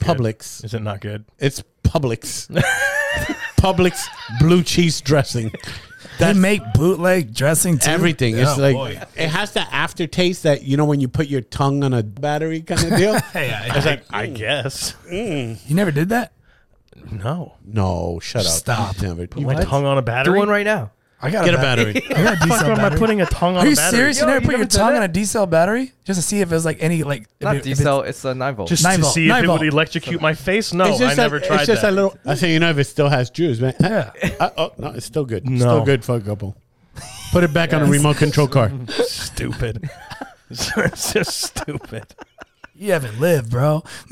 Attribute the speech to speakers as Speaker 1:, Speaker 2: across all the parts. Speaker 1: good?
Speaker 2: Publix.
Speaker 1: Is it not good?
Speaker 2: It's Publix. Publix blue cheese dressing.
Speaker 3: They
Speaker 2: That's
Speaker 3: make bootleg dressing too.
Speaker 2: everything. It's
Speaker 1: Oh,
Speaker 2: like
Speaker 1: boy.
Speaker 2: it has that aftertaste that you know when you put your tongue on a battery kind of deal.
Speaker 3: Hey, I-
Speaker 1: I was like, I guess.
Speaker 3: you never did that?
Speaker 1: No.
Speaker 2: no, shut up.
Speaker 3: Stop.
Speaker 2: You never- you
Speaker 1: My tongue on a battery?
Speaker 4: Do one right now.
Speaker 3: I got
Speaker 2: Get a battery.
Speaker 3: I got a
Speaker 1: Fuck
Speaker 3: D-cell
Speaker 1: am I
Speaker 3: battery.
Speaker 1: putting a tongue on
Speaker 3: Are
Speaker 1: a
Speaker 3: you
Speaker 1: battery?
Speaker 3: serious?
Speaker 4: Yo,
Speaker 3: you never
Speaker 4: you
Speaker 3: put your
Speaker 4: never did
Speaker 3: tongue on
Speaker 4: that?
Speaker 3: a D cell battery just to see if it was like any like if
Speaker 4: Not
Speaker 3: it- if
Speaker 4: D
Speaker 3: it's-
Speaker 4: cell. It's a nine volt.
Speaker 1: Just
Speaker 3: Nine
Speaker 1: to
Speaker 3: volt,
Speaker 1: see if
Speaker 3: nine
Speaker 1: it
Speaker 3: volt.
Speaker 1: would electrocute my face? No, I
Speaker 2: It's just that-
Speaker 1: never tried
Speaker 2: It's just
Speaker 1: that.
Speaker 2: a little. I say you know if it still has juice, man.
Speaker 3: Yeah.
Speaker 2: Uh, oh no, it's still good.
Speaker 1: No.
Speaker 2: Still good for a couple. Put it back on a remote control car.
Speaker 1: stupid. it's just stupid.
Speaker 3: You haven't lived, bro.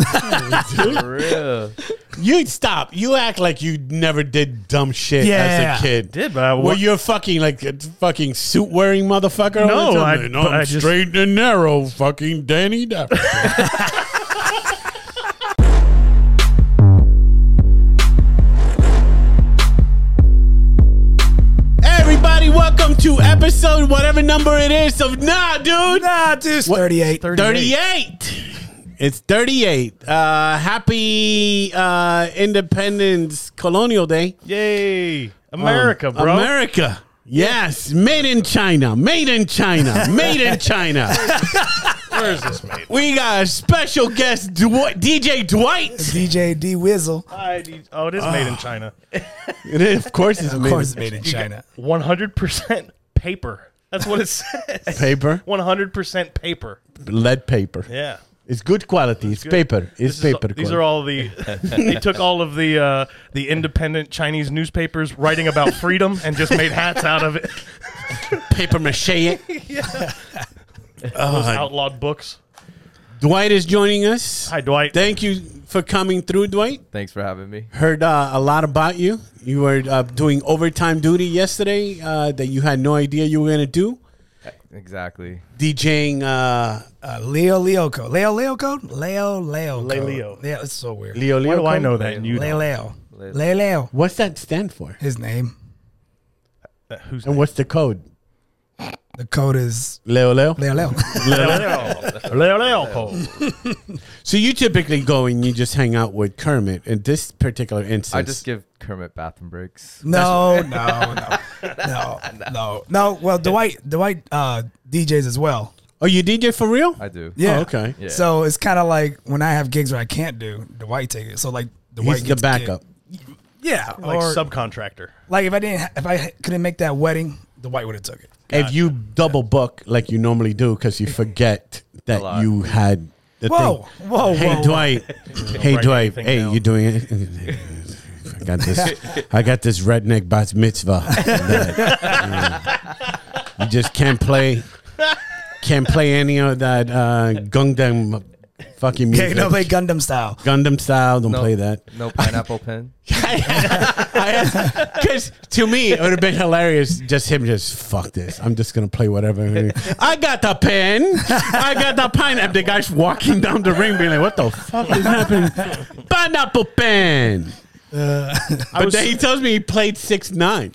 Speaker 4: For real.
Speaker 2: You stop. You act like you never did dumb shit
Speaker 3: Yeah.
Speaker 2: as a kid.
Speaker 1: Did, but I
Speaker 2: Were
Speaker 1: wa-
Speaker 2: you a fucking like a fucking suit wearing motherfucker?
Speaker 1: No,
Speaker 2: all the time?
Speaker 1: I-
Speaker 2: no,
Speaker 1: but
Speaker 2: I'm
Speaker 1: I just-
Speaker 2: straight and narrow, fucking Danny Dapper. Everybody, welcome to episode whatever number it is of Nah, dude.
Speaker 3: Nah, dude.
Speaker 2: What?
Speaker 3: Thirty-eight.
Speaker 2: 38. It's 38. Uh, happy uh, Independence Colonial Day.
Speaker 1: Yay. America,
Speaker 2: Um,
Speaker 1: bro.
Speaker 2: America. Yes. Made in China. Made in China. Made in China.
Speaker 1: Where is this made?
Speaker 2: We got a special guest, Dw- DJ Dwight.
Speaker 3: DJ D Wizzle.
Speaker 1: I- Oh, it is made in China.
Speaker 2: It is, of course, it's
Speaker 3: Of
Speaker 2: made
Speaker 3: course,
Speaker 2: course.
Speaker 3: it's made in China.
Speaker 1: 100% paper. That's what it says.
Speaker 2: paper,
Speaker 1: 100% paper.
Speaker 2: lead paper.
Speaker 1: Yeah.
Speaker 2: It's good quality. It's
Speaker 1: good.
Speaker 2: paper. It's
Speaker 1: This is-
Speaker 2: paper.
Speaker 1: these are all the. they took all of the uh, the independent Chinese newspapers writing about freedom and just made hats out of it.
Speaker 2: paper mache. it.
Speaker 1: Outlawed books.
Speaker 2: Dwight is joining us.
Speaker 1: Hi, Dwight.
Speaker 2: Thank you for coming through, Dwight.
Speaker 4: Thanks for having me.
Speaker 2: heard uh, a lot about you. You were uh, doing overtime duty yesterday uh, that you had no idea you were going to do.
Speaker 4: Exactly.
Speaker 2: DJing uh,
Speaker 3: Uh, Leo Leo code. Leo Leo code. Leo Leo.
Speaker 1: Le
Speaker 3: code.
Speaker 1: Leo.
Speaker 3: Yeah, it's so weird.
Speaker 2: Leo Leo.
Speaker 1: Why do I
Speaker 2: Code?
Speaker 1: know that? And you
Speaker 3: Leo
Speaker 1: don't?
Speaker 3: Leo.
Speaker 4: Le-
Speaker 3: Leo Leo.
Speaker 2: What's that stand for?
Speaker 3: His name.
Speaker 1: Uh, Who's
Speaker 2: And what's the code?
Speaker 3: The code is
Speaker 2: Leo Leo.
Speaker 3: Leo Leo.
Speaker 1: Leo Leo Leo Cole.
Speaker 2: So you typically go and you just hang out with Kermit. In this particular instance,
Speaker 4: I just give Kermit bathroom breaks.
Speaker 3: No, no, no, no, no, no. Well, Dwight, Dwight uh, DJs as well.
Speaker 2: oh, you DJ for real?
Speaker 4: I do.
Speaker 3: Yeah.
Speaker 2: Oh, okay.
Speaker 4: Yeah.
Speaker 3: So it's kind of like when I have gigs where I can't do, Dwight take it. So like Dwight
Speaker 2: He's the
Speaker 3: gets gig.
Speaker 2: backup.
Speaker 3: Yeah.
Speaker 1: Like
Speaker 3: or
Speaker 1: subcontractor.
Speaker 3: like if I didn't, ha- if I couldn't make that wedding, Dwight would have took it.
Speaker 2: If you double book like you normally do, because you forget that
Speaker 4: lot.
Speaker 2: you had. The
Speaker 3: Whoa,
Speaker 2: thing.
Speaker 3: whoa,
Speaker 2: Hey
Speaker 3: whoa.
Speaker 2: Dwight, hey
Speaker 1: write
Speaker 2: Dwight,
Speaker 1: anything
Speaker 2: hey,
Speaker 1: down.
Speaker 2: you doing it? I got this. I got this redneck bat mitzvah. that, uh, you just can't play. Can't play any of that uh, Gundam fucking
Speaker 3: Yeah,
Speaker 2: music.
Speaker 3: you know, play Gundam style.
Speaker 2: Gundam style. Don't
Speaker 4: No,
Speaker 2: play that.
Speaker 4: No pineapple pen.
Speaker 2: Because to me, it would have been hilarious. Just him, just fuck this. I'm just gonna play whatever. I got the pen. I got the pineapple. The guy's walking down the ring, being like, "What the fuck is happening?" Pineapple pen.
Speaker 4: Uh,
Speaker 2: but
Speaker 1: was-
Speaker 2: then he tells me he played six nine.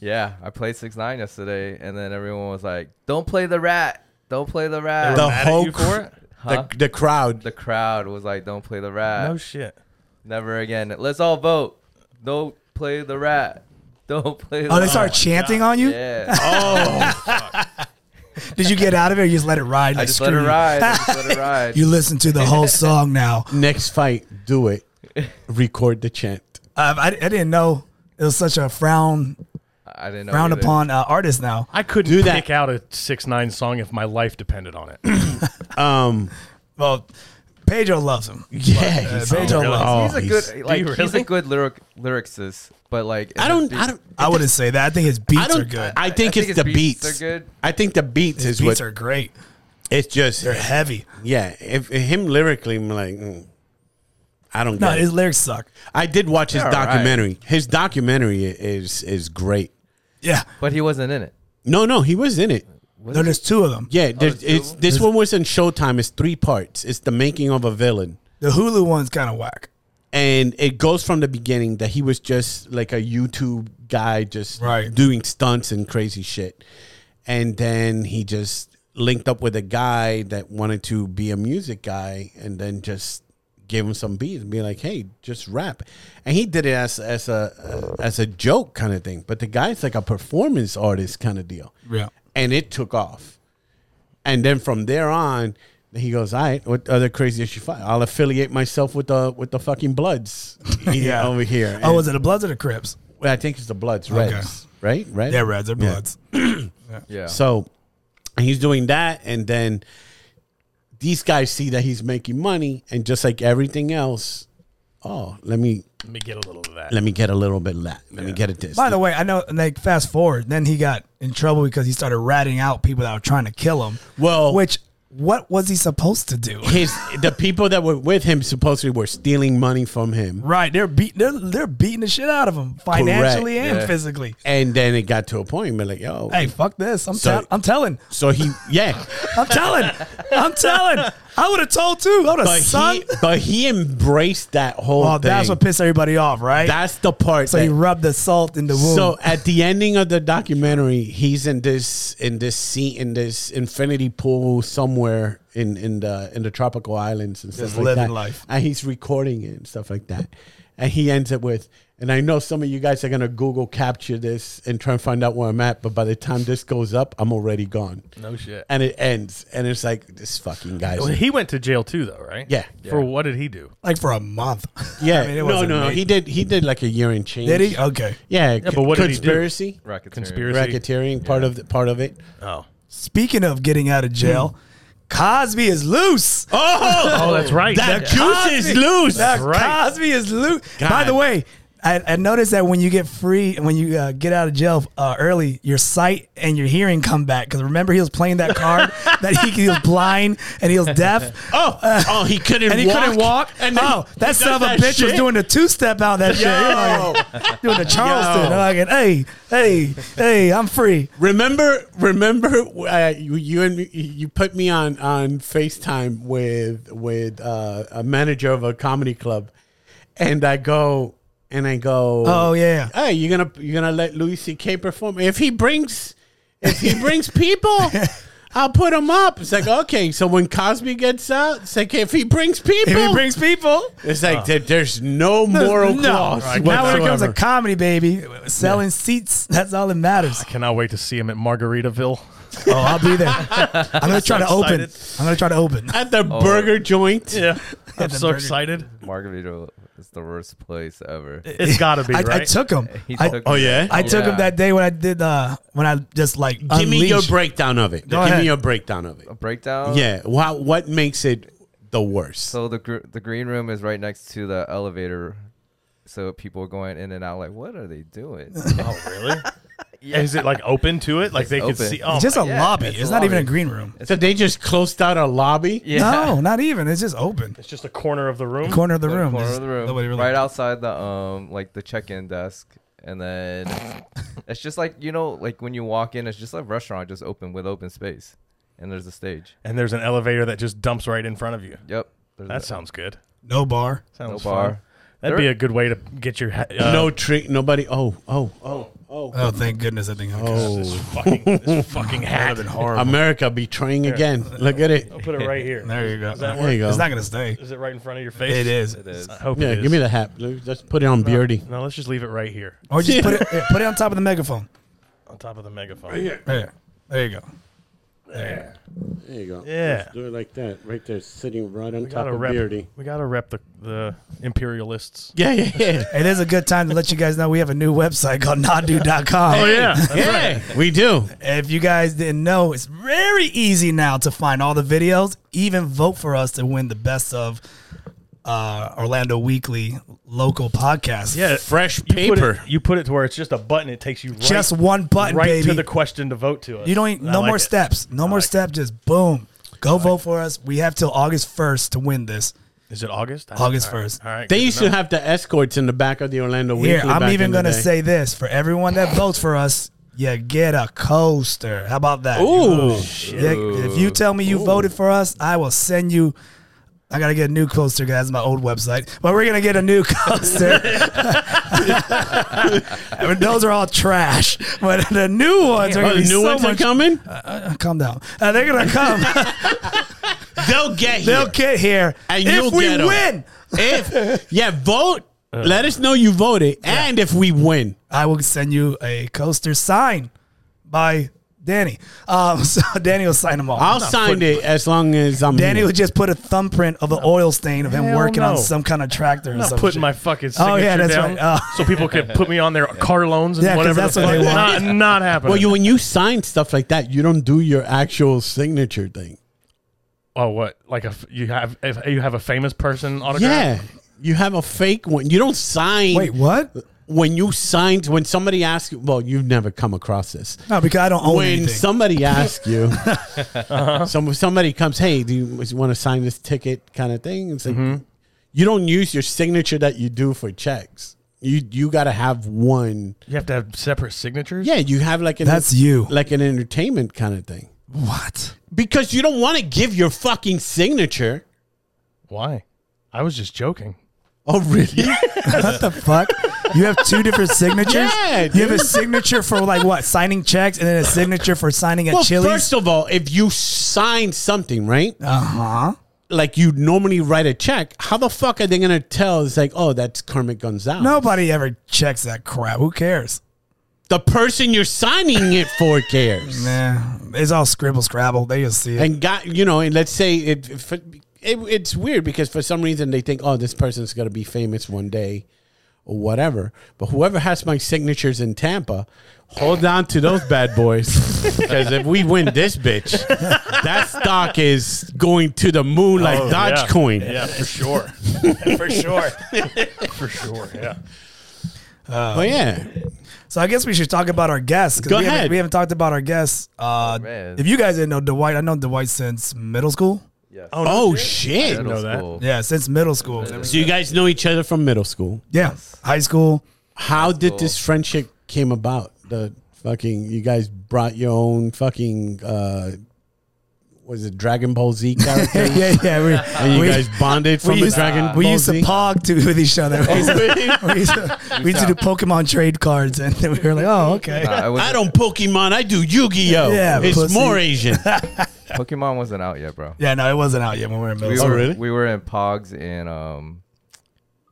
Speaker 4: Yeah, I played six nine yesterday, and then everyone was like, "Don't play the rat. Don't play the rat."
Speaker 2: The
Speaker 1: mad at
Speaker 2: whole
Speaker 1: you
Speaker 2: cr-
Speaker 1: for it?
Speaker 4: Huh?
Speaker 2: the, the crowd.
Speaker 4: The crowd was like, "Don't play the rat.
Speaker 1: No Oh, shit.
Speaker 4: Never again. Let's all vote. Don't play the rat. Don't play." The
Speaker 3: Oh, they
Speaker 4: rat.
Speaker 3: start chanting on you.
Speaker 4: Yeah.
Speaker 3: Did you get out of it? Or you just let it ride.
Speaker 4: I
Speaker 3: like,
Speaker 4: just
Speaker 3: screw
Speaker 4: let it
Speaker 3: you?
Speaker 4: ride. I just let it ride.
Speaker 3: You listen to the whole song now.
Speaker 2: Next fight, do it. Record the chant.
Speaker 3: Uh, I, I didn't know it was such a frown
Speaker 4: I didn't know.
Speaker 3: frowned
Speaker 4: either.
Speaker 3: upon uh, artist now.
Speaker 1: I couldn't
Speaker 2: Do that.
Speaker 1: pick out a six nine song if my life depended on it.
Speaker 2: Um,
Speaker 3: Well, Pedro loves him.
Speaker 2: yeah, he's-
Speaker 3: Pedro
Speaker 1: really?
Speaker 2: oh,
Speaker 4: He's a good like
Speaker 1: you
Speaker 4: he's
Speaker 1: really?
Speaker 4: a good lyric lyricist, but like
Speaker 2: I don't. I don't.
Speaker 3: I wouldn't say that. I think his beats
Speaker 2: I don't.
Speaker 3: are good.
Speaker 2: I think
Speaker 4: I think
Speaker 2: it's
Speaker 4: his
Speaker 2: the beats.
Speaker 4: beats are good.
Speaker 2: I think the beats
Speaker 3: his
Speaker 2: is
Speaker 3: beats
Speaker 2: what.
Speaker 3: are great.
Speaker 2: it's just
Speaker 3: They're heavy.
Speaker 2: Yeah, if, if him lyrically, I'm like, mm, I don't
Speaker 3: No,
Speaker 2: get
Speaker 3: his
Speaker 2: it.
Speaker 3: lyrics suck.
Speaker 2: I did watch his
Speaker 4: They're all right.
Speaker 2: documentary. His documentary i- is is great.
Speaker 3: Yeah.
Speaker 4: But he wasn't in it.
Speaker 2: No, no, he was in it.
Speaker 3: No, there's two of them.
Speaker 2: Yeah, there's,
Speaker 4: there's Oh, two
Speaker 2: it's
Speaker 4: of 'em?
Speaker 2: this one was in Showtime. It's three parts. It's the making of a villain,
Speaker 3: The Hulu one's kind of whack.
Speaker 2: and it goes from the beginning that he was just like a YouTube guy, just
Speaker 3: Right.
Speaker 2: doing stunts and crazy shit, and then he just linked up with a guy that wanted to be a music guy, and then just give him some beats and be like, "Hey, just rap," and he did it as as a as a joke kind of thing. But the guy's like a performance artist kind of deal.
Speaker 3: Yeah.
Speaker 2: and it took off, and then from there on, he goes, "All right, what other crazy shit you find? I'll affiliate myself with the with the fucking Bloods yeah. over here."
Speaker 3: Oh, was it the Bloods or the Crips?
Speaker 2: Well, I think it's the Bloods, Reds, right? Right?
Speaker 3: They're Reds or
Speaker 2: Yeah.
Speaker 3: Bloods.
Speaker 4: Yeah.
Speaker 2: So he's doing that, and then these guys see that he's making money, and just like everything else, oh, let me
Speaker 1: Let me get a little of that.
Speaker 2: let me get a little bit of that. Let me get it this.
Speaker 3: By the way, I know. Like fast forward, then he got in trouble because he started ratting out people that were trying to kill him.
Speaker 2: Well-
Speaker 3: which what was he supposed to do?
Speaker 2: his the people that were with him supposedly were stealing money from him,
Speaker 3: Right, they're beat. They're they're beating the shit out of him financially and
Speaker 4: Yeah.
Speaker 3: physically.
Speaker 2: and then it got to a point where like, yo,
Speaker 3: Hey, fuck this! I'm
Speaker 2: So-
Speaker 3: tell- I'm telling.
Speaker 2: so he yeah,
Speaker 3: I'm telling. I'm telling. I would have told too. I would
Speaker 2: but
Speaker 3: have sung.
Speaker 2: he but he embraced that whole
Speaker 3: Oh,
Speaker 2: thing.
Speaker 3: that's what pissed everybody off, right?
Speaker 2: that's the part.
Speaker 3: so
Speaker 2: that,
Speaker 3: he rubbed the salt in the wound.
Speaker 2: So at the ending of the documentary, he's in this in this sea in this infinity pool somewhere in in the in the tropical islands and stuff
Speaker 3: Just
Speaker 2: like
Speaker 3: living
Speaker 2: that.
Speaker 3: life.
Speaker 2: And he's recording it and stuff like that. And he ends it with, and I know some of you guys are gonna Google capture this and try and find out where I'm at, but by the time this goes up, I'm already gone.
Speaker 4: No shit.
Speaker 2: And it ends, and it's like this fucking guy's.
Speaker 1: Well, he went to jail too, though, right?
Speaker 2: Yeah.
Speaker 1: For what did he do?
Speaker 3: like for a month.
Speaker 2: yeah,
Speaker 3: I mean, it
Speaker 2: no,
Speaker 3: wasn't
Speaker 2: no, no.
Speaker 3: me.
Speaker 2: He did. He did like a year and change.
Speaker 3: Did he? Oh. Okay.
Speaker 2: Yeah,
Speaker 1: but what did he do?
Speaker 2: conspiracy?
Speaker 4: Racketeering.
Speaker 1: Conspiracy.
Speaker 2: Racketeering part of the, part of it.
Speaker 1: Oh.
Speaker 3: Speaking of getting out of jail, Cosby is loose.
Speaker 2: Hmm. Oh,
Speaker 1: Oh, that's right.
Speaker 2: that
Speaker 1: That-
Speaker 2: juice is loose.
Speaker 3: That
Speaker 1: right.
Speaker 3: Cosby is loose.
Speaker 2: God.
Speaker 3: By the way, I, I noticed that when you get free, when you uh, get out of jail uh, early, your sight and your hearing come back. Because remember, he was playing that card that he, he was blind and he was deaf.
Speaker 2: Oh, oh, he couldn't
Speaker 3: And he
Speaker 2: walk.
Speaker 3: couldn't walk.
Speaker 2: And then
Speaker 3: oh,
Speaker 2: he
Speaker 3: that
Speaker 2: does
Speaker 3: son of a
Speaker 2: that
Speaker 3: bitch was
Speaker 2: shit.
Speaker 3: doing the two step out that shit.
Speaker 2: Yo.
Speaker 3: doing the Charleston.
Speaker 2: Yo.
Speaker 3: I'm like, hey, hey, hey, I'm free.
Speaker 2: Remember, remember, uh, you, you and me, you put me on on Facetime with with uh, a manager of a comedy club, and I go and I go.
Speaker 3: Oh, yeah.
Speaker 2: Hey, you gonna you gonna let Louis C.K. perform? If he brings, if he brings people. I'll put him up. It's like okay. So when Cosby gets out, it's like if he brings people,
Speaker 3: If he brings people.
Speaker 2: It's like there- there's no moral
Speaker 3: no.
Speaker 2: clause.
Speaker 1: Right.
Speaker 3: Now when it comes to
Speaker 2: whatsoever.
Speaker 3: comedy, baby, selling seats, that's all that matters.
Speaker 1: Cannot wait to see him at Margaritaville.
Speaker 3: Oh, I'll be there. I'm gonna try to open.
Speaker 1: excited.
Speaker 3: I'm gonna try to open.
Speaker 2: at the burger joint,
Speaker 1: Yeah. I'm so
Speaker 3: burger.
Speaker 1: excited.
Speaker 4: Margarita is the worst place ever.
Speaker 1: It's got to be,
Speaker 3: I,
Speaker 1: right?
Speaker 3: I took him.
Speaker 4: He
Speaker 3: I,
Speaker 4: took
Speaker 2: oh,
Speaker 4: me-
Speaker 2: yeah?
Speaker 3: I took
Speaker 4: yeah.
Speaker 3: him that day when I did uh when I just like
Speaker 2: give me your
Speaker 3: unleashed.
Speaker 2: breakdown of it.
Speaker 3: Go
Speaker 2: give
Speaker 3: ahead. Uh,
Speaker 2: me your breakdown of it.
Speaker 4: breakdown.
Speaker 2: Yeah. Wow. What makes it the worst?
Speaker 4: So the gr- the green room is right next to the elevator, so people going in and out. Like, what are they doing?
Speaker 1: Oh, really? Is it like open to it? Like they could
Speaker 4: open.
Speaker 1: see? Oh,
Speaker 3: just a
Speaker 1: my-
Speaker 4: yeah,
Speaker 3: lobby. It's,
Speaker 4: it's a
Speaker 3: not even a
Speaker 4: lobby.
Speaker 3: green room.
Speaker 2: So they just closed out a lobby.
Speaker 4: yeah.
Speaker 3: No, not even. It's just open.
Speaker 1: it's just a corner of the room.
Speaker 3: Corner of the room.
Speaker 4: corner
Speaker 3: Just
Speaker 4: of the room,
Speaker 3: nobody really-
Speaker 4: right outside the um like the check-in desk, and then it's just like you know like when you walk in, it's just like a restaurant just open with open space, and there's a stage.
Speaker 1: And there's an elevator that just dumps right in front of you.
Speaker 4: Yep, there's
Speaker 1: That
Speaker 4: a,
Speaker 1: sounds good.
Speaker 3: No bar.
Speaker 1: Sounds
Speaker 4: no
Speaker 1: fun.
Speaker 4: bar.
Speaker 1: That'd be a good way to get your ha- uh,
Speaker 2: No trick. Nobody. Oh. Oh. Oh.
Speaker 3: Oh, thank goodness. I think. Oh,
Speaker 1: This fucking this fucking
Speaker 3: that would have
Speaker 1: hat.
Speaker 3: been horrible.
Speaker 2: America betraying again. Look at it.
Speaker 1: I'll put it right here.
Speaker 3: there you go.
Speaker 1: that
Speaker 2: There you go.
Speaker 3: It's not gonna stay.
Speaker 1: Is it right in front of your face?
Speaker 3: It is.
Speaker 4: It is.
Speaker 1: I hope
Speaker 2: yeah.
Speaker 1: it is.
Speaker 2: Give me the hat. Lou. Let's put it on Beardy.
Speaker 1: No, let's just leave it right here
Speaker 3: Or just put it yeah, put it on top of the megaphone.
Speaker 1: on top of the megaphone.
Speaker 3: Right here. There you go.
Speaker 2: There you go.
Speaker 1: Yeah. Let's
Speaker 2: do it like that. Right there, sitting right on
Speaker 1: We gotta rep. We gotta rep the, the imperialists.
Speaker 2: Yeah. Yeah. Yeah.
Speaker 3: It is a good time to let you guys know we have a new website called nadu.com.
Speaker 1: Oh yeah,
Speaker 2: yeah. We do.
Speaker 3: If you guys didn't know, it's very easy now to find all the videos, even vote for us to win the best of uh, Orlando Weekly local podcast.
Speaker 1: yeah.
Speaker 2: Fresh
Speaker 1: You put, it,
Speaker 2: paper.
Speaker 1: you put it to where it's just a button. It takes you right,
Speaker 3: Just one button,
Speaker 1: right
Speaker 3: baby.
Speaker 1: to the question to vote to us.
Speaker 3: you don't need,
Speaker 1: I
Speaker 3: no
Speaker 1: like
Speaker 3: more
Speaker 1: it.
Speaker 3: steps. No more
Speaker 1: like it.
Speaker 3: step. Just boom. Go vote for us. We have till August 1st to win this.
Speaker 1: Is it August? I-
Speaker 3: August
Speaker 1: all right.
Speaker 3: 1st.
Speaker 1: All right.
Speaker 2: They
Speaker 1: good
Speaker 2: used
Speaker 1: know.
Speaker 2: to have the escorts in the back of the Orlando
Speaker 3: Here,
Speaker 2: Weekly.
Speaker 3: I'm
Speaker 2: back
Speaker 3: even
Speaker 2: in the
Speaker 3: going to
Speaker 2: day.
Speaker 3: say this for everyone that votes for us, you get a coaster. How about that?
Speaker 2: Ooh.
Speaker 3: oh, Yeah, if you tell me you voted for us, I will send you. I gotta get a new coaster, guys. My old website, but we're gonna get a new coaster. I mean, Those are all trash, but the new ones are
Speaker 2: Oh,
Speaker 3: gonna
Speaker 2: the
Speaker 3: be
Speaker 2: new
Speaker 3: so
Speaker 2: ones are
Speaker 3: much.
Speaker 2: coming.
Speaker 3: Uh, calm down. Uh, they're gonna come.
Speaker 2: They'll get here.
Speaker 3: They'll get here
Speaker 2: And
Speaker 3: if
Speaker 2: you'll
Speaker 3: we
Speaker 2: get 'em.
Speaker 3: win.
Speaker 2: if yeah, vote. Let us know you voted, and if we win,
Speaker 3: I will send you a coaster sign by Danny. Um, so Danny will sign them all.
Speaker 2: I'll sign it as long as I'm.
Speaker 3: Danny
Speaker 2: here.
Speaker 3: would just put a thumbprint of an oil stain of him
Speaker 1: Hell
Speaker 3: working on
Speaker 1: no.
Speaker 3: some kind of tractor. or
Speaker 1: I'm not
Speaker 3: some
Speaker 1: putting
Speaker 3: shit.
Speaker 1: my fucking signature
Speaker 3: Oh, yeah, that's
Speaker 1: down
Speaker 3: right. Oh.
Speaker 1: so people could put me on their car loans and
Speaker 3: Yeah, 'cause
Speaker 1: whatever. the
Speaker 3: that's what
Speaker 1: fuck.
Speaker 3: they want.
Speaker 1: Not, not happening.
Speaker 2: Well, you when you sign stuff like that, you don't do your actual signature thing.
Speaker 1: oh, what? Like a f- you have if you have a famous person autograph?
Speaker 2: Yeah, you have a fake one. You don't sign.
Speaker 3: Wait, what?
Speaker 2: When you sign, when somebody asks, you- well, you've never come across this.
Speaker 3: No, because I don't own
Speaker 2: when
Speaker 3: anything.
Speaker 2: somebody asks you, some somebody comes, hey, do you, want to sign this ticket? Kind of thing. It's like you don't use your signature that you do for checks. You you got to have one.
Speaker 1: You have to have separate signatures.
Speaker 2: Yeah, you have like an
Speaker 3: That's you.
Speaker 2: like an entertainment kind of thing
Speaker 3: what?
Speaker 2: because you don't want to give your fucking signature.
Speaker 1: Why? I was just joking.
Speaker 2: Oh really?
Speaker 3: What the fuck? You have two different signatures.
Speaker 2: Yeah,
Speaker 3: you have a
Speaker 2: dude.
Speaker 3: signature for like what? Signing checks, and then a signature for signing at
Speaker 2: Well,
Speaker 3: Chili's.
Speaker 2: first of all, if you sign something, right?
Speaker 3: Uh huh.
Speaker 2: Like you normally write a check, how the fuck are they gonna tell? It's like, oh, that's Kermit Gonzalez.
Speaker 3: Nobody ever checks that crap. Who cares?
Speaker 2: the person you're signing it for cares.
Speaker 3: Nah, Eh, it's all scribble scrabble. They just see it.
Speaker 2: And got you know, and let's say it, if it, it, it's weird because for some reason they think, oh, this person's gonna be famous one day, or whatever. But whoever has my signatures in Tampa, hold on to those bad boys because if we win this bitch, that stock is going to the moon like
Speaker 1: Oh, yeah.
Speaker 2: Dogecoin.
Speaker 1: Yeah, for sure. for sure. for sure. Yeah.
Speaker 2: Oh yeah,
Speaker 3: So I guess we should talk about our guests. 'cause
Speaker 2: Go
Speaker 3: we Haven't,
Speaker 2: ahead.
Speaker 3: we haven't talked about our guests. Uh,
Speaker 4: man.
Speaker 3: if you guys didn't know Dwight, I know Dwight since middle school.
Speaker 4: Yes.
Speaker 1: Oh,
Speaker 2: Oh shit!
Speaker 4: middle
Speaker 1: know that.
Speaker 4: school.
Speaker 3: Yeah, since middle school.
Speaker 2: So you guys know each other from middle school.
Speaker 3: Yeah, high school.
Speaker 2: How did this friendship came about? The fucking you guys brought your own fucking uh was it Dragon Ball Z character?
Speaker 3: Yeah, yeah. We,
Speaker 2: And you
Speaker 3: we-
Speaker 2: guys bonded
Speaker 3: we
Speaker 2: from the
Speaker 3: used,
Speaker 2: Dragon Ball
Speaker 3: we used to
Speaker 2: Z.
Speaker 3: pog to with each other. We used to, we used to, we used to do Pokemon trade cards, and then we were like, "Oh, okay."
Speaker 4: Nah, I was
Speaker 2: I don't Pokemon. I do Yu-Gi-Oh.
Speaker 3: Yeah,
Speaker 2: it's
Speaker 3: pussy.
Speaker 2: more Asian.
Speaker 4: Pokemon wasn't out yet, bro.
Speaker 3: Yeah, Oh, no, it wasn't out yet when we were in middle
Speaker 4: We
Speaker 3: school.
Speaker 4: were,
Speaker 2: really?
Speaker 4: We were in Pogs and um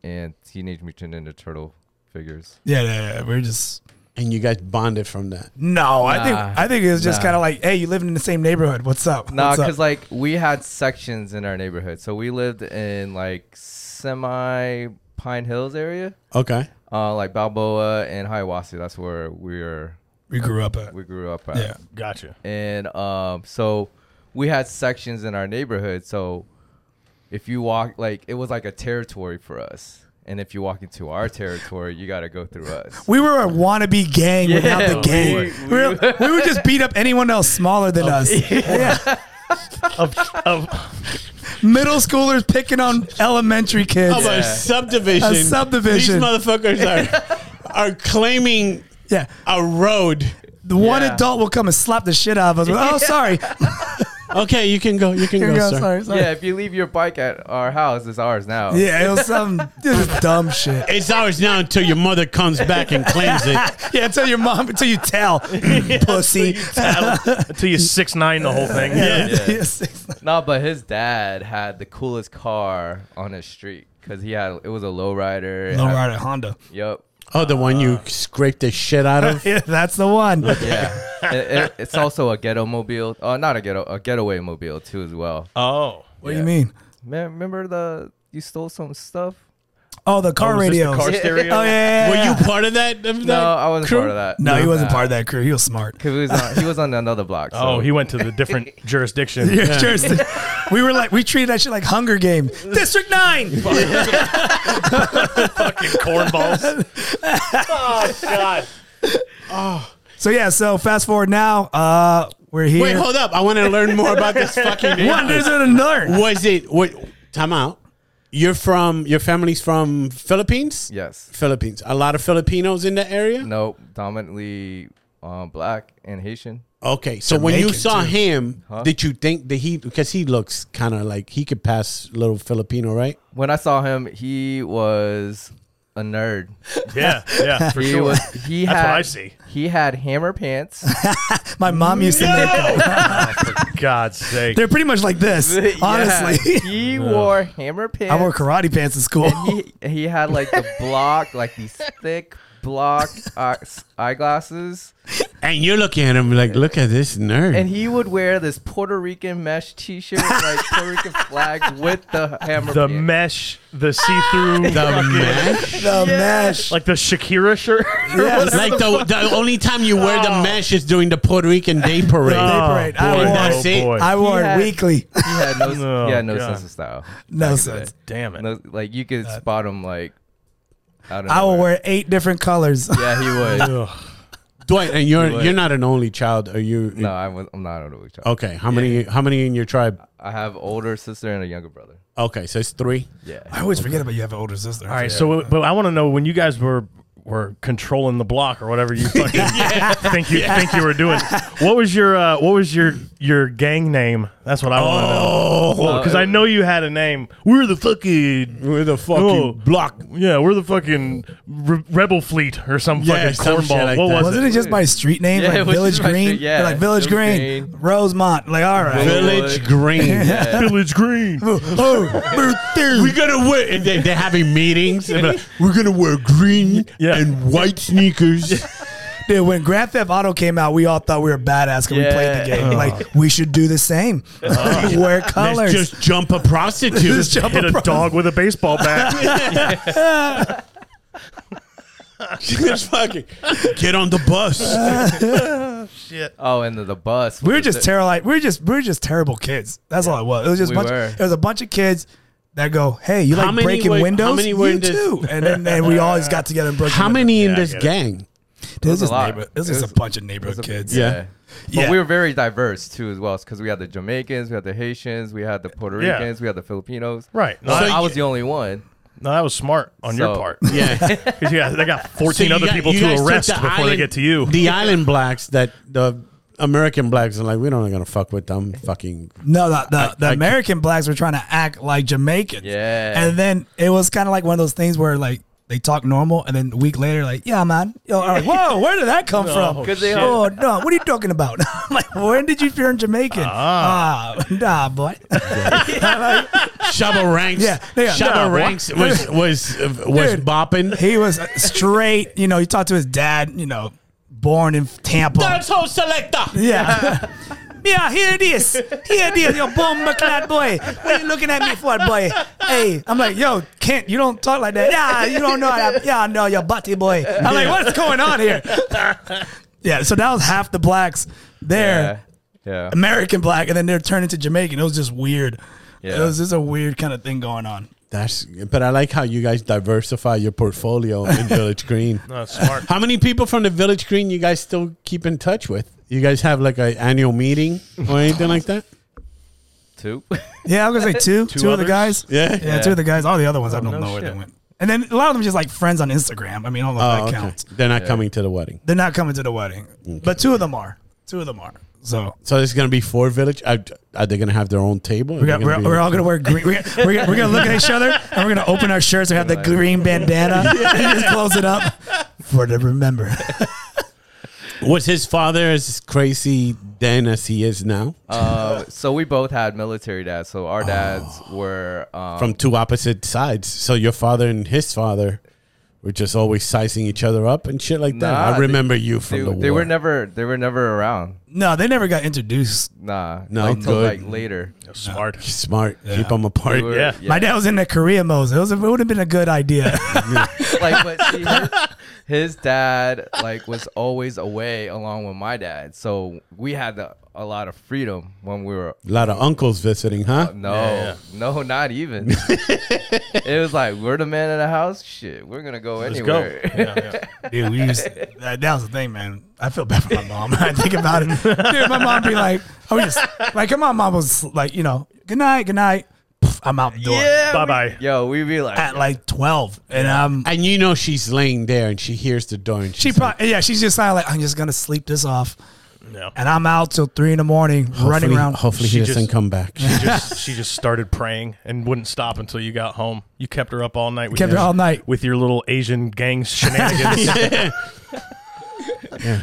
Speaker 4: and Teenage Mutant Ninja Turtle figures.
Speaker 3: Yeah, yeah, yeah. We were just
Speaker 2: and you guys bonded from that.
Speaker 3: no. I think
Speaker 4: Nah,
Speaker 3: I think it was just
Speaker 4: nah.
Speaker 3: kind of like, "Hey, you live in the same neighborhood. What's up?"
Speaker 4: Nah,
Speaker 3: What's up?"
Speaker 4: because like we had sections in our neighborhood, so we lived in like semi Pine Hills area,
Speaker 2: Okay.
Speaker 4: uh, like Balboa and Hiawassee. That's where we were.
Speaker 3: we grew up at.
Speaker 4: We grew up at.
Speaker 3: Yeah.
Speaker 1: Gotcha.
Speaker 4: and um, so we had sections in our neighborhood. So if you walk, like it was like a territory for us, and if you walk into our territory, you got to go through us.
Speaker 3: We were a wannabe gang without the
Speaker 4: we
Speaker 3: gang.
Speaker 4: were.
Speaker 3: We, were, we would just beat up anyone else smaller than us. Yeah.
Speaker 1: Of, of,
Speaker 3: Middle schoolers picking on elementary kids.
Speaker 2: How about a subdivision?
Speaker 3: A subdivision.
Speaker 2: These motherfuckers are are claiming
Speaker 3: Yeah.
Speaker 2: a road.
Speaker 3: The one
Speaker 4: Yeah.
Speaker 3: adult will come and slap the shit out of us. Oh, sorry.
Speaker 2: Okay, you can go. You can go,
Speaker 3: Here we go.
Speaker 2: sir.
Speaker 3: Sorry, sorry.
Speaker 4: yeah,
Speaker 3: Yeah.
Speaker 4: if you leave your bike at our house, it's ours now.
Speaker 3: it was some it was dumb shit.
Speaker 2: It's ours now until your mother comes back and claims it.
Speaker 3: Yeah, until your mom, until you tell, pussy.
Speaker 1: until you six nine the whole thing.
Speaker 2: Yeah.
Speaker 3: Yes.
Speaker 4: No, but his dad had the coolest car on his street because he had it was a lowrider. It
Speaker 3: Low
Speaker 4: had-
Speaker 3: rider Honda.
Speaker 4: Yep.
Speaker 2: Oh, the one you scraped the shit out of?
Speaker 3: Yeah, that's the one.
Speaker 4: Yeah. It- it- it's also a ghetto mobile. Oh, not a ghetto, a getaway mobile too as well.
Speaker 1: Oh.
Speaker 3: What do you mean?
Speaker 4: Man, remember the you stole some stuff?
Speaker 3: Oh, the car
Speaker 1: Oh, was this
Speaker 3: radios.
Speaker 1: the car
Speaker 3: oh,
Speaker 1: stereo.
Speaker 3: yeah. yeah,
Speaker 2: Were
Speaker 3: yeah.
Speaker 2: you part of that? of
Speaker 4: No,
Speaker 2: that
Speaker 4: I wasn't
Speaker 2: crew?
Speaker 4: part of that.
Speaker 3: No, he wasn't
Speaker 4: Nah.
Speaker 3: part of that crew. He was smart.
Speaker 4: Cause he was on, he was on another block. So.
Speaker 1: Oh, he went to the different jurisdiction.
Speaker 3: Yeah, seriously. we were like, we treated that shit like Hunger Game. District 9!
Speaker 1: Fucking cornballs. oh God.
Speaker 3: So, yeah, so fast forward now. Uh, we're here.
Speaker 2: Wait, hold up. I want to learn more about this fucking
Speaker 3: One, there's
Speaker 2: neighborhood.
Speaker 3: an alert.
Speaker 2: Was it what time out? You're from your family's from Philippines?
Speaker 4: Yes.
Speaker 2: Philippines. A lot of Filipinos in the area?
Speaker 4: Nope. Dominantly um, black and Haitian.
Speaker 2: Okay. So when you
Speaker 3: Jamaican,
Speaker 2: saw
Speaker 3: too.
Speaker 2: him,
Speaker 4: Huh?
Speaker 2: did you think that he because he looks kind of like he could pass little Filipino, right?
Speaker 4: When I saw him, he was a nerd.
Speaker 1: Yeah, yeah, for
Speaker 4: he
Speaker 1: sure.
Speaker 4: was. He
Speaker 1: That's
Speaker 4: had.
Speaker 1: what I see.
Speaker 4: He had hammer pants.
Speaker 3: My mom used to make them.
Speaker 1: oh, for God's sake.
Speaker 3: They're pretty much like this,
Speaker 4: Yeah,
Speaker 3: honestly.
Speaker 4: he wore hammer pants.
Speaker 3: I wore karate pants in school.
Speaker 4: he he had like the block, like these thick block uh, s- eyeglasses,
Speaker 2: And you're looking at him like, look at this nerd.
Speaker 4: and he would wear this Puerto Rican mesh T-shirt, like Puerto Rican flag with the hammer.
Speaker 1: The
Speaker 4: pants.
Speaker 1: mesh, the see-through,
Speaker 2: the mesh.
Speaker 3: the mesh.
Speaker 1: like the Shakira shirt.
Speaker 3: Yes.
Speaker 2: Like the, the only time you wear the
Speaker 1: Oh.
Speaker 2: mesh is during the Puerto Rican Day Parade.
Speaker 1: Oh,
Speaker 3: parade. I
Speaker 1: boy.
Speaker 2: wore-
Speaker 1: Oh,
Speaker 2: That's it.
Speaker 1: boy.
Speaker 3: I wore
Speaker 4: Yeah.
Speaker 3: it weekly.
Speaker 4: he had no,
Speaker 1: Oh,
Speaker 4: he had no
Speaker 1: God.
Speaker 4: sense of style.
Speaker 3: No
Speaker 4: back in the
Speaker 3: sense.
Speaker 4: day.
Speaker 1: Damn it.
Speaker 4: No, like you could spot him like I don't know.
Speaker 3: I will wear eight different colors.
Speaker 4: Yeah, he would.
Speaker 1: Ugh.
Speaker 2: Dwight, and you're
Speaker 4: What?
Speaker 2: you're not an only child. Are you?
Speaker 4: no, I was, I'm not an only child.
Speaker 2: Okay. How many? How many in your tribe?
Speaker 4: I have older sister and a younger brother.
Speaker 2: Okay, so it's three.
Speaker 4: Yeah.
Speaker 3: I always forget about you have an older sister.
Speaker 1: All right, so but I want to know when you guys were were controlling the block or whatever you fucking think you think you were doing. What was your uh, what was your your gang name? That's what I want to know. Because I know you had a name. We're the fucking
Speaker 2: We're the fucking
Speaker 1: Oh.
Speaker 2: block.
Speaker 1: yeah, we're the fucking re- rebel fleet or some
Speaker 2: Yeah,
Speaker 1: fucking
Speaker 2: some shit
Speaker 1: cornball.
Speaker 2: like
Speaker 1: what
Speaker 2: that.
Speaker 1: was
Speaker 3: Wasn't
Speaker 1: it?
Speaker 3: it just my street name,
Speaker 4: Yeah, it
Speaker 3: like
Speaker 4: was
Speaker 3: Village
Speaker 4: just my
Speaker 3: Green?
Speaker 4: street- yeah,
Speaker 3: like Village
Speaker 4: Village
Speaker 3: Green,
Speaker 4: Green.
Speaker 3: Rosemont. Like all right,
Speaker 2: Village Green. Oh,
Speaker 1: Village Green?
Speaker 2: We're gonna wear. And they, they're having meetings. and they're like, We're gonna wear green
Speaker 1: Yeah.
Speaker 2: and white sneakers.
Speaker 3: dude. When Grand Theft Auto came out, we all thought we were badass because we played the
Speaker 4: Yeah. Uh-huh.
Speaker 3: game. Like we should do the same. Wear colors.
Speaker 2: Let's just jump a prostitute.
Speaker 3: Let's jump
Speaker 1: Hit a dog with a baseball bat.
Speaker 2: Just fucking get on the bus.
Speaker 4: oh, and the, the bus.
Speaker 3: We were
Speaker 4: was
Speaker 3: just
Speaker 4: the-
Speaker 3: terrible. We were just we were just terrible kids. That's all it was. It was just a
Speaker 4: We
Speaker 3: bunch.
Speaker 4: were.
Speaker 3: It was a bunch of kids that go, "Hey, you
Speaker 2: How
Speaker 3: like
Speaker 2: many
Speaker 3: breaking
Speaker 2: were- how
Speaker 3: windows?
Speaker 2: many
Speaker 3: you
Speaker 2: were in this-
Speaker 3: too." And then and we always got together and broke.
Speaker 2: How
Speaker 3: windows.
Speaker 2: many in
Speaker 1: Yeah, I
Speaker 2: this
Speaker 1: get it.
Speaker 2: gang?
Speaker 3: Dude, It was
Speaker 4: was a
Speaker 3: just
Speaker 4: lot.
Speaker 3: neighborhood. It was
Speaker 4: It
Speaker 3: just
Speaker 4: was-
Speaker 3: a bunch of neighborhood kids.
Speaker 2: Yeah.
Speaker 4: But
Speaker 3: Yeah.
Speaker 4: we were very diverse too, as well, because we had the Jamaicans, we had the Haitians, we had the Puerto
Speaker 1: Yeah.
Speaker 4: Ricans, we had the Filipinos.
Speaker 1: Right. No,
Speaker 4: So
Speaker 1: that-
Speaker 4: I was the only one.
Speaker 1: no, that was smart on your
Speaker 4: So-
Speaker 1: part.
Speaker 2: Yeah.
Speaker 1: 'Cause yeah, they got fourteen
Speaker 2: So you
Speaker 1: other
Speaker 2: got-
Speaker 1: people
Speaker 2: you guys
Speaker 1: to
Speaker 2: took
Speaker 1: arrest
Speaker 2: the
Speaker 1: before they
Speaker 2: island-
Speaker 1: get to you.
Speaker 2: The island blacks that the American blacks are like, we're not gonna fuck with them. Fucking
Speaker 3: No, the the, the
Speaker 2: I-
Speaker 3: American blacks were trying to act like Jamaicans.
Speaker 4: Yeah.
Speaker 3: And then it was kind of like one of those things where like they talk normal, and then a week later, like, "Yeah, man." Yo, I'm like, whoa, where did that come from?
Speaker 4: 'Cause they all-
Speaker 3: Oh no, what are you talking about? I'm like, when did you turn Jamaican? Ah, nah, boy.
Speaker 2: Shabba Ranks.
Speaker 3: Yeah, yeah.
Speaker 2: Shabba
Speaker 1: Nah, boy.
Speaker 2: Ranks was was uh, was
Speaker 3: Dude.
Speaker 2: bopping.
Speaker 3: He was straight, you know, he talked to his dad, you know, born in Tampa.
Speaker 2: Dancehall selector.
Speaker 3: yeah. Yeah, here this. Here this, you bomb clad boy. What are you looking at me for, boy? Hey, I'm like, yo, Kent, you don't talk like that. Yeah, you don't know that. Yeah, I know, you're butty boy. I'm like, what's going on here? Yeah, so that was half the blacks there.
Speaker 4: Yeah. Yeah.
Speaker 3: American black, and then they're turned into Jamaican. It was just weird.
Speaker 4: Yeah.
Speaker 3: It was just a weird kind of thing going on.
Speaker 2: That's but I like how you guys diversify your portfolio in Village Green.
Speaker 1: No, that's smart.
Speaker 2: How many people from the Village Green you guys still keep in touch with? You guys have like an annual meeting or anything like that?
Speaker 4: Two.
Speaker 3: Yeah, I'm gonna say two, two, of the
Speaker 1: others?
Speaker 3: guys.
Speaker 2: Yeah.
Speaker 3: Yeah, two of the guys. All the other ones, I don't
Speaker 1: Oh, no
Speaker 3: know where they
Speaker 1: shit.
Speaker 3: went. And then a lot of them just like friends on Instagram. I mean, I don't
Speaker 2: Oh,
Speaker 3: know if that
Speaker 2: okay.
Speaker 3: counts.
Speaker 2: They're not coming to the wedding.
Speaker 3: They're not coming to the wedding, but two of them are. Two of them are. So
Speaker 2: So there's gonna be four village. Are, are they gonna have their own table?
Speaker 3: we got, we're, we're all gonna wear green. We're, gonna- we're, gonna- we're gonna look at each other and we're gonna open our shirts and have the green bandana and just close it up for to remember.
Speaker 2: Was his father as crazy then as he is now?
Speaker 4: Uh, so we both had military dads. So our dads were um,
Speaker 2: From two opposite sides. So your father and his father were just always sizing each other up and shit like that.
Speaker 4: Nah,
Speaker 2: I
Speaker 4: they-
Speaker 2: remember you from
Speaker 4: they,
Speaker 2: the war.
Speaker 4: they were never they were never around.
Speaker 3: No, they never got introduced.
Speaker 4: Nah.
Speaker 2: No,
Speaker 4: like, till,
Speaker 2: good.
Speaker 4: like later.
Speaker 1: Smart.
Speaker 2: smart. Keep them apart.
Speaker 4: We were-
Speaker 1: Yeah.
Speaker 3: My dad was in the Korea mode. It was it would have been a good idea.
Speaker 4: like but see, his, his dad like was always away along with my dad so we had the, a lot of freedom when we were
Speaker 2: A lot of uncles visiting, huh?
Speaker 4: no no not even it was like we're the man of the house shit we're gonna go
Speaker 1: Let's go.
Speaker 4: anywhere
Speaker 1: Yeah, yeah.
Speaker 3: Dude, we used that, that was the thing, man. I feel bad for my mom. I think about it. Dude, my mom be like, I was just like, my mom was like, you know, good night, good night. Pff, I'm out the door
Speaker 4: Yeah,
Speaker 1: Bye
Speaker 4: we-
Speaker 1: bye.
Speaker 4: yo we be like
Speaker 3: at like 12. And um,
Speaker 2: And you know she's laying there and she hears the door and
Speaker 3: she
Speaker 2: she's like,
Speaker 3: probably, yeah, she's just kind of like, I'm just going to sleep this off.
Speaker 1: No.
Speaker 3: and I'm out till three in the morning running
Speaker 2: Hopefully-
Speaker 3: around.
Speaker 2: Hopefully
Speaker 1: She
Speaker 2: he doesn't
Speaker 1: just-
Speaker 2: come back.
Speaker 1: She just she just started praying and wouldn't stop until you got home. You kept her up all night. With
Speaker 3: Kept
Speaker 1: your,
Speaker 3: her all night.
Speaker 1: with your little Asian gang shenanigans.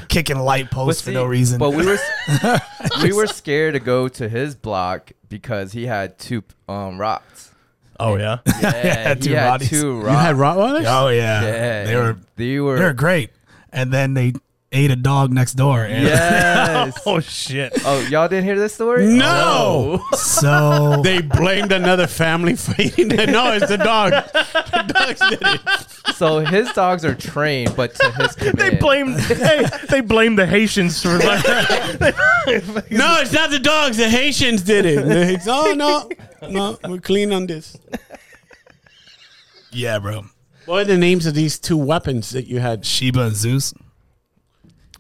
Speaker 3: kicking light posts for
Speaker 4: see,
Speaker 3: no reason.
Speaker 4: But we were s- we were scared to go to his block because he had two um rots.
Speaker 1: oh yeah,
Speaker 4: Yeah,
Speaker 3: two
Speaker 4: he had
Speaker 3: Rotties.
Speaker 4: two
Speaker 2: You had
Speaker 4: rots.
Speaker 2: Rottweilers?
Speaker 3: oh yeah.
Speaker 4: Yeah,
Speaker 3: they were
Speaker 4: they were
Speaker 3: they were great. And then they ate a dog next door. And
Speaker 4: yes.
Speaker 1: Oh shit.
Speaker 4: Oh, y'all didn't hear this story? Oh.
Speaker 2: No.
Speaker 3: So
Speaker 2: They blamed another family for eating it. No, it's the dog. The dogs did it.
Speaker 4: So his dogs are trained, but to his command.
Speaker 1: They blamed hey, they blamed the Haitians for like
Speaker 2: No, it's not the dogs. The Haitians did it. It's, oh, no. No, we're clean on this.
Speaker 3: yeah, bro.
Speaker 2: What are the names of these two weapons that you had?
Speaker 3: Sheba and Zeus.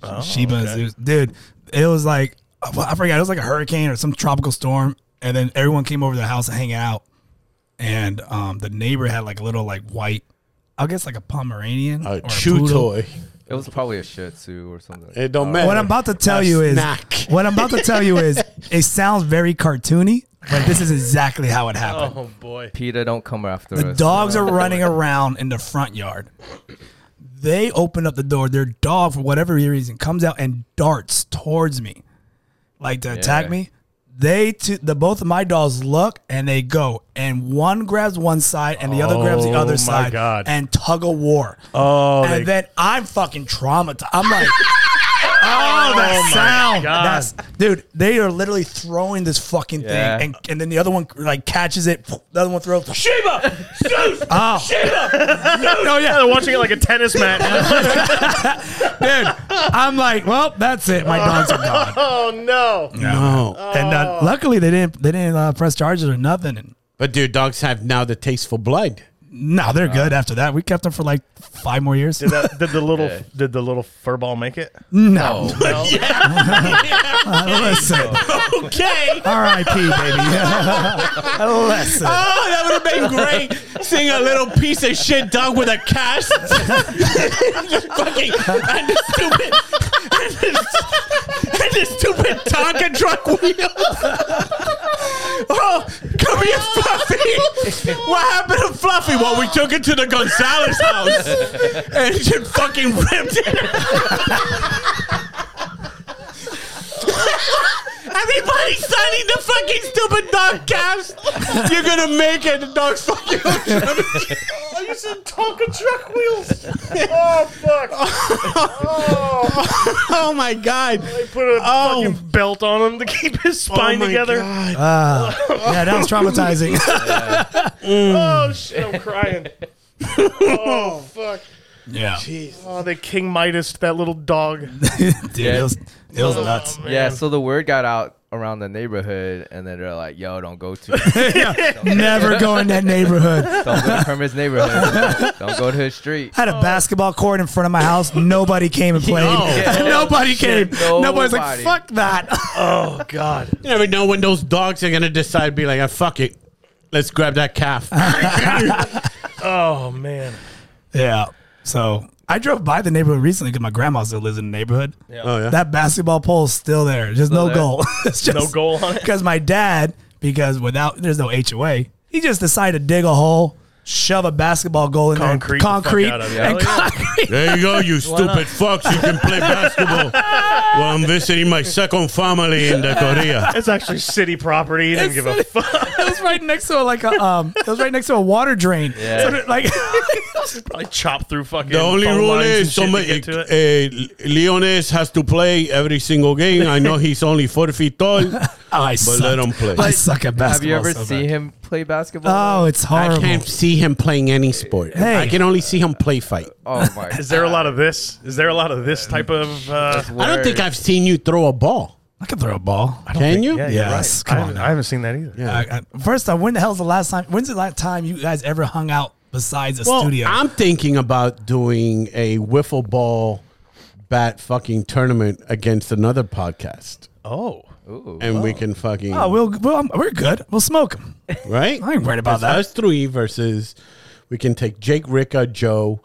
Speaker 2: Oh,
Speaker 3: Sheba and Zeus, dude. It was like well, I forgot. It was like a hurricane or some tropical storm, and then everyone came over to the house and hanging out. And um, the neighbor had like a little like white, I guess like a Pomeranian
Speaker 2: A
Speaker 3: or
Speaker 2: chew
Speaker 3: poodle.
Speaker 2: uh,
Speaker 3: Uh,
Speaker 2: toy.
Speaker 4: It was probably a Shih Tzu or something.
Speaker 2: It don't matter.
Speaker 3: What I'm about to tell
Speaker 2: A
Speaker 3: you is
Speaker 2: snack.
Speaker 3: what I'm about to tell you is it sounds very cartoony, but this is exactly how it happened.
Speaker 1: Oh boy.
Speaker 4: Peter, don't come after
Speaker 3: The
Speaker 4: us.
Speaker 3: dogs are running around in the front yard. They open up the door. Their dog, for whatever reason, comes out and darts towards me, like to attack
Speaker 4: Yeah.
Speaker 3: me. They, t- the both of my dogs look and they go, and one grabs one side and the other grabs the
Speaker 1: Oh,
Speaker 3: other
Speaker 1: my
Speaker 3: side,
Speaker 1: God.
Speaker 3: and tug of war.
Speaker 1: Oh,
Speaker 3: and
Speaker 1: they,
Speaker 3: then I'm fucking traumatized. I'm like, oh, that
Speaker 1: Oh my
Speaker 3: sound,
Speaker 1: God.
Speaker 3: that's dude. They are literally throwing this fucking
Speaker 4: Yeah.
Speaker 3: thing, and and then the other one like catches it. The other one throws Sheba, Zeus, oh.
Speaker 1: oh yeah, they're watching it like a tennis match.
Speaker 3: dude. I'm like, well, that's it. My dogs are gone.
Speaker 1: oh no.
Speaker 2: No.
Speaker 3: And uh, luckily, they didn't they didn't uh, press charges or nothing. And
Speaker 2: But dude, dogs have now the taste for blood.
Speaker 3: no, they're good after that. We kept them for like five more years.
Speaker 1: Did, that, did the little did the little furball make it?
Speaker 3: No,
Speaker 1: No.
Speaker 3: Uh, listen,
Speaker 2: Okay.
Speaker 3: R.I.P. baby. listen.
Speaker 2: Oh, that would have been great. Seeing a little piece of shit dog with a cast. Just fucking and the stupid and the, and the stupid Tonka truck wheels. Oh, come here, Fluffy. What happened to Fluffy? Well, we took it to the Gonzalez house and she fucking ripped it. Everybody signing the fucking stupid dog cast. You're gonna make it. The dog's fucking.
Speaker 1: I used to talk of truck wheels. Oh fuck! Oh,
Speaker 2: oh my god.
Speaker 1: they put a
Speaker 2: Oh.
Speaker 1: fucking belt on him to keep his spine
Speaker 2: oh my
Speaker 1: together.
Speaker 2: God.
Speaker 3: Yeah, that was traumatizing.
Speaker 1: Oh shit! I'm crying. oh fuck!
Speaker 3: yeah.
Speaker 1: Oh, they King Midas that little dog.
Speaker 3: Dude, it was it was nuts.
Speaker 4: Yeah, so the word got out around the neighborhood, and then they're like, "Yo, don't go to
Speaker 3: Never go in that neighborhood. I
Speaker 4: don't go to Kermit's neighborhood. Don't, don't go to his street."
Speaker 3: had a basketball court in front of my house. Nobody came and played.
Speaker 4: Yeah.
Speaker 3: Nobody came.
Speaker 4: Shit,
Speaker 3: Nobody's like,
Speaker 4: nobody.
Speaker 3: fuck that.
Speaker 1: Oh god!
Speaker 2: You never know when those dogs are gonna decide to be like, ah, fuck it. Let's grab that calf.
Speaker 1: Oh man!
Speaker 3: yeah. So I drove by the neighborhood recently because my grandma still lives in the neighborhood.
Speaker 2: Oh yeah.
Speaker 3: That basketball pole's still there. Just no
Speaker 4: there.
Speaker 3: goal. it's just
Speaker 1: No goal on it?
Speaker 3: Because my dad, because without there's no HOA, he just decided to dig a hole, shove a basketball goal in
Speaker 1: Concrete the
Speaker 3: there,
Speaker 1: fuck
Speaker 3: concrete,
Speaker 1: out of it. Hell
Speaker 3: and
Speaker 1: yeah.
Speaker 3: concrete.
Speaker 2: there you go, you stupid fucks. You can play basketball while I'm visiting my second family in the Korea.
Speaker 1: It's actually city property. He didn't give a fuck.
Speaker 3: it was right next to a, like a um, it was right next to a water drain.
Speaker 4: Yeah.
Speaker 3: So that, like
Speaker 1: Probably chop through fucking.
Speaker 2: The only
Speaker 1: phone
Speaker 2: rule
Speaker 1: lines and shit
Speaker 2: is
Speaker 1: to
Speaker 2: somebody,
Speaker 1: get to it.
Speaker 2: uh, Leones has to play every single game. I know he's only four feet tall, but
Speaker 3: oh, I suck.
Speaker 2: let him play.
Speaker 3: I suck at basketball.
Speaker 4: Have you ever
Speaker 3: so
Speaker 4: seen
Speaker 3: bad.
Speaker 4: him play basketball?
Speaker 3: Oh, it's
Speaker 2: I
Speaker 3: horrible.
Speaker 2: can't see him playing any sport.
Speaker 3: Hey.
Speaker 2: I can only see him play fight.
Speaker 4: oh my!
Speaker 1: Is there a lot of this? Is there a lot of this type of? Uh,
Speaker 2: I don't think I've seen you throw a ball.
Speaker 3: I can throw a ball.
Speaker 2: Can you?
Speaker 1: yeah, you're
Speaker 3: Yes,
Speaker 1: right.
Speaker 3: come
Speaker 1: I
Speaker 3: on
Speaker 1: haven't,
Speaker 3: now.
Speaker 1: I haven't seen that either.
Speaker 2: Yeah.
Speaker 3: I, I, first off, when the hell's the last time? When's the last time you guys ever hung out besides a
Speaker 2: Well,
Speaker 3: studio?
Speaker 2: I'm thinking about doing a wiffle ball bat fucking tournament against another podcast,
Speaker 1: Oh.
Speaker 4: Ooh.
Speaker 2: and we can fucking
Speaker 3: oh, we'll, we'll we're good. We'll smoke them.
Speaker 2: right.
Speaker 3: I ain't worried about
Speaker 2: It's
Speaker 3: that.
Speaker 2: Us three versus we can take Jake, Ricka, Joe,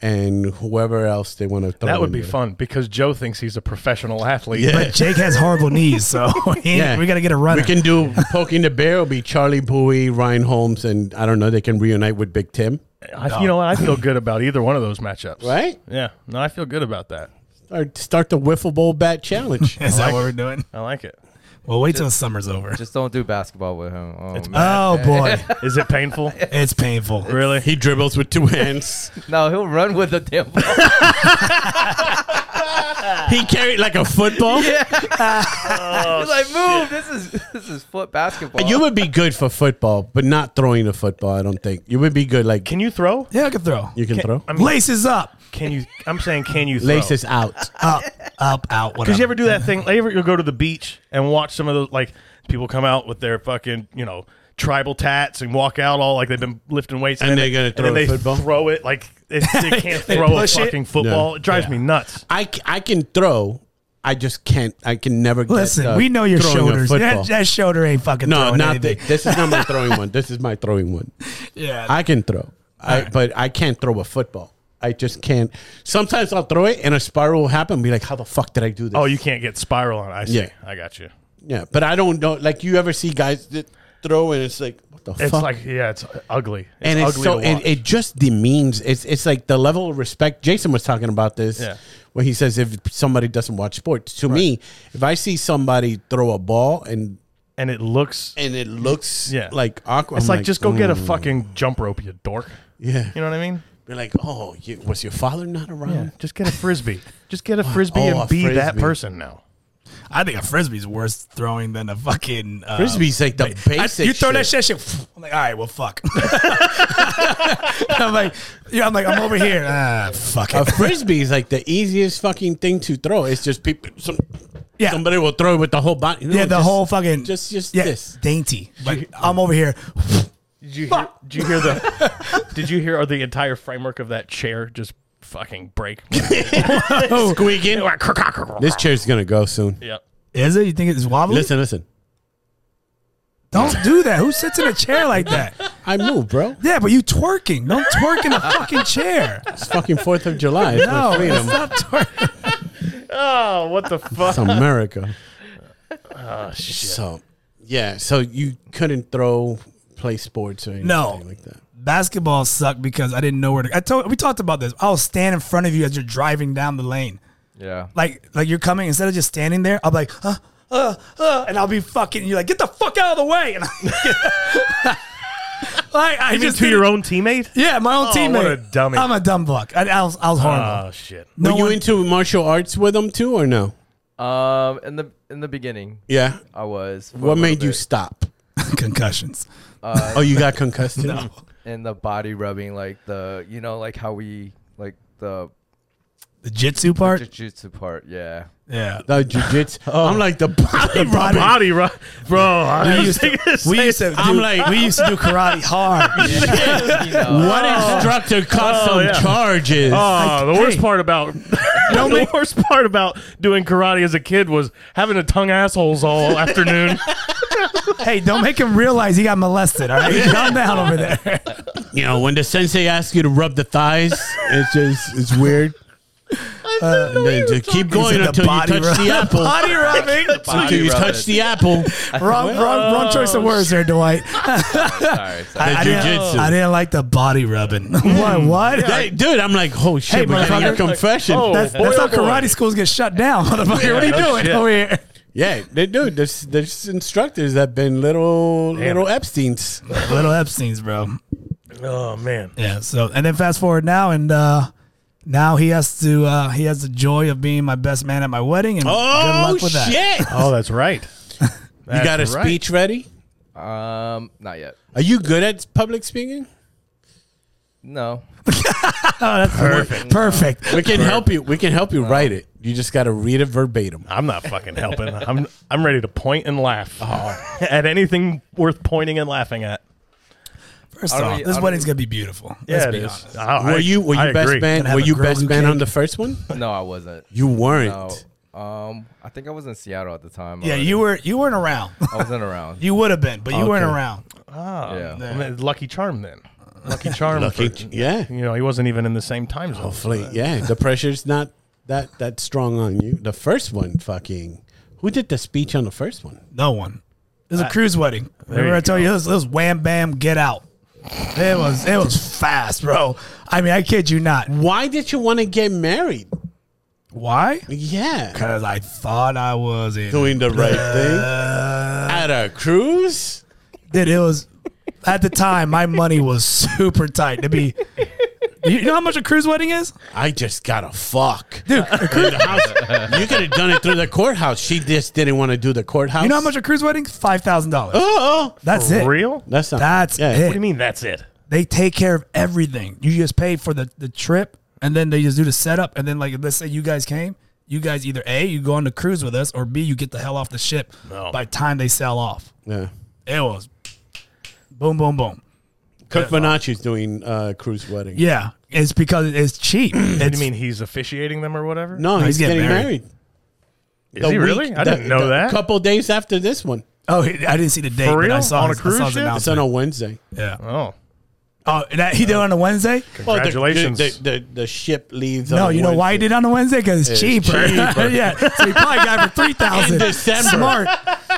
Speaker 2: and whoever else they want to throw.
Speaker 1: That would
Speaker 2: in
Speaker 1: be
Speaker 2: there.
Speaker 1: fun because Joe thinks he's a professional athlete.
Speaker 2: Yeah.
Speaker 1: But
Speaker 3: But Jake has horrible knees, so he-
Speaker 2: Yeah.
Speaker 3: we got to get a runner.
Speaker 2: We can do poking the bear. Will be Charlie Bowie, Ryan Holmes, and I don't know. They can reunite with Big Tim,
Speaker 1: I, you know what? I feel good about either one of those matchups.
Speaker 2: right?
Speaker 1: Yeah. No, I feel good about that.
Speaker 2: Or start the wiffle ball bat challenge.
Speaker 3: Is that what we're doing?
Speaker 1: I like it.
Speaker 3: Well, wait till summer's over.
Speaker 4: Just don't do basketball with him. Oh, man.
Speaker 3: Oh boy,
Speaker 1: Is it painful?
Speaker 3: it's painful.
Speaker 1: really?
Speaker 2: he dribbles with two hands.
Speaker 4: no, he'll run with the damn ball.
Speaker 2: He carried like a football.
Speaker 4: He's like, move. This is this is foot basketball.
Speaker 2: Oh, You would be good for football, but not throwing the football. I don't think you would be good. Like
Speaker 1: Can you throw?
Speaker 3: Yeah, I can throw.
Speaker 2: you can, throw
Speaker 1: I mean,
Speaker 3: Laces up,
Speaker 1: can you? I'm saying, can you? Throw?
Speaker 2: laces out.
Speaker 3: up, up, out. Whatever.
Speaker 1: Because you ever do that thing? Ever you'll go to the beach and watch some of those like people come out with their fucking you know tribal tats and walk out all like they've been lifting weights
Speaker 2: And
Speaker 1: then
Speaker 2: they're gonna
Speaker 1: and
Speaker 2: throw
Speaker 1: then
Speaker 2: a
Speaker 1: they
Speaker 2: football?
Speaker 1: throw it like they, they can't throw a
Speaker 3: push it?
Speaker 1: fucking football. It drives me nuts.
Speaker 2: I, c- I can throw. I just can't. I can never. get,
Speaker 3: Listen,
Speaker 2: uh,
Speaker 3: we know your
Speaker 2: throwing a
Speaker 3: shoulders.
Speaker 2: football.
Speaker 3: That, that shoulder ain't fucking.
Speaker 2: no,
Speaker 3: throwing
Speaker 2: not
Speaker 3: anything.
Speaker 2: that. This is not my throwing one. This is my throwing one.
Speaker 3: Yeah,
Speaker 2: I can throw, I, but I can't throw a football. I just can't. Sometimes I'll throw it and a spiral will happen. And be like, how the fuck did I do this?
Speaker 1: Oh, you can't get spiral on. it. I see.
Speaker 2: Yeah.
Speaker 1: I got you.
Speaker 2: yeah. But I don't know. Like you ever see guys that throw and it's like, what the
Speaker 1: It's
Speaker 2: fuck?
Speaker 1: like yeah, it's ugly. It's
Speaker 2: and it's
Speaker 1: ugly
Speaker 2: so
Speaker 1: to watch.
Speaker 2: it, it just demeans. It's it's like the level of respect. Jason was talking about this
Speaker 1: Yeah.
Speaker 2: when he says if somebody doesn't watch sports. To me, if I see somebody throw a ball and
Speaker 1: and it looks.
Speaker 2: and it looks
Speaker 1: Yeah.
Speaker 2: like awkward,
Speaker 1: It's
Speaker 2: I'm
Speaker 1: like, just go get a
Speaker 2: mm,
Speaker 1: fucking jump rope, you dork.
Speaker 2: yeah.
Speaker 1: You know what I mean?
Speaker 2: Be like, oh, you, was your father not around?
Speaker 1: Just get a frisbee. Just get a frisbee
Speaker 2: Oh, a
Speaker 1: and be that
Speaker 2: frisbee.
Speaker 1: person now.
Speaker 3: I think a frisbee's worse throwing than a fucking uh,
Speaker 2: Frisbee's like the
Speaker 3: I-
Speaker 2: basic.
Speaker 3: you throw
Speaker 2: shit.
Speaker 3: that shit, shit. I'm like, all right, well, fuck. I'm like, yeah, I'm like, I'm over here. Ah, fuck
Speaker 2: A
Speaker 3: it.
Speaker 2: frisbee is like the easiest fucking thing to throw. It's just people. Some,
Speaker 3: Yeah.
Speaker 2: Somebody will throw it with the whole body. No,
Speaker 3: yeah, the
Speaker 2: just-
Speaker 3: whole fucking
Speaker 2: just- just
Speaker 3: yeah,
Speaker 2: this.
Speaker 3: dainty. Like, I'm over here.
Speaker 1: Did you hear, did you hear the did you hear or the entire framework of that chair just fucking break?
Speaker 2: squeaking.
Speaker 1: yep.
Speaker 2: This chair's gonna go soon.
Speaker 3: Is it? You think it's wobbly?
Speaker 2: Listen, listen.
Speaker 3: Don't do that. Who sits in a chair like that?
Speaker 2: I move, bro.
Speaker 3: Yeah, but you twerking. Don't twerk in a fucking chair.
Speaker 2: It's fucking Fourth of July. It's my
Speaker 3: No,
Speaker 2: freedom.
Speaker 3: stop twerking.
Speaker 1: Oh, what the fuck?
Speaker 2: It's America. So, yeah. So you couldn't throw, play sports or anything
Speaker 3: No.
Speaker 2: like that.
Speaker 3: Basketball sucked because I didn't know where to. I told we talked about this. I'll stand in front of you as you're driving down the lane.
Speaker 4: yeah.
Speaker 3: like like you're coming instead of just standing there. I'm like, uh, uh, uh, and I'll be fucking. And you're like, get the fuck out of the way. And I'm like, I
Speaker 1: you mean
Speaker 3: just
Speaker 1: to your
Speaker 3: didn't-
Speaker 1: own teammate?
Speaker 3: Yeah, my own
Speaker 1: Oh,
Speaker 3: teammate.
Speaker 1: what a dummy.
Speaker 3: I'm a dumb buck. I, I was I was horrible.
Speaker 1: Oh shit.
Speaker 3: no
Speaker 2: Were you
Speaker 3: one-
Speaker 2: into martial arts with them too, or no?
Speaker 4: Um, in the in the beginning,
Speaker 2: Yeah.
Speaker 4: I was. for a
Speaker 2: What
Speaker 4: little
Speaker 2: made you
Speaker 4: bit.
Speaker 2: stop?
Speaker 3: concussions.
Speaker 2: Oh, you got concussed. no.
Speaker 4: and the body rubbing, like the you know, like how we like the
Speaker 3: The jitsu part.
Speaker 4: jujitsu part. Yeah.
Speaker 3: yeah.
Speaker 2: The jujitsu. I'm like the body,
Speaker 3: body
Speaker 2: rubbing.
Speaker 1: Body ru- bro. I
Speaker 3: We
Speaker 1: was
Speaker 3: used, to,
Speaker 1: thinking the same-
Speaker 3: we used to.
Speaker 2: I'm
Speaker 3: do-
Speaker 2: like-
Speaker 3: we used to do karate hard.
Speaker 4: You know,
Speaker 2: What instructor caught
Speaker 1: Oh,
Speaker 2: some
Speaker 1: yeah.
Speaker 2: charges?
Speaker 1: Oh, the worst part about the worst part about doing karate as a kid was having to tongue assholes all afternoon.
Speaker 3: Hey, don't make him realize he got molested. All right, calm down over there.
Speaker 2: You know, when the sensei asks you to rub the thighs, it's just it's weird. And then just keep going
Speaker 3: He said
Speaker 2: until you touch
Speaker 3: rub-
Speaker 2: the apple.
Speaker 3: Body rubbing.
Speaker 4: body
Speaker 2: Until you
Speaker 4: rubbing.
Speaker 2: touch the apple.
Speaker 3: wrong, wrong, wrong choice of words there, Dwight.
Speaker 4: Sorry, sorry.
Speaker 3: I
Speaker 2: jujitsu.
Speaker 3: didn't, I didn't like the body rubbing. what? What?
Speaker 2: Hey, dude, I'm like, oh shit,
Speaker 3: Hey,
Speaker 2: we're getting a
Speaker 3: motherfucker.
Speaker 2: confession.
Speaker 1: Oh,
Speaker 3: that's
Speaker 1: boy,
Speaker 3: that's how
Speaker 1: oh, boy.
Speaker 3: karate schools get shut down, motherfucker. what are you
Speaker 1: no
Speaker 3: doing
Speaker 1: shit.
Speaker 3: over here?
Speaker 2: Yeah, they do. There's, there's instructors that been little little Epstein's.
Speaker 3: Little Epstein's, bro.
Speaker 1: Oh man.
Speaker 3: Yeah. So, and then fast forward now, and uh, now he has to uh, he has the joy of being my best man at my wedding, and good
Speaker 2: Oh
Speaker 3: luck with that.
Speaker 2: shit!
Speaker 1: Oh, that's right.
Speaker 2: you got a speech ready?
Speaker 4: Um, not yet.
Speaker 2: Are you good at public speaking?
Speaker 4: No.
Speaker 3: Perfect. Perfect.
Speaker 2: We can help you. We can help you write it. You just got to read it verbatim.
Speaker 1: I'm not fucking helping. I'm I'm ready to point and laugh at anything worth pointing and laughing at.
Speaker 3: First
Speaker 4: I don't
Speaker 3: off,
Speaker 4: e- I
Speaker 3: this
Speaker 4: don't
Speaker 3: wedding's
Speaker 4: e-
Speaker 3: gonna be beautiful.
Speaker 1: Yeah,
Speaker 3: Let's
Speaker 1: it
Speaker 3: be
Speaker 1: is.
Speaker 3: honest.
Speaker 1: I- I-
Speaker 2: Were you were you
Speaker 1: I
Speaker 2: best
Speaker 1: agree.
Speaker 2: man?
Speaker 3: Gonna have
Speaker 2: Were
Speaker 3: a
Speaker 2: you
Speaker 3: girl
Speaker 2: best
Speaker 3: who
Speaker 2: man on
Speaker 3: cake.
Speaker 2: the first one?
Speaker 4: No, I wasn't.
Speaker 2: You weren't.
Speaker 4: No. Um, I think I was in Seattle at the time.
Speaker 3: Yeah,
Speaker 4: already.
Speaker 3: you were you weren't around.
Speaker 4: I wasn't around.
Speaker 3: you would have been, but you weren't
Speaker 2: Okay.
Speaker 3: around.
Speaker 1: Oh,
Speaker 4: Yeah.
Speaker 1: I mean, Lucky Charm then. Lucky charm.
Speaker 2: Lucky,
Speaker 1: for-
Speaker 2: ch- Oh, yeah.
Speaker 1: you know, he wasn't even in the same time zone.
Speaker 2: Hopefully, yeah. The pressure's not that that strong on you. The first one, fucking, who did the speech on the first one?
Speaker 3: No one. It was a cruise wedding. Remember
Speaker 1: you
Speaker 3: I told you it was, it was wham bam get out. It was it was fast, bro. I mean, I kid you not.
Speaker 2: Why did you want to get married?
Speaker 3: Why?
Speaker 2: Yeah,
Speaker 3: Because I thought I was in.
Speaker 2: doing the right thing at a cruise.
Speaker 3: Dude, it was at the time my money was super tight to be. You know how much a cruise wedding is?
Speaker 2: I just gotta fuck, dude. the house, you could have done it through the courthouse. She just didn't want to do the courthouse.
Speaker 3: You know how much a cruise wedding? Five thousand dollars.
Speaker 2: Oh, oh.
Speaker 3: That's it.
Speaker 1: Real? What
Speaker 2: that's not.
Speaker 3: That's
Speaker 2: yeah.
Speaker 1: do you
Speaker 3: it.
Speaker 1: mean that's it?
Speaker 3: They take care of everything. You just pay for the, the trip and then they just do the setup and then like let's say you guys came, you guys either A, you go on the cruise with us, or B, you get the hell off the ship
Speaker 1: No.
Speaker 3: by the time they sell off.
Speaker 2: Yeah.
Speaker 3: It was boom, boom, boom.
Speaker 2: Cook Bonacci's doing uh, cruise wedding.
Speaker 3: Yeah. It's because it's cheap.
Speaker 1: What do
Speaker 3: It's,
Speaker 1: you mean he's officiating them or whatever?
Speaker 2: No, he's, getting, married.
Speaker 1: Is he really? I didn't know that.
Speaker 2: A couple days after this one,
Speaker 3: Oh, I didn't see the date, but I
Speaker 1: real?
Speaker 3: saw
Speaker 1: On a
Speaker 3: his- I
Speaker 1: cruise
Speaker 3: saw his
Speaker 1: ship?
Speaker 2: it's on
Speaker 3: announcement.
Speaker 2: a Wednesday.
Speaker 3: Yeah.
Speaker 1: Oh,
Speaker 3: Oh, that he did it on a Wednesday?
Speaker 2: Well, the-
Speaker 1: Congratulations.
Speaker 2: the, the, the, the ship leaves.
Speaker 3: No,
Speaker 2: on
Speaker 3: you know why he
Speaker 2: Wednesday.
Speaker 3: did it on a Wednesday? Because it's cheaper.
Speaker 2: cheaper.
Speaker 3: yeah. So he probably got it for three
Speaker 2: In
Speaker 3: thousand.
Speaker 2: December.
Speaker 3: Smart.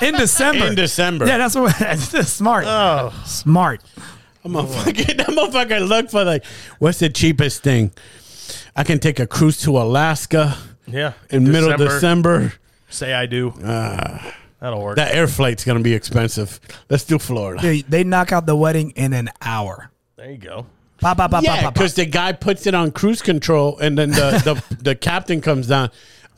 Speaker 3: In December.
Speaker 2: In December.
Speaker 3: Yeah, that's what that's just smart.
Speaker 1: Oh.
Speaker 3: Smart.
Speaker 2: I'm a fucking, I'm a fucking look for like, what's the cheapest thing? I can take a cruise to Alaska
Speaker 1: yeah.
Speaker 2: in middle December.
Speaker 1: Say I do.
Speaker 3: Ah.
Speaker 1: That'll work.
Speaker 2: That air flight's gonna be expensive. Let's do Florida.
Speaker 3: They, they knock out the wedding in an hour.
Speaker 1: there you go.
Speaker 3: Pop, pop, pop,
Speaker 2: Yeah,
Speaker 3: pop, pop,
Speaker 2: because
Speaker 3: pop.
Speaker 2: the guy puts it on cruise control, and then the the, the captain comes down.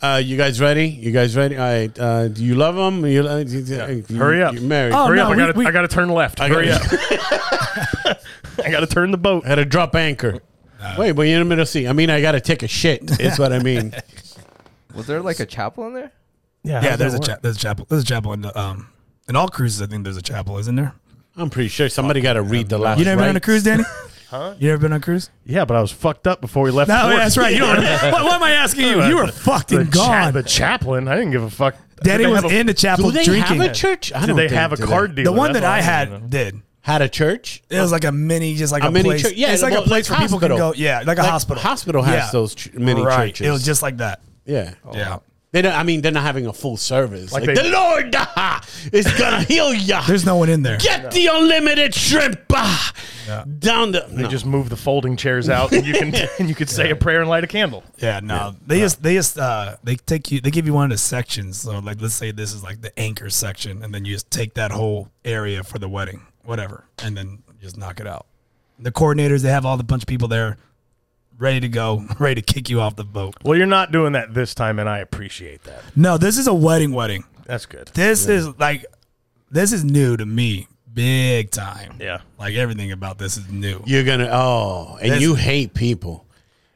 Speaker 2: Uh, you guys ready? You guys ready? All right. Uh, do you love him? You, uh, you- you-
Speaker 1: Hurry up.
Speaker 2: You're married.
Speaker 3: Oh,
Speaker 1: Hurry
Speaker 3: no,
Speaker 1: up.
Speaker 3: we-
Speaker 1: I, gotta,
Speaker 3: we-
Speaker 1: I gotta turn left.
Speaker 2: I
Speaker 1: Hurry
Speaker 2: gotta-
Speaker 1: up. I gotta turn the boat.
Speaker 2: I had to drop anchor. Wait, but you're in the middle sea. I mean, I got to take a shit. Is what I mean.
Speaker 4: Was there like a chapel in there?
Speaker 3: Yeah, there's a cha- there's a chapel. There's a chapel in the um in all cruises. I think there's a chapel, isn't there?
Speaker 2: I'm pretty sure somebody got to read the last.
Speaker 3: You never been on a
Speaker 2: rites.
Speaker 3: cruise, Danny? huh? You never been on a cruise?
Speaker 1: Yeah, but I was fucked up before we left.
Speaker 3: No,
Speaker 1: Florida.
Speaker 3: that's right. You don't. What, what am I asking you? You were fucking
Speaker 1: The, cha-
Speaker 3: gone.
Speaker 1: the chaplain. I didn't give a fuck.
Speaker 3: Danny
Speaker 1: Did they
Speaker 3: was
Speaker 1: have a-
Speaker 3: in the chapel
Speaker 2: Do they
Speaker 3: drinking.
Speaker 2: have a church? I
Speaker 1: Did they
Speaker 2: think
Speaker 1: have a
Speaker 2: do they.
Speaker 1: card deal?
Speaker 3: the one that I had did.
Speaker 2: Had a church?
Speaker 3: It was like a mini, just like a,
Speaker 2: A mini
Speaker 3: place.
Speaker 2: church- yeah,
Speaker 3: it's like
Speaker 2: well,
Speaker 3: a place
Speaker 2: like
Speaker 3: where people can
Speaker 2: hospital.
Speaker 3: go. Yeah, like a
Speaker 2: Like,
Speaker 3: hospital.
Speaker 2: hospital has those ch- mini
Speaker 3: right.
Speaker 2: churches. Oh.
Speaker 3: It was just like that.
Speaker 2: Yeah.
Speaker 3: Yeah.
Speaker 2: They don't, I mean, they're not having a full service. Like,
Speaker 1: Oh. Like they-
Speaker 2: the Lord ah, is gonna heal ya.
Speaker 3: There's no one in there.
Speaker 2: Get the unlimited shrimp ah, down the.
Speaker 1: They
Speaker 2: No.
Speaker 1: just move the folding chairs out, and you can and you could say a prayer and light a candle.
Speaker 3: Yeah, no. They just they just uh they take you they give you one of the sections. So like let's say this is like the anchor section and then you just take that whole area for the wedding, whatever, and then just knock it out. The coordinators, they have all the bunch of people there ready to go, ready to kick you off the boat.
Speaker 1: Well, you're not doing that this time, and I appreciate that.
Speaker 3: No, this is a wedding wedding.
Speaker 1: That's good.
Speaker 3: This is like this is new to me big time.
Speaker 1: Yeah.
Speaker 3: Like everything about this is new.
Speaker 2: You're gonna oh, and
Speaker 3: That's-
Speaker 2: you hate people,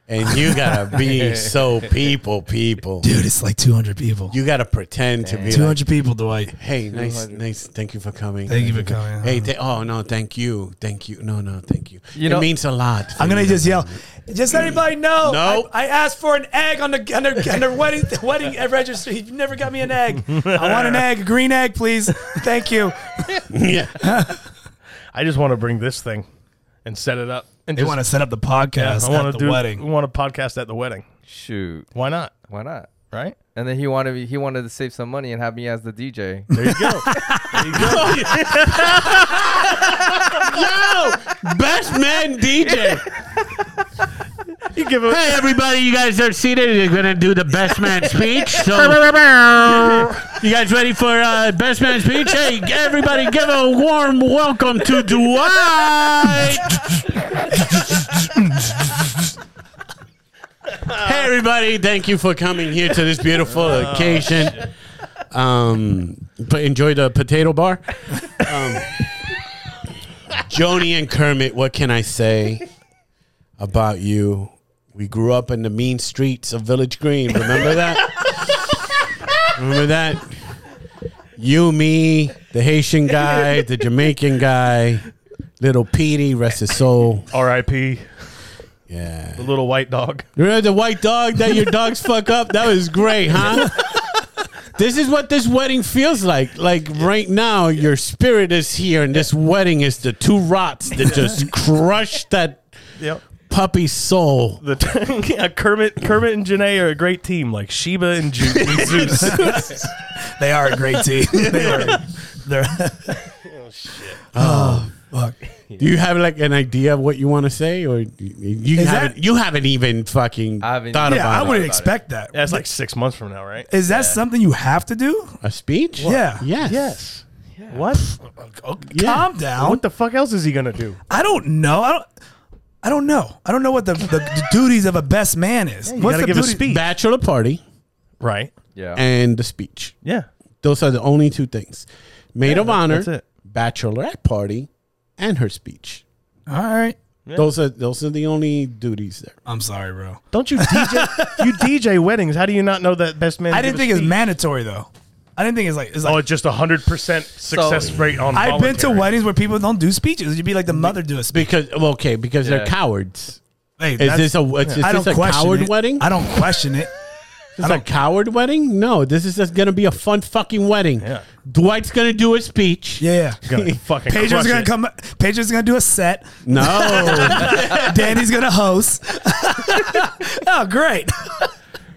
Speaker 2: and you gotta be so people, people.
Speaker 3: Dude, it's like 200 people.
Speaker 2: You gotta pretend to be. Like,
Speaker 3: 200 people, Dwight.
Speaker 2: hey, nice, nice. Thank you for coming.
Speaker 3: Thank you for coming.
Speaker 2: Hey, th- oh no, thank you, thank you. No, no, thank you.
Speaker 4: You
Speaker 2: it
Speaker 4: know-
Speaker 2: means a lot. for
Speaker 3: I'm gonna
Speaker 2: me.
Speaker 3: just yell. Just let everybody know.
Speaker 2: No.
Speaker 3: I, I asked for an egg on the on their, on their wedding wedding registry. You never got me an egg. I want an egg, a green egg, please. Thank you.
Speaker 2: yeah.
Speaker 1: I just want to bring this thing and set it up. And
Speaker 3: They
Speaker 1: just-
Speaker 3: want to set up the podcast
Speaker 1: I want to
Speaker 3: at the
Speaker 1: do. We
Speaker 3: wedding.
Speaker 1: want a podcast at the wedding.
Speaker 4: Shoot,
Speaker 1: Why not?
Speaker 4: why not?
Speaker 1: Right?
Speaker 4: And then he wanted me- he wanted to save some money and have me as the DJ.
Speaker 1: There you go. there you go.
Speaker 2: Yo, best man DJ.
Speaker 1: You give a
Speaker 2: Hey, everybody, you guys are seated. You're going to do the best man speech. So, you guys ready for uh, best man speech? Hey, everybody, give a warm welcome to Dwight. hey, everybody, thank you for coming here to this beautiful occasion. Um, but enjoy the potato bar. Um, Joni and Kermit, what can I say? about you. We grew up in the mean streets of Village Green. Remember that? Remember that? You, me, the Haitian guy, the Jamaican guy, little Petey, rest his soul.
Speaker 1: R.I.P.
Speaker 2: Yeah.
Speaker 1: Little white dog.
Speaker 2: Remember the white dog that your dogs fuck up? That was great, huh? This is what this wedding feels like. Like right now, your spirit is here, and this wedding is the two rots that just crush that
Speaker 1: Yep.
Speaker 2: puppy's soul.
Speaker 1: The yeah, Kermit, Kermit and Janae are a great team, like Sheba and, Ju- and Zeus.
Speaker 3: They are a great team. they are. They're oh shit.
Speaker 2: Do you have like an idea of what you want to say, or you, you
Speaker 3: Is
Speaker 2: haven't?
Speaker 3: that-
Speaker 2: you haven't even fucking
Speaker 4: I haven't
Speaker 2: thought
Speaker 4: even-
Speaker 2: about
Speaker 3: Yeah, I
Speaker 2: it.
Speaker 4: would-
Speaker 3: wouldn't
Speaker 4: about it.
Speaker 3: expect that.
Speaker 1: That's like six months from now, right?
Speaker 3: Is that something you have to do?
Speaker 2: a speech.
Speaker 3: Yeah.
Speaker 2: Yes.
Speaker 1: What?
Speaker 2: Yeah.
Speaker 3: Calm down.
Speaker 1: What the fuck else is he gonna do?
Speaker 3: I don't know. I don't. I don't know. I don't know what the, the duties of a best man is.
Speaker 1: you
Speaker 3: What's
Speaker 1: gotta
Speaker 3: the
Speaker 1: give a
Speaker 3: duty-
Speaker 1: speech.
Speaker 2: Bachelor party
Speaker 1: Right.
Speaker 4: Yeah.
Speaker 2: and the speech.
Speaker 1: Yeah.
Speaker 2: Those are the only two things. Maid of
Speaker 1: that-
Speaker 2: honor,
Speaker 1: that's it.
Speaker 2: bachelorette party, and her speech.
Speaker 3: All right.
Speaker 2: Those are those are the only duties there.
Speaker 3: I'm sorry, bro.
Speaker 1: Don't you DJ? you DJ weddings. How do you not know that best man?
Speaker 3: I
Speaker 1: give
Speaker 3: didn't
Speaker 1: a
Speaker 3: think it's
Speaker 1: speech?
Speaker 3: mandatory though. I didn't think it's like it's
Speaker 1: Oh,
Speaker 3: like.
Speaker 1: it's just a hundred percent success rate on.
Speaker 3: I've been to
Speaker 1: voluntary.
Speaker 3: weddings where people don't do speeches. You'd be like the mother do a speech.
Speaker 2: Because well, okay, because
Speaker 4: Yeah.
Speaker 2: they're cowards.
Speaker 3: Hey,
Speaker 2: Is
Speaker 3: that's-
Speaker 2: this a is
Speaker 3: I
Speaker 2: this
Speaker 3: don't
Speaker 2: a
Speaker 3: question
Speaker 2: coward
Speaker 3: it.
Speaker 2: wedding?
Speaker 3: I don't question it.
Speaker 2: Is this a coward wedding? No, this is just gonna be a fun fucking wedding.
Speaker 1: Yeah.
Speaker 2: Dwight's gonna do his speech.
Speaker 3: Yeah. yeah.
Speaker 1: Gonna fucking
Speaker 3: Pedro's
Speaker 1: crush
Speaker 3: gonna
Speaker 1: it.
Speaker 3: come. Pedro's gonna do a set.
Speaker 2: No,
Speaker 3: Danny's gonna host. oh, great!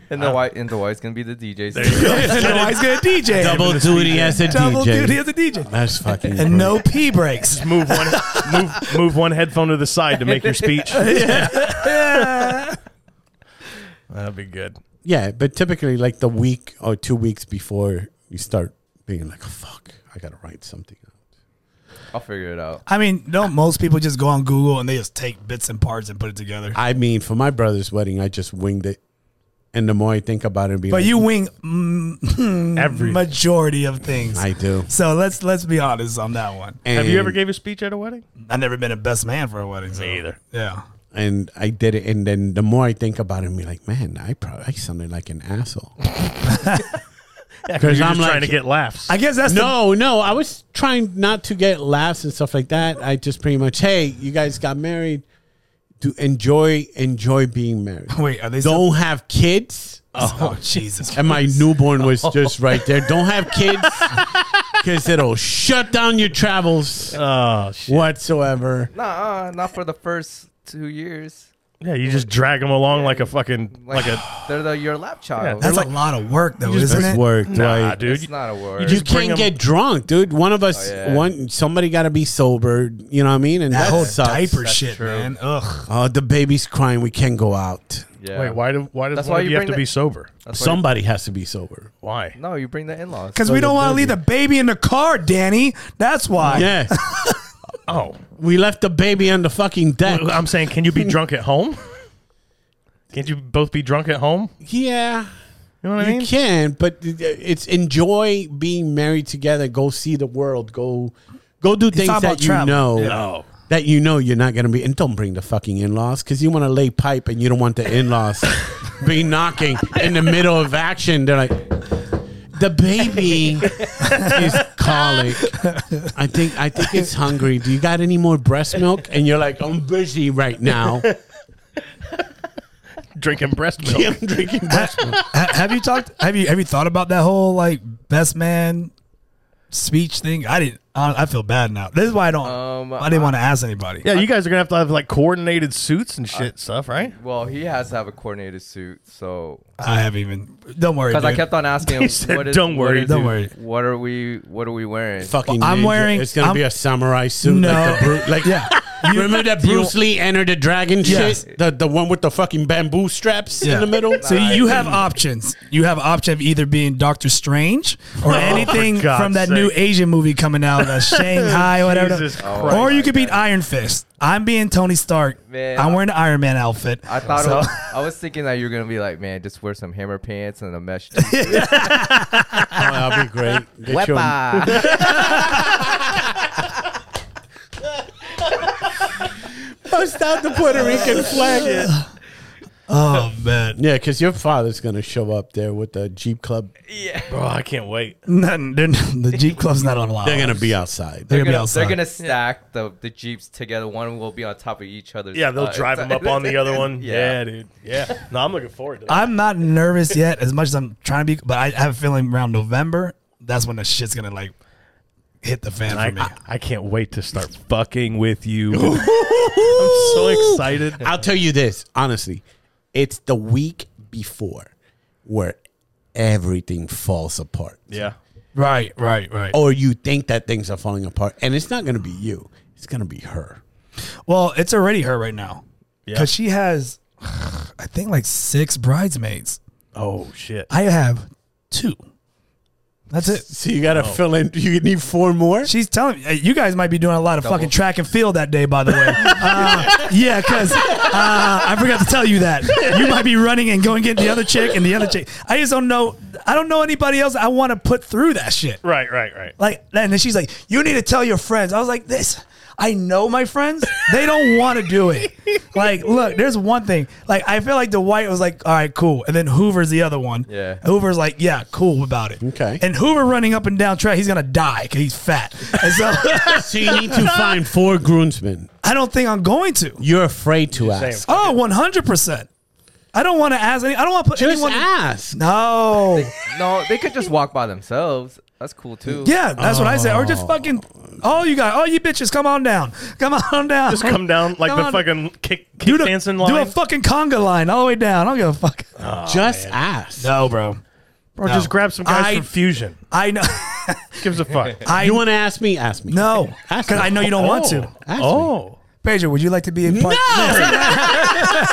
Speaker 4: and the white and the white's gonna be the DJ.
Speaker 1: There you go.
Speaker 3: Otherwise, gonna DJ.
Speaker 2: double duty as a
Speaker 3: Double
Speaker 2: DJ.
Speaker 3: duty as a DJ,
Speaker 2: That's fucking.
Speaker 3: and
Speaker 2: great.
Speaker 3: no pee breaks.
Speaker 1: Move one, move, move one headphone to the side to make your speech. That'd be good.
Speaker 2: Yeah, but typically like the week or two weeks before you start being like, oh, fuck, I gotta write something.
Speaker 4: I'll figure it out.
Speaker 3: I mean, don't most people just go on Google and they just take bits and parts and put it together?
Speaker 2: I mean, for my brother's wedding, I just winged it. And the more I think about it, it'd be
Speaker 3: But
Speaker 2: like,
Speaker 3: you wing mm,
Speaker 1: Every-
Speaker 3: majority of things.
Speaker 2: I do.
Speaker 3: so let's let's be honest on that one.
Speaker 1: Have you
Speaker 2: And-
Speaker 1: ever gave a speech at a wedding?
Speaker 3: I've never been a best man for a wedding. So.
Speaker 1: Me either.
Speaker 3: Yeah.
Speaker 2: and I did it. And then the more I think about it, I'm like, man, I probably I sounded like an asshole.
Speaker 1: Because
Speaker 2: I'm
Speaker 1: I'm
Speaker 2: like-
Speaker 1: trying to get laughs.
Speaker 3: I guess that's the,
Speaker 2: no, no, I was trying not to get laughs and stuff like that. I just pretty much, hey, you guys got married. To enjoy, enjoy being married.
Speaker 3: Wait, are they still-
Speaker 2: don't have kids?
Speaker 3: Oh, Jesus.
Speaker 2: And my newborn was just right there. Don't have kids because it'll shut down your travels
Speaker 1: oh shit!
Speaker 2: whatsoever.
Speaker 4: Nah, uh, not for the first two years.
Speaker 1: Yeah, you just drag them along like a fucking
Speaker 4: Like,
Speaker 1: like a
Speaker 4: they're the, your lap child.
Speaker 3: That's a lot of work, though,
Speaker 2: Just
Speaker 3: isn't it?
Speaker 2: work,
Speaker 1: nah,
Speaker 2: right?
Speaker 1: dude.
Speaker 4: it's not a word.
Speaker 2: You
Speaker 1: Just bring
Speaker 2: can't
Speaker 1: 'em-
Speaker 2: get drunk, dude. One of us,
Speaker 4: Oh, yeah.
Speaker 2: one somebody got to be sober. You know what I mean? And
Speaker 3: That
Speaker 2: that,
Speaker 3: whole
Speaker 2: sucks.
Speaker 3: diaper shit,
Speaker 4: true.
Speaker 3: man. Ugh.
Speaker 2: Oh, the baby's crying. We can't go out.
Speaker 4: yeah.
Speaker 1: Wait, why do why does
Speaker 4: That's
Speaker 1: one
Speaker 4: why
Speaker 1: of
Speaker 4: you
Speaker 1: you have
Speaker 4: bring
Speaker 1: to
Speaker 4: the-
Speaker 1: be sober?
Speaker 4: That's why you-
Speaker 2: Somebody has to be sober.
Speaker 1: Why?
Speaker 4: no, you bring the in-laws.
Speaker 3: Because we don't want to leave the baby in the car, Danny. That's why.
Speaker 2: Yeah,
Speaker 1: Oh,
Speaker 2: we left the baby on the fucking deck.
Speaker 1: I'm saying, can you be drunk at home? Can't you both be drunk at home? You
Speaker 2: Yeah,
Speaker 1: know what I mean?
Speaker 2: you can, but it's enjoy being married together. Go see the world. Go, go do things
Speaker 3: all
Speaker 2: that
Speaker 3: about
Speaker 2: you
Speaker 3: travel.
Speaker 2: know.
Speaker 1: No.
Speaker 2: That you know you're not gonna be, and don't bring the fucking in laws because you want to lay pipe and you don't want the in laws be knocking in the middle of action. They're like, the baby is colic. I think I think it's hungry. Do you got any more breast milk? And you're like, I'm busy right now.
Speaker 1: Drinking breast milk.
Speaker 2: I'm drinking breast milk.
Speaker 3: Ha- have you talked? Have you have you thought about that whole like best man speech thing? I didn't. I, I feel bad now. This is why I don't.
Speaker 4: Um,
Speaker 3: I didn't want to ask anybody.
Speaker 1: Yeah, you guys are gonna have to have like coordinated suits and shit stuff, right?
Speaker 4: Well, he has to have a coordinated suit. So,
Speaker 3: I haven't even. Don't worry.
Speaker 4: because I
Speaker 3: dude.
Speaker 4: kept on asking him,
Speaker 1: said,
Speaker 4: what is,
Speaker 1: "Don't
Speaker 4: what
Speaker 1: worry,
Speaker 4: is-
Speaker 3: don't worry."
Speaker 4: What are we? What are we wearing?
Speaker 2: Fucking
Speaker 3: I'm
Speaker 2: ninja.
Speaker 3: wearing-
Speaker 2: It's gonna
Speaker 3: I'm-
Speaker 2: be a samurai suit.
Speaker 3: No.
Speaker 2: Like, the Bru- like
Speaker 3: Yeah.
Speaker 2: remember that Bruce Lee entered the dragon
Speaker 3: Yeah.
Speaker 2: shit? The the one with the fucking bamboo straps
Speaker 3: Yeah.
Speaker 2: in the middle.
Speaker 3: So you have options. You have option of either being Doctor Strange or anything
Speaker 1: Oh, for God's
Speaker 3: from that new
Speaker 1: sake.
Speaker 3: Asian movie coming out, uh, Shanghai or whatever.
Speaker 1: Jesus Christ.
Speaker 3: or you could be Iron Fist. I'm being Tony Stark.
Speaker 4: Oh Man,
Speaker 3: I'm
Speaker 4: I-
Speaker 3: wearing the Iron Man outfit.
Speaker 4: I thought
Speaker 3: So-
Speaker 4: it was, I was thinking that you were gonna be like, man, just wear some hammer pants and a mesh. Suit.
Speaker 2: Oh, that'd be great. Get your-
Speaker 4: Wepa.
Speaker 2: Post out the Puerto Rican flag.
Speaker 3: Oh man,
Speaker 2: Yeah, because your father's gonna show up there with the Jeep Club.
Speaker 1: Bro, I can't wait.
Speaker 3: Nothing- they're not- the Jeep Club's not on loud.
Speaker 2: They're gonna be outside.
Speaker 3: They're gonna be
Speaker 4: They're gonna, they're
Speaker 3: outside.
Speaker 4: gonna stack the, the jeeps together. One will be on top of each other.
Speaker 1: Yeah, they'll
Speaker 4: Uh,
Speaker 1: drive them up on the other one.
Speaker 4: Yeah.
Speaker 1: Yeah, dude. Yeah. No, I'm looking forward to that.
Speaker 3: I'm not nervous yet, as much as I'm trying to be. But I have a feeling around November, that's when the shit's gonna like hit the fan for me.
Speaker 1: I, I, I can't wait to start fucking with you. I'm so excited.
Speaker 2: I'll tell you this honestly, it's the week before where everything falls apart.
Speaker 1: Yeah.
Speaker 3: right, right, right.
Speaker 2: Or you think that things are falling apart, and it's not gonna be you. It's gonna be her.
Speaker 3: Well, it's already her right now
Speaker 1: Yeah.
Speaker 3: because she has, I think, like six bridesmaids.
Speaker 1: Oh shit.
Speaker 3: I have two. That's it.
Speaker 2: So you
Speaker 3: Oh.
Speaker 2: gotta fill in. You need four more.
Speaker 3: She's telling me, hey, you guys might be doing a lot of fucking track and field that day, by the way. Uh, yeah, because uh, I forgot to tell you that. You might be running and going get the other chick and the other chick. I just don't know. I don't know anybody else I want to put through that shit.
Speaker 1: Right, right, right.
Speaker 3: Like, and then she's like, "You need to tell your friends." I was like, "This, I know my friends. They don't want to do it." Like, look, there's one thing. Like, I feel like the white was like, "All right, cool," and then Hoover's the other one.
Speaker 4: Yeah.
Speaker 3: Hoover's like, "Yeah, cool about it."
Speaker 2: Okay.
Speaker 3: And Hoover running up and down track, he's gonna die because he's fat. And so,
Speaker 2: so you need to find four groomsmen.
Speaker 3: I don't think I'm going to.
Speaker 2: You're afraid to
Speaker 1: saying.
Speaker 2: ask.
Speaker 3: Oh, 100. percent I don't want to ask any. I don't want to put
Speaker 2: Just
Speaker 3: anyone.
Speaker 2: ask.
Speaker 3: No.
Speaker 4: No, they could just walk by themselves. That's cool too.
Speaker 3: Yeah, that's what I said. Or just fucking. Oh, you guys. Oh, you bitches, come on down. Come on down.
Speaker 1: Just come down like
Speaker 3: Come
Speaker 1: the
Speaker 3: on.
Speaker 1: fucking kick, kick
Speaker 3: do the,
Speaker 1: dancing
Speaker 3: do a
Speaker 1: line.
Speaker 3: fucking conga line all the way down. I don't give a fuck.
Speaker 2: Just ask.
Speaker 3: No, bro.
Speaker 1: or just grab some guys
Speaker 3: I-
Speaker 1: from Fusion.
Speaker 3: I know.
Speaker 1: Gives a fuck.
Speaker 3: I
Speaker 2: You want to ask me? Ask me.
Speaker 3: no,
Speaker 2: Ask
Speaker 3: because
Speaker 2: me.
Speaker 3: I know you don't want to.
Speaker 2: Ask me.
Speaker 1: oh.
Speaker 3: Pedro, would you like to be in part?
Speaker 2: No!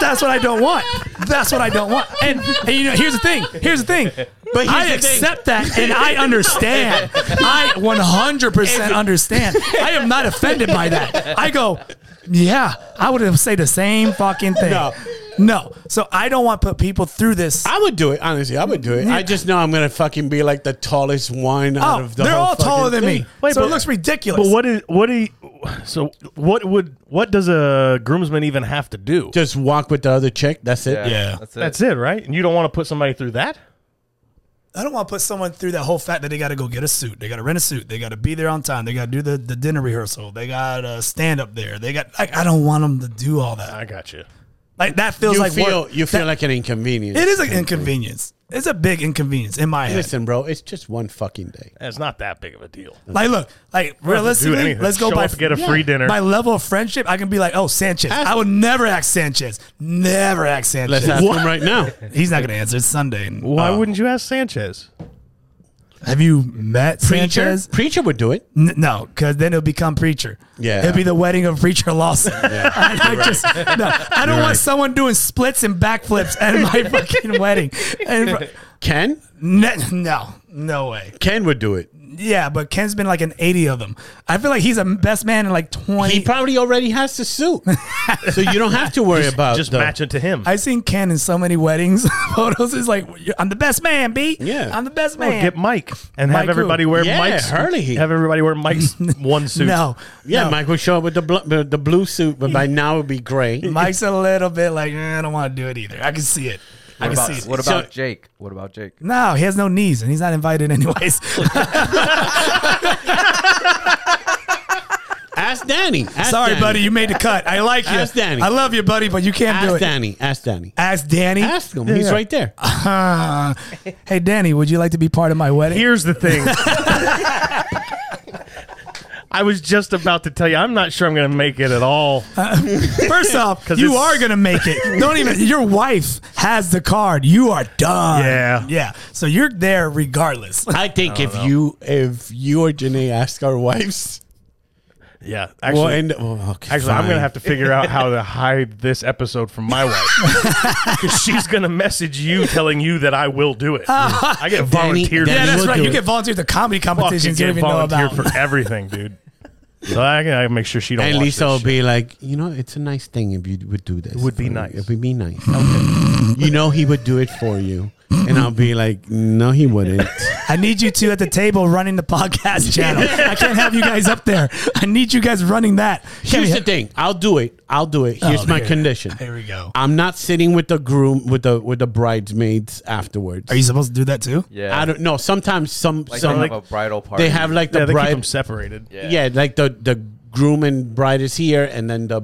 Speaker 3: That's what I don't want. That's what I don't want. And, and you know, here's the thing. Here's the thing.
Speaker 2: But here's
Speaker 3: I
Speaker 2: the thing.
Speaker 3: accept that and I understand. I 100% understand. I am not offended by that. I go, yeah, I would have said the same fucking thing.
Speaker 2: No.
Speaker 3: No. So I don't want to put people through this.
Speaker 2: I would do it. Honestly, I would do it. I just know I'm gonna fucking be like the tallest wine out
Speaker 3: Oh,
Speaker 2: of the.
Speaker 3: they're
Speaker 2: whole
Speaker 3: all taller
Speaker 2: fucking
Speaker 3: than me.
Speaker 2: thing.
Speaker 1: Wait,
Speaker 3: so it
Speaker 1: but-
Speaker 3: looks ridiculous.
Speaker 1: But what is what do you, so what would what does a groomsman even have to do?
Speaker 2: Just walk with the other chick. That's it.
Speaker 3: Yeah.
Speaker 4: That's it.
Speaker 1: That's it, right? And you don't want to put somebody through that?
Speaker 3: I don't want to put someone through that whole fact that they got to go get a suit. They got to rent a suit. They got to be there on time. They got to do the, the dinner rehearsal. They got to stand up there. They got like I don't want them to do all that.
Speaker 1: I got you.
Speaker 3: Like that feels
Speaker 2: You
Speaker 3: like
Speaker 2: feel
Speaker 3: work.
Speaker 2: you feel
Speaker 3: That-
Speaker 2: like an inconvenience.
Speaker 3: it is an inconvenience. It's a big inconvenience in my head.
Speaker 2: Listen, bro, it's just one fucking day.
Speaker 1: That's not that big of a deal.
Speaker 3: Like look, like realistically, let's go
Speaker 1: Show
Speaker 3: by
Speaker 1: up, get a free dinner.
Speaker 3: by level of friendship. I can be like, oh Sanchez.
Speaker 2: Ask-
Speaker 3: I would never ask Sanchez. Never ask
Speaker 2: Let's
Speaker 3: Sanchez.
Speaker 2: ask him right now.
Speaker 3: He's not gonna answer. It's Sunday. Uh,
Speaker 1: Why wouldn't you ask Sanchez?
Speaker 3: Have you met
Speaker 2: Preacher,
Speaker 3: Sanchez?
Speaker 2: preacher would do it.
Speaker 3: N- no, because then it'll become preacher.
Speaker 2: Yeah.
Speaker 3: it'll be the wedding of preacher Lawson. And I just no, I don't want someone doing splits and backflips at my fucking wedding. And fr-
Speaker 2: Ken,
Speaker 3: ne- no, no way.
Speaker 2: Ken would do it.
Speaker 3: Yeah, but Ken's been like an eighty of them. I feel like he's a best man in like twenty.
Speaker 2: He probably already has the suit, so you don't have to worry about
Speaker 1: Just
Speaker 2: the-
Speaker 1: match it to him.
Speaker 3: I've seen Ken in so many weddings photos. It's like I'm the best man, B.
Speaker 2: Yeah.
Speaker 3: I'm the best
Speaker 1: Oh,
Speaker 3: man.
Speaker 1: get Mike and
Speaker 3: Mike
Speaker 1: have
Speaker 3: who?
Speaker 1: everybody wear
Speaker 2: Yeah,
Speaker 1: Mike's
Speaker 2: Hurley.
Speaker 1: Have everybody wear Mike's one suit.
Speaker 3: no,
Speaker 2: Yeah,
Speaker 3: no.
Speaker 2: Mike would show up with the bl- the the blue suit, but by now it would be gray.
Speaker 3: Mike's a little bit like eh, I don't want to do it either. I can see it. I
Speaker 4: What
Speaker 3: can
Speaker 4: about,
Speaker 3: see it.
Speaker 4: what
Speaker 2: So-
Speaker 4: about Jake? What about Jake?
Speaker 3: No, he has no knees and he's not invited anyways.
Speaker 2: Ask Danny. Ask
Speaker 3: Sorry,
Speaker 2: Danny.
Speaker 3: buddy, you made the cut. I like you.
Speaker 2: Ask Danny.
Speaker 3: I love you, buddy, but you can't do
Speaker 2: Ask
Speaker 3: it.
Speaker 2: Danny. Ask Danny.
Speaker 3: Ask Danny.
Speaker 2: Ask him. He's
Speaker 1: Yeah.
Speaker 2: right there.
Speaker 3: Uh, hey, Danny, would you like to be part of my wedding?
Speaker 1: Here's the thing. I was just about to tell you. I'm not sure I'm going to make it at all.
Speaker 2: Uh,
Speaker 3: First off,
Speaker 1: 'Cause
Speaker 3: you
Speaker 1: it's-
Speaker 3: are gonna make it. Don't even. Your wife has the card. You are done.
Speaker 1: Yeah.
Speaker 3: yeah. So you're there regardless.
Speaker 2: I think if you if you or Janae ask our wives,
Speaker 1: Yeah,
Speaker 2: we'll
Speaker 1: actually,
Speaker 2: end. Oh, okay,
Speaker 1: actually, I'm
Speaker 2: fine.
Speaker 1: going to have to figure out how to hide this episode from my wife because she's going to message you telling you that I will do it. I get
Speaker 2: Danny-
Speaker 1: volunteered.
Speaker 2: Danny
Speaker 3: yeah,
Speaker 2: we'll
Speaker 3: that's right.
Speaker 2: do
Speaker 3: You
Speaker 2: it.
Speaker 3: get volunteered to comedy
Speaker 1: fucking
Speaker 3: competitions you
Speaker 1: get
Speaker 3: don't even know
Speaker 1: volunteered
Speaker 3: about.
Speaker 1: for everything, dude. So I got to make sure she don't.
Speaker 2: And
Speaker 1: watch
Speaker 2: Lisa
Speaker 1: this
Speaker 2: will
Speaker 1: shit.
Speaker 2: be like, you know, it's a nice thing if you would do this. It
Speaker 1: would be nice.
Speaker 2: It would be nice. You know, he would do it for you, and I'll be like, no, he wouldn't.
Speaker 3: I need you two at the table running the podcast channel. I can't have you guys up there. I need you guys running that. Can't
Speaker 2: Here's
Speaker 3: be-
Speaker 2: the thing. I'll do it. I'll do it. Here's
Speaker 3: Oh,
Speaker 2: my
Speaker 3: here-
Speaker 2: condition.
Speaker 3: here we go.
Speaker 2: I'm not sitting with the groom with the with the bridesmaids afterwards.
Speaker 3: Are you supposed to do that too?
Speaker 4: Yeah.
Speaker 2: I don't know. Sometimes some
Speaker 4: like
Speaker 2: some
Speaker 4: they have a bridal party.
Speaker 2: they have like the
Speaker 1: yeah, they keep them
Speaker 2: bride.
Speaker 1: separated.
Speaker 4: Yeah.
Speaker 2: Yeah, like the the groom and bride is here, and then the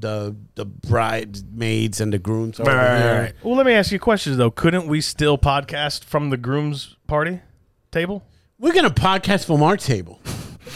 Speaker 2: the the bridesmaids and the grooms are over here.
Speaker 1: Well, let me ask you a question though. Couldn't we still podcast from the groom's party table?
Speaker 2: We're gonna podcast from our table.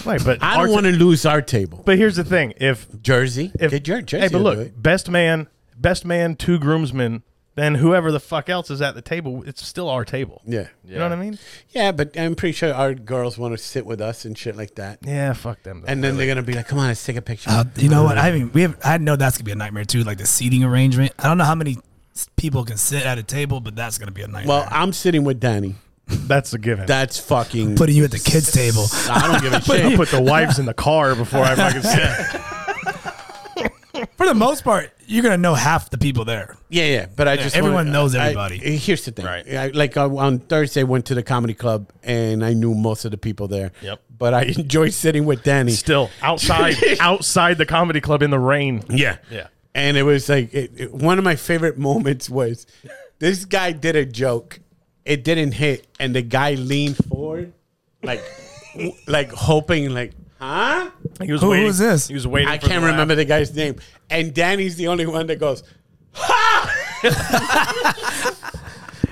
Speaker 1: Right, but
Speaker 2: I
Speaker 1: our
Speaker 2: don't
Speaker 1: t-
Speaker 2: want to lose our table.
Speaker 1: But here's the thing: if
Speaker 2: Jersey,
Speaker 1: if
Speaker 2: Get your Jersey
Speaker 1: hey, but
Speaker 2: will
Speaker 1: look,
Speaker 2: do it.
Speaker 1: best man, best man, two groomsmen, then whoever the fuck else is at the table, it's still our table.
Speaker 2: yeah,
Speaker 1: You know what I mean?
Speaker 2: yeah, but I'm pretty sure our girls want to sit with us and shit like that.
Speaker 1: Yeah, fuck them.
Speaker 2: And then they're gonna be like, "Come on, let's take a picture."
Speaker 3: Uh, you know what? I mean, we have. I know that's gonna be a nightmare too. Like the seating arrangement. I don't know how many s- people can sit at a table, but that's gonna be a nightmare.
Speaker 2: well, I'm sitting with Danny.
Speaker 1: That's a given.
Speaker 2: That's fucking.
Speaker 3: putting you at the kids' table.
Speaker 2: I don't give a
Speaker 1: I
Speaker 2: shit.
Speaker 1: put the wives in the car before I fucking sit.
Speaker 3: For the most part, you're gonna know half the people there.
Speaker 2: Yeah, yeah, but I just
Speaker 3: everyone
Speaker 2: wanna-
Speaker 3: knows
Speaker 2: I-
Speaker 3: everybody.
Speaker 2: I- here's the thing,
Speaker 1: Right.
Speaker 2: I, like I, on Thursday, went to the comedy club and I knew most of the people there.
Speaker 1: Yep.
Speaker 2: But I enjoy sitting with Danny.
Speaker 1: Still outside, outside the comedy club in the rain.
Speaker 2: Yeah,
Speaker 1: Yeah.
Speaker 2: And it was like it, it- one of my favorite moments was this guy did a joke, it didn't hit, and the guy leaned forward, like, w- like hoping, like, huh?
Speaker 1: He was
Speaker 3: Who- who
Speaker 1: waiting.
Speaker 3: was this?
Speaker 1: He was waiting.
Speaker 2: I
Speaker 1: for
Speaker 2: can't
Speaker 1: the laugh.
Speaker 2: remember the guy's name. And Danny's the only one that goes.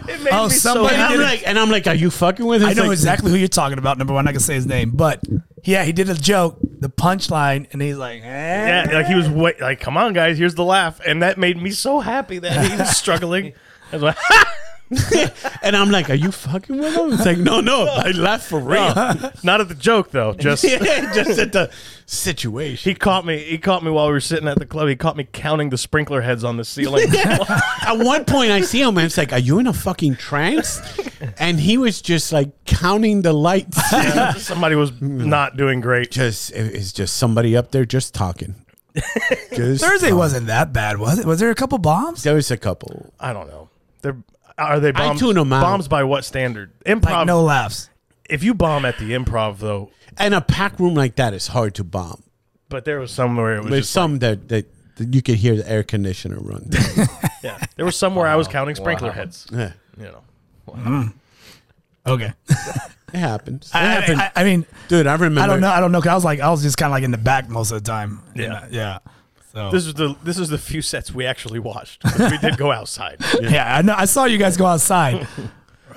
Speaker 1: It made
Speaker 3: Oh,
Speaker 1: me so
Speaker 3: somebody
Speaker 2: And
Speaker 1: happy.
Speaker 2: I'm
Speaker 3: did it.
Speaker 2: like, and I'm like, are you fucking with?
Speaker 3: I
Speaker 2: us?
Speaker 3: know
Speaker 2: Like,
Speaker 3: exactly who you're talking about. Number one, I can say his name, but yeah, he did a joke, the punchline, and he's like, eh.
Speaker 1: Yeah, like he was wait, like, come on, guys, here's the laugh, and that made me so happy that he was struggling. I was like,
Speaker 2: And I'm like, are you fucking with him? It's like, no, no, I laughed for real.
Speaker 1: not at the joke though. Just
Speaker 2: yeah, just at the situation.
Speaker 1: he caught me. He caught me while we were sitting at the club. He caught me counting the sprinkler heads on the ceiling.
Speaker 2: At one point, I see him and it's like, are you in a fucking trance? And he was just like counting the lights.
Speaker 1: Somebody was
Speaker 2: Mm.
Speaker 1: not doing great.
Speaker 2: just, it- it's just somebody up there just talking. Just
Speaker 3: Thursday
Speaker 2: talking.
Speaker 3: wasn't that bad, was it? Was there a couple bombs?
Speaker 2: There was a couple.
Speaker 1: I don't know. They're are they bombs?
Speaker 2: tune 'em out.
Speaker 1: Bombs by what standard? Improv.
Speaker 3: Like no laughs.
Speaker 1: If you bomb at the improv though,
Speaker 2: And a packed room like that is hard to bomb.
Speaker 1: but there was somewhere it was
Speaker 2: There's
Speaker 1: just
Speaker 2: some that, that, that you could hear the air conditioner run.
Speaker 1: yeah. There was somewhere I was counting sprinkler
Speaker 4: Wow.
Speaker 1: heads.
Speaker 2: yeah,
Speaker 1: You know.
Speaker 3: Okay.
Speaker 2: it happens. It
Speaker 3: I,
Speaker 2: happened.
Speaker 3: I, I mean,
Speaker 2: Dude, I remember.
Speaker 3: I don't know. I don't know. Cause I was like, I was just kind of like in the back most of the time. You
Speaker 1: Yeah.
Speaker 3: know, yeah. So
Speaker 1: This is the this is the few sets we actually watched. 'cause We did go outside.
Speaker 3: yeah, I know. I saw you guys go outside.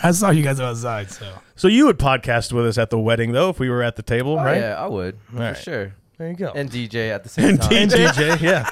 Speaker 3: I saw you guys go outside. So
Speaker 1: So you would podcast with us at the wedding, though, if we were at the table, right?
Speaker 4: Oh, Yeah, I would for
Speaker 1: right.
Speaker 4: sure.
Speaker 1: There you go.
Speaker 4: And DJ at the same time.
Speaker 1: And DJ, yeah.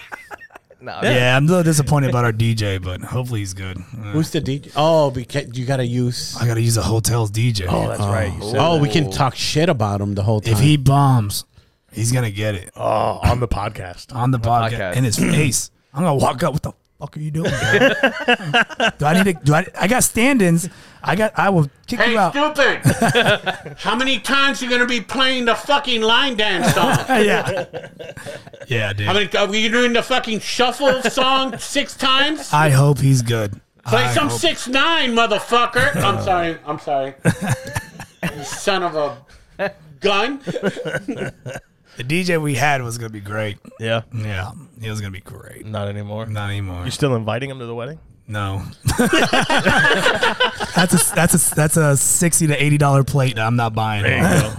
Speaker 4: Nah,
Speaker 3: yeah, I'm a little disappointed about our DJ, but hopefully he's good. Uh,
Speaker 2: Who's the DJ? Oh, because you got to use.
Speaker 3: I gotta use a hotel's DJ.
Speaker 1: Oh, that's right. You said
Speaker 2: Oh, we can
Speaker 4: Oh.
Speaker 2: talk shit about him the whole time.
Speaker 3: if he bombs, he's gonna get it
Speaker 1: oh, on the podcast.
Speaker 3: on the podcast,
Speaker 4: podcast.
Speaker 3: in his face. I'm gonna walk up. What the fuck are you doing? bro? do I need to? Do I? I got stand-ins. I got. I will kick you out.
Speaker 2: stupid! How many times you gonna be playing the fucking line dance song?
Speaker 3: yeah. Yeah, dude.
Speaker 2: many? Are you doing the fucking shuffle song six times?
Speaker 3: I hope he's good. I hope-
Speaker 2: six nine, motherfucker! I'm sorry. I'm sorry. You son of a gun!
Speaker 3: The DJ we had was gonna be great.
Speaker 1: Yeah.
Speaker 3: Yeah, he was gonna be great.
Speaker 1: Not anymore.
Speaker 3: Not anymore.
Speaker 1: You still inviting him to the wedding?
Speaker 3: No. that's a that's a that's a sixty to eighty dollar plate that I'm not buying.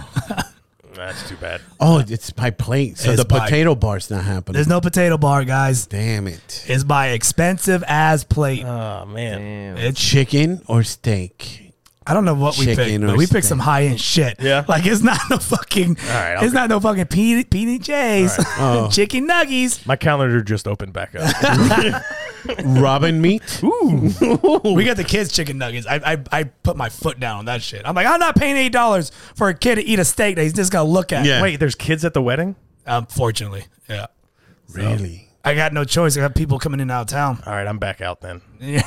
Speaker 1: That's too bad.
Speaker 2: Oh, it's my plate. So
Speaker 3: It's
Speaker 2: the
Speaker 3: by-
Speaker 2: potato bar's not happening.
Speaker 3: There's no potato bar, guys.
Speaker 2: Damn it!
Speaker 3: It's my expensive ass plate.
Speaker 1: Oh man.
Speaker 4: Damn.
Speaker 3: It's
Speaker 2: Chicken or steak?
Speaker 3: I don't know what we
Speaker 2: Chicken
Speaker 3: picked,
Speaker 2: or
Speaker 3: but we picked
Speaker 2: steak.
Speaker 3: some high end shit.
Speaker 1: Yeah.
Speaker 3: like it's not no fucking.
Speaker 1: right, I'll
Speaker 3: it's not no fucking P and E J's,
Speaker 2: Oh.
Speaker 3: chicken nuggies.
Speaker 1: My calendar just opened back up.
Speaker 2: Robin meat?
Speaker 3: We got the kids chicken nuggets. I, I I put my foot down on that shit. I'm like, I'm not paying eight dollars for a kid to eat a steak that he's just gonna look at.
Speaker 2: Yeah.
Speaker 1: Wait, there's kids at the wedding?
Speaker 3: unfortunately, yeah.
Speaker 2: Really?
Speaker 3: I got no choice. I got people coming in and out of town.
Speaker 1: All right, I'm back out then.
Speaker 3: Yeah.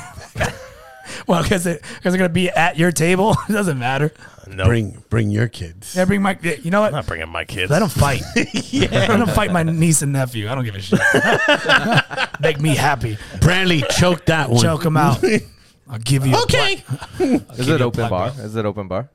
Speaker 3: well, because it, cause they're going to be at your table. It doesn't matter.
Speaker 1: No,
Speaker 2: Bring bring your kids.
Speaker 3: Yeah, bring my, yeah, you know
Speaker 1: I'm
Speaker 3: what?
Speaker 1: not bringing my kids.
Speaker 3: Let them fight. Let them fight my niece and nephew. I don't give a shit. Make me happy.
Speaker 2: Bradley choked that one.
Speaker 3: Choke them out. I'll give you. a
Speaker 2: Okay.
Speaker 3: pla- I'll
Speaker 4: Is
Speaker 3: give
Speaker 4: it
Speaker 3: you a
Speaker 4: open
Speaker 3: plaque.
Speaker 4: bar? Is it open bar?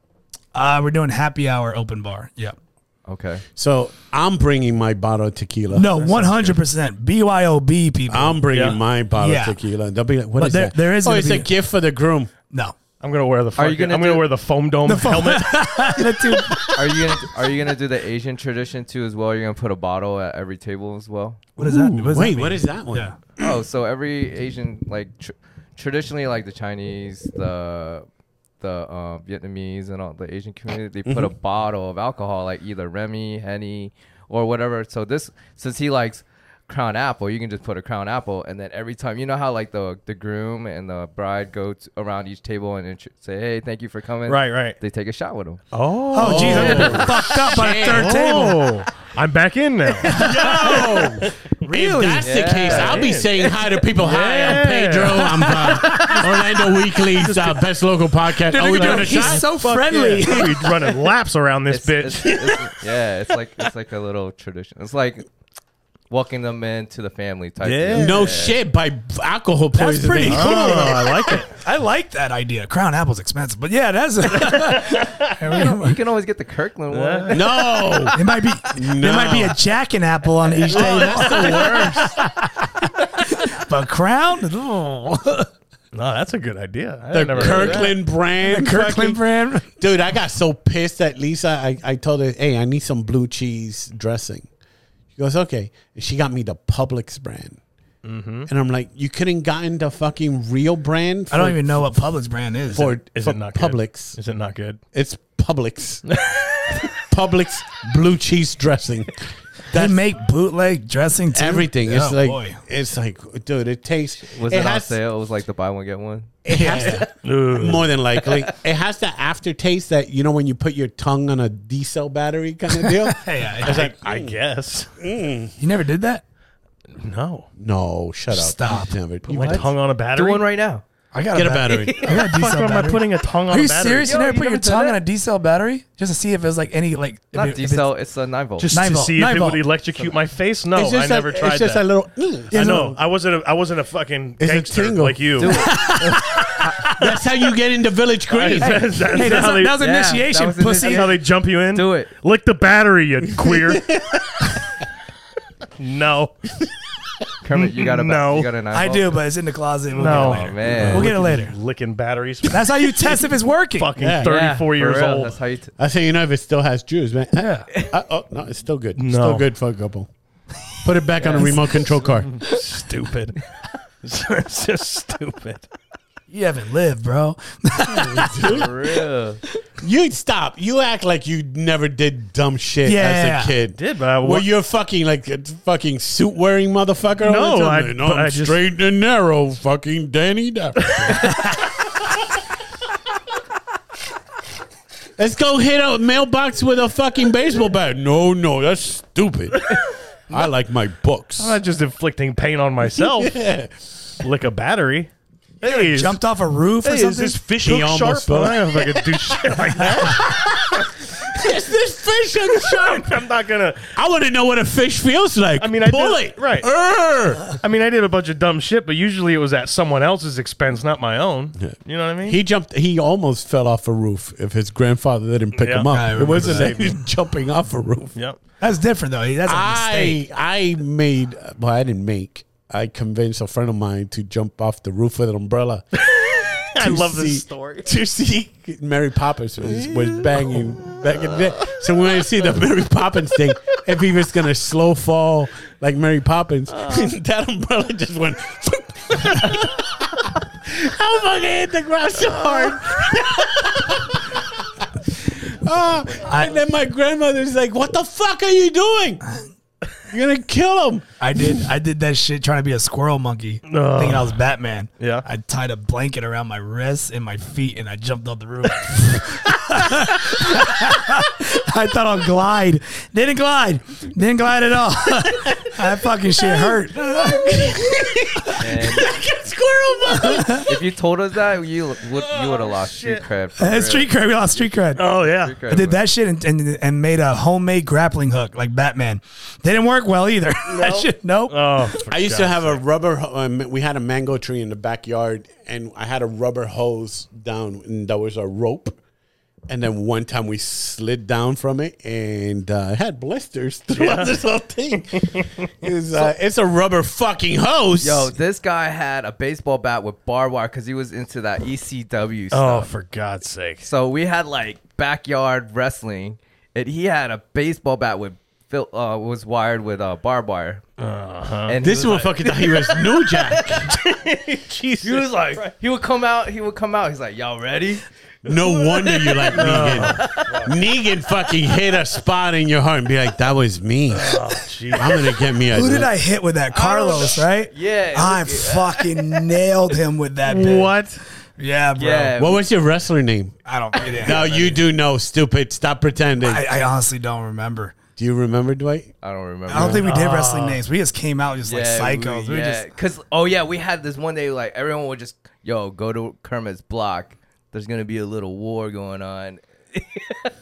Speaker 3: Uh, we're doing happy hour open bar. Yep.
Speaker 4: Okay.
Speaker 2: So I'm bringing my bottle of tequila.
Speaker 3: No, one hundred percent BYOB people.
Speaker 2: I'm bringing
Speaker 1: Yeah.
Speaker 2: my bottle
Speaker 3: Yeah.
Speaker 2: of tequila. They'll be like, what
Speaker 3: But
Speaker 2: is
Speaker 3: there-
Speaker 2: that?
Speaker 3: there is
Speaker 2: Oh,
Speaker 3: gonna
Speaker 2: it's
Speaker 3: be-
Speaker 2: a gift for the groom.
Speaker 3: no,
Speaker 1: I'm gonna wear the.
Speaker 4: Are
Speaker 1: Fucking,
Speaker 4: you gonna
Speaker 1: I'm gonna
Speaker 4: do-
Speaker 1: wear the foam dome helmet.
Speaker 3: The two-
Speaker 4: Are you gonna Are you gonna do the Asian tradition too as well? You're gonna put a bottle at every table as well.
Speaker 3: what is that? What does that
Speaker 2: Wait,
Speaker 3: mean?
Speaker 2: what is that one?
Speaker 3: Yeah.
Speaker 4: Oh, so every Asian like tr- traditionally like the Chinese, the the uh, Vietnamese and all the Asian community, they put a
Speaker 1: Mm-hmm.
Speaker 4: bottle of alcohol like either Remy, Henny, or whatever. So this since he likes Crown Apple, you can just put a Crown Apple, and then every time you know how like the the groom and the bride go t- around each table and intro- say, "Hey, thank you for coming."
Speaker 1: Right, right.
Speaker 4: They take a shot with him.
Speaker 1: Oh,
Speaker 3: Oh, jeez, I'm getting fucked up on a
Speaker 2: Oh.
Speaker 3: third table.
Speaker 1: I'm back in now.
Speaker 2: Really? If that's the
Speaker 4: Yeah.
Speaker 2: case, I'll be
Speaker 1: Yeah.
Speaker 2: saying hi to people. Hi, I'm
Speaker 1: Yeah.
Speaker 2: Pedro. I'm uh, Orlando Weekly's uh, best local podcast. Are we doing a
Speaker 3: He's
Speaker 2: shot?
Speaker 3: so friendly.
Speaker 1: we running laps around this
Speaker 4: It's,
Speaker 1: bitch.
Speaker 4: it's- it's- yeah, it's like it's like a little tradition. It's like welcoming them into the family type.
Speaker 1: Yeah.
Speaker 4: deal.
Speaker 2: No shit by alcohol poisoning.
Speaker 3: pretty
Speaker 1: oh, I like it.
Speaker 3: I like that idea. Crown apple's expensive, but yeah, that's
Speaker 4: You
Speaker 3: it.
Speaker 4: can always get the Kirkland one.
Speaker 1: Yeah.
Speaker 2: No.
Speaker 3: Might be there
Speaker 2: No.
Speaker 3: might be a jack and apple on each
Speaker 2: Oh,
Speaker 3: table,
Speaker 2: that's the worst.
Speaker 3: but crown. Oh.
Speaker 1: No, that's a good idea. I
Speaker 2: The
Speaker 1: never heard of that.
Speaker 2: Kirkland brand.
Speaker 3: Kirkland
Speaker 2: fucking-
Speaker 3: brand.
Speaker 2: Dude, I got so pissed at Lisa. I, I told her, hey, I need some blue cheese dressing. She goes, okay. And she got me the Publix brand. And I'm like, you couldn't gotten the fucking real brand for,
Speaker 3: I don't even know what Publix brand is.
Speaker 2: for,
Speaker 1: Is
Speaker 2: for
Speaker 1: it not
Speaker 2: Publix.
Speaker 1: Good? Is it not good?
Speaker 2: It's Publix. Publix blue cheese dressing.
Speaker 3: they make bootleg dressing too.
Speaker 2: Everything. It's
Speaker 3: Oh,
Speaker 2: like
Speaker 3: boy.
Speaker 2: it's like dude, it tastes
Speaker 4: Was it,
Speaker 2: it,
Speaker 4: on
Speaker 2: has
Speaker 4: sale? It was like the buy one get one.
Speaker 2: it has to- more than likely. It has that aftertaste that you know when you put your tongue on a D cell battery kind of deal.
Speaker 3: Hey, I,
Speaker 1: It's like, I guess.
Speaker 3: you never did that.
Speaker 1: No.
Speaker 2: No, shut up.
Speaker 3: Stop.
Speaker 2: You never- you
Speaker 1: My
Speaker 2: never-
Speaker 1: tongue on a battery.
Speaker 4: Do one right now.
Speaker 3: I got
Speaker 2: Get a battery.
Speaker 3: I got a
Speaker 1: Fuck,
Speaker 3: D-cell
Speaker 1: am I
Speaker 3: battery.
Speaker 1: putting a tongue on
Speaker 3: Are
Speaker 1: a
Speaker 3: you
Speaker 1: battery?
Speaker 3: serious?
Speaker 4: Yo,
Speaker 3: you never
Speaker 4: you
Speaker 3: put your
Speaker 4: never did
Speaker 3: tongue on
Speaker 4: that?
Speaker 3: a D cell battery just to see if it was like any like if it-
Speaker 4: Not
Speaker 3: if it-
Speaker 4: D cell. It's a nine volt.
Speaker 1: Just
Speaker 3: Nine
Speaker 1: to
Speaker 3: volt,
Speaker 1: see
Speaker 3: nine
Speaker 1: if
Speaker 3: volt.
Speaker 1: it would electrocute my face? No,
Speaker 2: It's
Speaker 1: Oh, I
Speaker 2: just
Speaker 1: never
Speaker 2: a,
Speaker 1: tried
Speaker 2: It's just
Speaker 1: that.
Speaker 2: a little.
Speaker 1: I know. I wasn't. A, I wasn't a fucking
Speaker 2: It's a
Speaker 1: gangster
Speaker 2: tingle.
Speaker 1: like you.
Speaker 2: That's how you get into Village Green.
Speaker 1: That's- that's
Speaker 3: Hey, that's
Speaker 1: how
Speaker 3: a,
Speaker 1: they-
Speaker 3: that was
Speaker 4: yeah,
Speaker 3: initiation,
Speaker 4: that was
Speaker 3: pussy.
Speaker 1: That's how they jump you in.
Speaker 4: Do it.
Speaker 1: Lick the battery, you queer. no.
Speaker 4: Kermit, you got a ba-
Speaker 1: No.
Speaker 4: You got a nine
Speaker 3: I
Speaker 4: volt?
Speaker 3: do, but it's in the closet. We'll
Speaker 1: No.
Speaker 3: get it
Speaker 4: Oh,
Speaker 3: later.
Speaker 4: man.
Speaker 3: We'll get it later.
Speaker 1: Licking batteries.
Speaker 3: That's how you test if it's working.
Speaker 1: fucking
Speaker 2: Yeah.
Speaker 1: 34
Speaker 4: Yeah, for
Speaker 1: years
Speaker 4: real,
Speaker 1: old.
Speaker 4: That's how you. T-
Speaker 2: I say you know if it still has juice, man.
Speaker 3: Yeah.
Speaker 2: Uh, oh no, it's still good.
Speaker 1: No.
Speaker 2: Still good for a couple. Put it back on a remote control car.
Speaker 1: stupid. it's just stupid.
Speaker 3: You haven't lived, bro.
Speaker 4: for real.
Speaker 2: You stop. You act like you never did dumb shit
Speaker 3: Yeah.
Speaker 2: as a kid.
Speaker 1: Did, but I
Speaker 2: Were
Speaker 1: wa-
Speaker 2: you a fucking like a fucking suit wearing motherfucker? all
Speaker 1: No,
Speaker 2: the
Speaker 1: I-
Speaker 2: time? no,
Speaker 1: but
Speaker 2: I'm
Speaker 1: I just-
Speaker 2: straight and narrow, fucking Danny Dapper. Let's go hit a mailbox with a fucking baseball bat. No, no, that's stupid. I like my books.
Speaker 1: I'm not just inflicting pain on myself.
Speaker 2: Yeah.
Speaker 1: Lick a battery. Hey, is,
Speaker 3: Jumped off a roof or
Speaker 1: hey, is
Speaker 3: something.
Speaker 1: this fish
Speaker 2: He
Speaker 1: hook sharp?
Speaker 2: almost fell.
Speaker 1: I don't know if I could do shit like that.
Speaker 2: Is this fish and shark?
Speaker 1: I'm not gonna.
Speaker 2: I want to know what a fish feels like.
Speaker 1: I mean, I
Speaker 2: pull
Speaker 1: did-
Speaker 2: it
Speaker 1: right.
Speaker 2: Err.
Speaker 1: I mean, I did a bunch of dumb shit, but usually it was at someone else's expense, not my own. You know what I mean?
Speaker 2: He jumped. He almost fell off a roof if his grandfather didn't pick
Speaker 1: Yeah.
Speaker 2: him up.
Speaker 1: I
Speaker 2: It wasn't that he was jumping off a roof.
Speaker 1: yep.
Speaker 3: That's different though. That's a mistake.
Speaker 2: I I made. Well, I didn't make. I convinced a friend of mine to jump off the roof with an umbrella.
Speaker 1: I love
Speaker 2: see-
Speaker 1: this story.
Speaker 2: To see Mary Poppins was, was banging back in the day. So when I see the Mary Poppins thing, if he was gonna slow fall like Mary Poppins,
Speaker 1: Uh.
Speaker 2: that umbrella just went. I fucking hit the ground so hard. Oh, and then my grandmother's like, "What the fuck are you doing? You're gonna kill him."
Speaker 3: I did. I did that shit trying to be a squirrel monkey,
Speaker 1: Ugh.
Speaker 3: thinking I was Batman.
Speaker 1: Uh, Yeah.
Speaker 3: I tied a blanket around my wrists and my feet, and I jumped off the roof. I thought I'll glide. Didn't glide. Didn't glide at all. that fucking shit hurt.
Speaker 4: And
Speaker 2: Squirrel monkey.
Speaker 4: if you told us that, you would you would have lost street cred. For real.
Speaker 3: That's street cred. We lost street cred.
Speaker 1: Oh yeah.
Speaker 4: Street cred
Speaker 3: I did
Speaker 4: was-
Speaker 3: that shit and, and and made a homemade grappling hook like Batman. They didn't work well either. that shit. Nope.
Speaker 1: Oh, for
Speaker 2: I used to
Speaker 1: God's
Speaker 2: have a rubber. ho- Um, we had a mango tree in the backyard, and I had a rubber hose down, and that was a rope, And then one time we slid down from it and uh, it had blisters throughout this whole thing. it's, uh, it's a rubber fucking hose.
Speaker 4: Yo, this guy had a baseball bat with barbed wire because he was into that ECW
Speaker 1: Oh,
Speaker 4: stuff.
Speaker 1: for God's sake!
Speaker 4: So we had like backyard wrestling, and he had a baseball bat with fil- uh, was wired with uh, barbed wire. And
Speaker 2: this
Speaker 4: he was
Speaker 2: motherfucker thought he was New Jack.
Speaker 4: like, he was like, he would come out, he would come out. He's like, y'all ready?
Speaker 2: No wonder you like Negan. Negan fucking hit a spot in your heart and be like, that was me.
Speaker 3: Oh,
Speaker 2: I'm going to get me a.
Speaker 3: Who did I hit with that? Carlos, right?
Speaker 4: Yeah,
Speaker 3: I
Speaker 4: look at-
Speaker 3: fucking nailed him with that. Bitch.
Speaker 1: What?
Speaker 3: Yeah, bro.
Speaker 4: Yeah.
Speaker 2: What was your wrestler name?
Speaker 3: I don't. I didn't-
Speaker 2: No, you do know, stupid. Stop pretending.
Speaker 3: I, I honestly don't remember.
Speaker 2: do you remember, Dwight?
Speaker 4: I don't remember.
Speaker 3: I don't think we did
Speaker 2: Oh.
Speaker 3: wrestling names. We just came out just like psychos. We,
Speaker 4: We, yeah,
Speaker 3: just
Speaker 4: because oh yeah, we had this one day like everyone would just yo go to Kermit's block. There's gonna be a little war going on.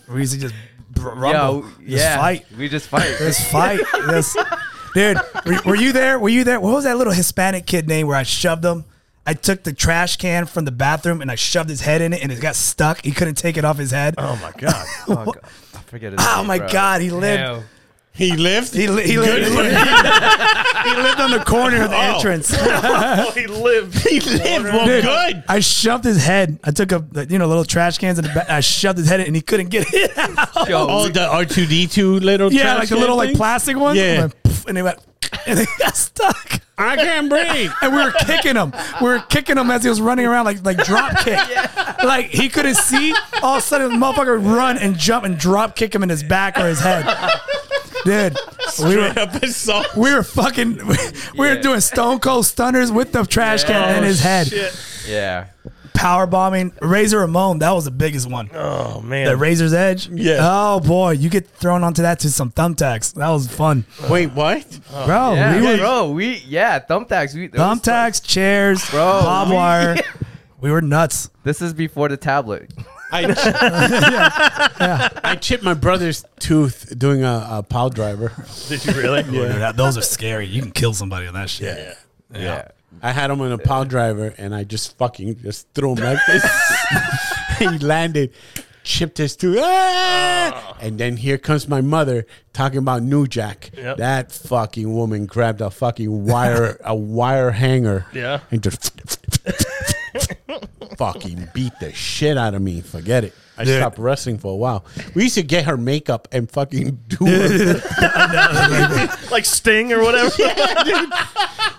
Speaker 3: we used to just br- rumble,
Speaker 4: Yo,
Speaker 3: just
Speaker 4: yeah,
Speaker 3: fight,
Speaker 4: We just fight.
Speaker 3: just fight, just. Dude, were, were you there? Were you there? What was that little Hispanic kid name where I shoved him? I took the trash can from the bathroom and I shoved his head in it, and it got stuck. He couldn't take it off his head.
Speaker 1: Oh my God!
Speaker 4: oh, God. I forget his
Speaker 3: Oh
Speaker 4: name,
Speaker 3: my
Speaker 4: bro.
Speaker 3: God, he lived.
Speaker 4: Damn.
Speaker 2: He lived?
Speaker 3: He, li- he, lived, he, lived, he lived on the corner of the
Speaker 2: Oh.
Speaker 3: entrance.
Speaker 1: he lived.
Speaker 2: He lived. Well,
Speaker 3: Dude,
Speaker 2: good.
Speaker 3: I shoved his head. I took a you know little trash cans and I shoved his head in, and he couldn't get it. out.
Speaker 4: Yo,
Speaker 2: Oh, the R2D2 little
Speaker 3: yeah,
Speaker 2: trash
Speaker 3: like the
Speaker 2: can
Speaker 3: little like
Speaker 2: thing?
Speaker 3: plastic ones.
Speaker 2: Yeah.
Speaker 3: and, then poof, and they went and they got stuck.
Speaker 2: I can't breathe.
Speaker 3: And we were kicking him. We were kicking him as he was running around like like drop kick. Like he couldn't see. All of a sudden, the motherfucker would run and jump and drop kick him in his back or his head. Dude, we were
Speaker 2: Straight up assault.
Speaker 3: we were fucking we were
Speaker 4: Yeah.
Speaker 3: doing stone cold stunners with the trash can
Speaker 4: Yeah.
Speaker 3: in his head.
Speaker 4: yeah.
Speaker 3: Power bombing, Razor Ramon. That was the biggest one.
Speaker 1: Oh man!
Speaker 3: The Razor's Edge.
Speaker 2: Yeah.
Speaker 3: Oh boy, you get thrown onto that to some thumbtacks. That was fun,
Speaker 2: Wait, what?
Speaker 3: bro.
Speaker 4: Yeah,
Speaker 3: we were
Speaker 4: bro, we yeah, thumbtacks. We, there was some-
Speaker 3: thumbtacks, chairs,
Speaker 4: Bro,
Speaker 3: barbed
Speaker 4: we-
Speaker 3: wire. We were nuts.
Speaker 4: This is before the tablet.
Speaker 2: I, I chipped my brother's tooth doing a, a pile driver.
Speaker 1: Did you really?
Speaker 3: those are scary. You can kill somebody on that shit. Yeah.
Speaker 4: Yeah.
Speaker 2: I had him on a pile driver, and I just fucking just threw him like this. he landed, chipped his tooth, ah! and then here comes my mother talking about New Jack.
Speaker 1: Yep.
Speaker 2: That fucking woman grabbed a fucking wire, a wire hanger,
Speaker 1: Yeah.
Speaker 2: and just fucking beat the shit out of me. Forget it. I
Speaker 3: Dude.
Speaker 2: stopped wrestling for a while. We used to get her makeup and fucking do her.
Speaker 1: Like Sting or whatever.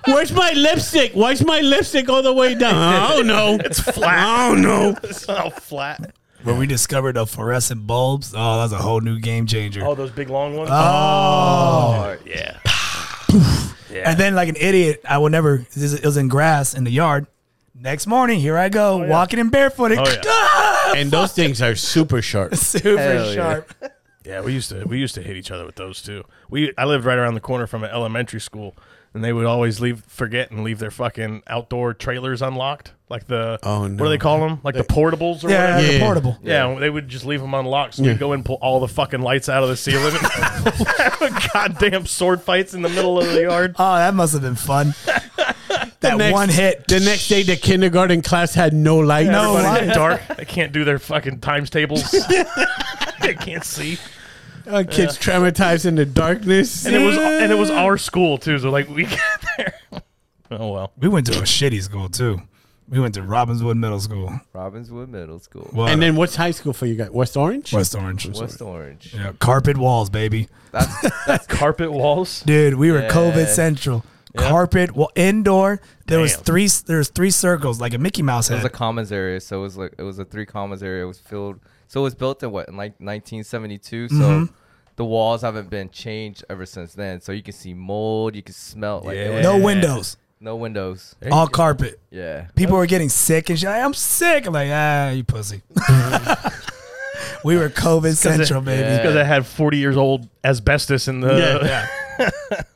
Speaker 2: Where's my lipstick? Why's my lipstick all the way down? I don't know. It's
Speaker 1: flat.
Speaker 2: I don't know.
Speaker 1: It's all flat.
Speaker 3: When we discovered the fluorescent bulbs, oh, that's a whole new game changer.
Speaker 1: Oh, those big long ones.
Speaker 4: Oh,
Speaker 1: yeah.
Speaker 3: And then, like an idiot, I will never. this is- It was in grass in the yard. Next morning, here I go, walking in barefooted.
Speaker 1: Oh, yeah.
Speaker 2: and those things are super sharp.
Speaker 3: Super
Speaker 4: Hell yeah.
Speaker 3: sharp.
Speaker 1: Yeah, we used to we used to hit each other with those too. We I lived right around the corner from an elementary school, and they would always leave forget and leave their fucking outdoor trailers unlocked, like the
Speaker 2: Oh,
Speaker 1: what
Speaker 2: no.
Speaker 1: do they call them? Like the portables or
Speaker 3: Yeah,
Speaker 1: whatever.
Speaker 3: the
Speaker 2: Yeah.
Speaker 3: portable.
Speaker 1: Yeah, they would just leave them unlocked. So we'd go and pull all the fucking lights out of the ceiling. and Goddamn sword fights in the middle of the yard.
Speaker 3: Oh, that must have been fun. that
Speaker 2: next-
Speaker 3: one hit.
Speaker 2: The next day, the kindergarten class had no light.
Speaker 3: No
Speaker 1: Everybody's
Speaker 3: light.
Speaker 1: in the dark. They can't do their fucking times tables. they can't see.
Speaker 2: Uh, kids traumatized in the darkness.
Speaker 1: And it was and it was our school too. So like we got there. Oh well.
Speaker 3: We went to a shitty school too. We went to Robbinswood Middle School.
Speaker 4: Robbinswood Middle School.
Speaker 3: Well,
Speaker 2: And then what's high school for you guys? West Orange.
Speaker 3: West Orange.
Speaker 4: West Orange.
Speaker 3: Yeah, carpet walls, baby.
Speaker 4: That's
Speaker 1: Carpet walls.
Speaker 3: Dude, we were
Speaker 4: Yeah.
Speaker 3: COVID central. Carpet wall, indoor. There was
Speaker 1: Damn.
Speaker 3: three. There was three circles like a Mickey Mouse
Speaker 4: it was
Speaker 3: head.
Speaker 4: a commons area, so it was like it was a three commons area. It was filled. So it was built in what in like 1972. So the walls haven't been changed ever since then. So you can see mold. You can smell like it was-
Speaker 3: no windows,
Speaker 4: no windows.
Speaker 3: all carpet.
Speaker 4: Yeah.
Speaker 3: People were getting sick and shit. Like, I'm sick. I'm like, ah, you pussy. we were COVID central, baby.
Speaker 4: yeah.
Speaker 1: because I had 40 years old asbestos in the.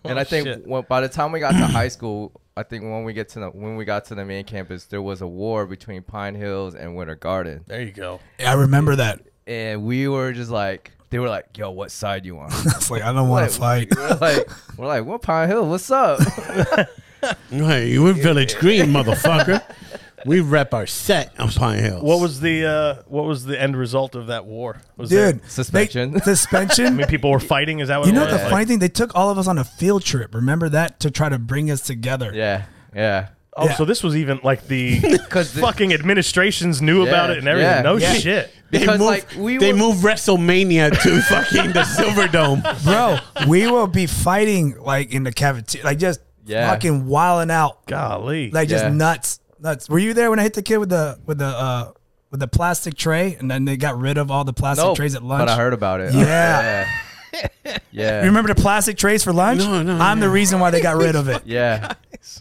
Speaker 4: and I think when, by the time we got to high school, I think when we get to the when we got to the main campus, there was a war between Pine Hills and Winter Garden,
Speaker 1: There you go.
Speaker 3: I remember that.
Speaker 4: and we were just like, they were like, "Yo, what side you on?"
Speaker 3: It's like I don't want
Speaker 4: Like,
Speaker 3: to fight.
Speaker 4: We're like, we're like, "What Pine Hill? What's up?"
Speaker 2: Hey, you were Village Green, motherfucker. we rep our set on Pine Hills.
Speaker 1: What was the uh, what was the end result of that war? Was
Speaker 3: dude.
Speaker 1: there-
Speaker 4: Suspension.
Speaker 3: They, suspension.
Speaker 1: I mean, people were fighting. Is that what
Speaker 3: you
Speaker 1: it
Speaker 3: know
Speaker 4: Oh,
Speaker 1: was?
Speaker 3: the
Speaker 1: Like,
Speaker 3: funny thing? They took all of us on a field trip. Remember that to try to bring us together.
Speaker 4: Yeah, yeah.
Speaker 1: Oh,
Speaker 3: Yeah.
Speaker 1: so this was even like the
Speaker 4: 'Cause the-
Speaker 1: fucking administrations knew
Speaker 4: Yeah,
Speaker 1: about it and everything.
Speaker 4: yeah,
Speaker 1: no
Speaker 4: yeah.
Speaker 1: shit.
Speaker 2: they
Speaker 4: Because
Speaker 2: moved,
Speaker 4: like we
Speaker 2: they
Speaker 4: were,
Speaker 2: moved WrestleMania to fucking the Silver Dome.
Speaker 3: bro. We will be fighting like in the cafeteria, like just
Speaker 4: Yeah.
Speaker 3: fucking wilding out,
Speaker 1: Golly.
Speaker 3: like just
Speaker 4: Yeah.
Speaker 3: nuts, nuts. Were you there when I hit the kid with the with the uh with the plastic tray, and then they got rid of all the plastic
Speaker 4: no,
Speaker 3: trays at lunch?
Speaker 4: Oh, But I heard about it.
Speaker 3: Yeah.
Speaker 4: yeah. yeah.
Speaker 3: You remember the plastic trays for lunch?
Speaker 2: No, no,
Speaker 3: I'm the reason why they got rid of it.
Speaker 4: Yeah,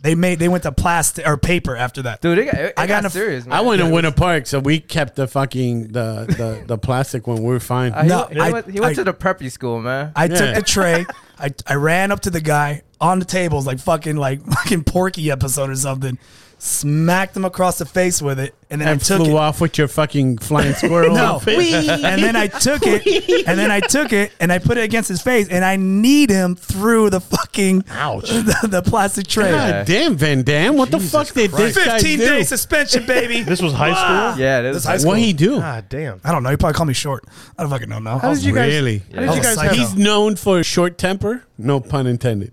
Speaker 3: They made they went to plastic or paper after that.
Speaker 4: dude, it got, it, it
Speaker 3: I got
Speaker 4: got
Speaker 3: in a-
Speaker 4: serious. Man.
Speaker 2: I went to Winter Park, so we kept the fucking the the, the plastic one. We were fine.
Speaker 4: Uh, he,
Speaker 3: No,
Speaker 4: went- he
Speaker 3: I-
Speaker 4: went, he went
Speaker 3: I-
Speaker 4: to the preppy school, man.
Speaker 3: I took
Speaker 2: Yeah.
Speaker 3: the tray. I, I ran up to the guy on the tables like fucking like fucking Porky episode or something. Smacked him across the face with it, and then
Speaker 2: and
Speaker 3: I took
Speaker 2: flew
Speaker 3: it.
Speaker 2: off with your fucking flying squirrel.
Speaker 3: No.
Speaker 2: outfit.
Speaker 3: and then I took it, and then I took it, and I put it against his face, and I kneed him through the fucking
Speaker 1: Ouch.
Speaker 3: the, the plastic tray.
Speaker 2: God damn, Van Dam! What the fuck did this guy
Speaker 3: Fifteen
Speaker 2: do?
Speaker 3: day suspension, baby.
Speaker 1: This was high school.
Speaker 4: yeah, this is
Speaker 3: high
Speaker 2: what he do?
Speaker 1: God damn.
Speaker 3: I don't know. He probably called me short. I don't fucking know now. I was-
Speaker 1: you guys-
Speaker 2: really?
Speaker 1: How did
Speaker 3: I
Speaker 1: you
Speaker 3: was
Speaker 1: guys
Speaker 3: a
Speaker 1: have?
Speaker 3: psycho.
Speaker 2: He's known for short temper. No pun intended.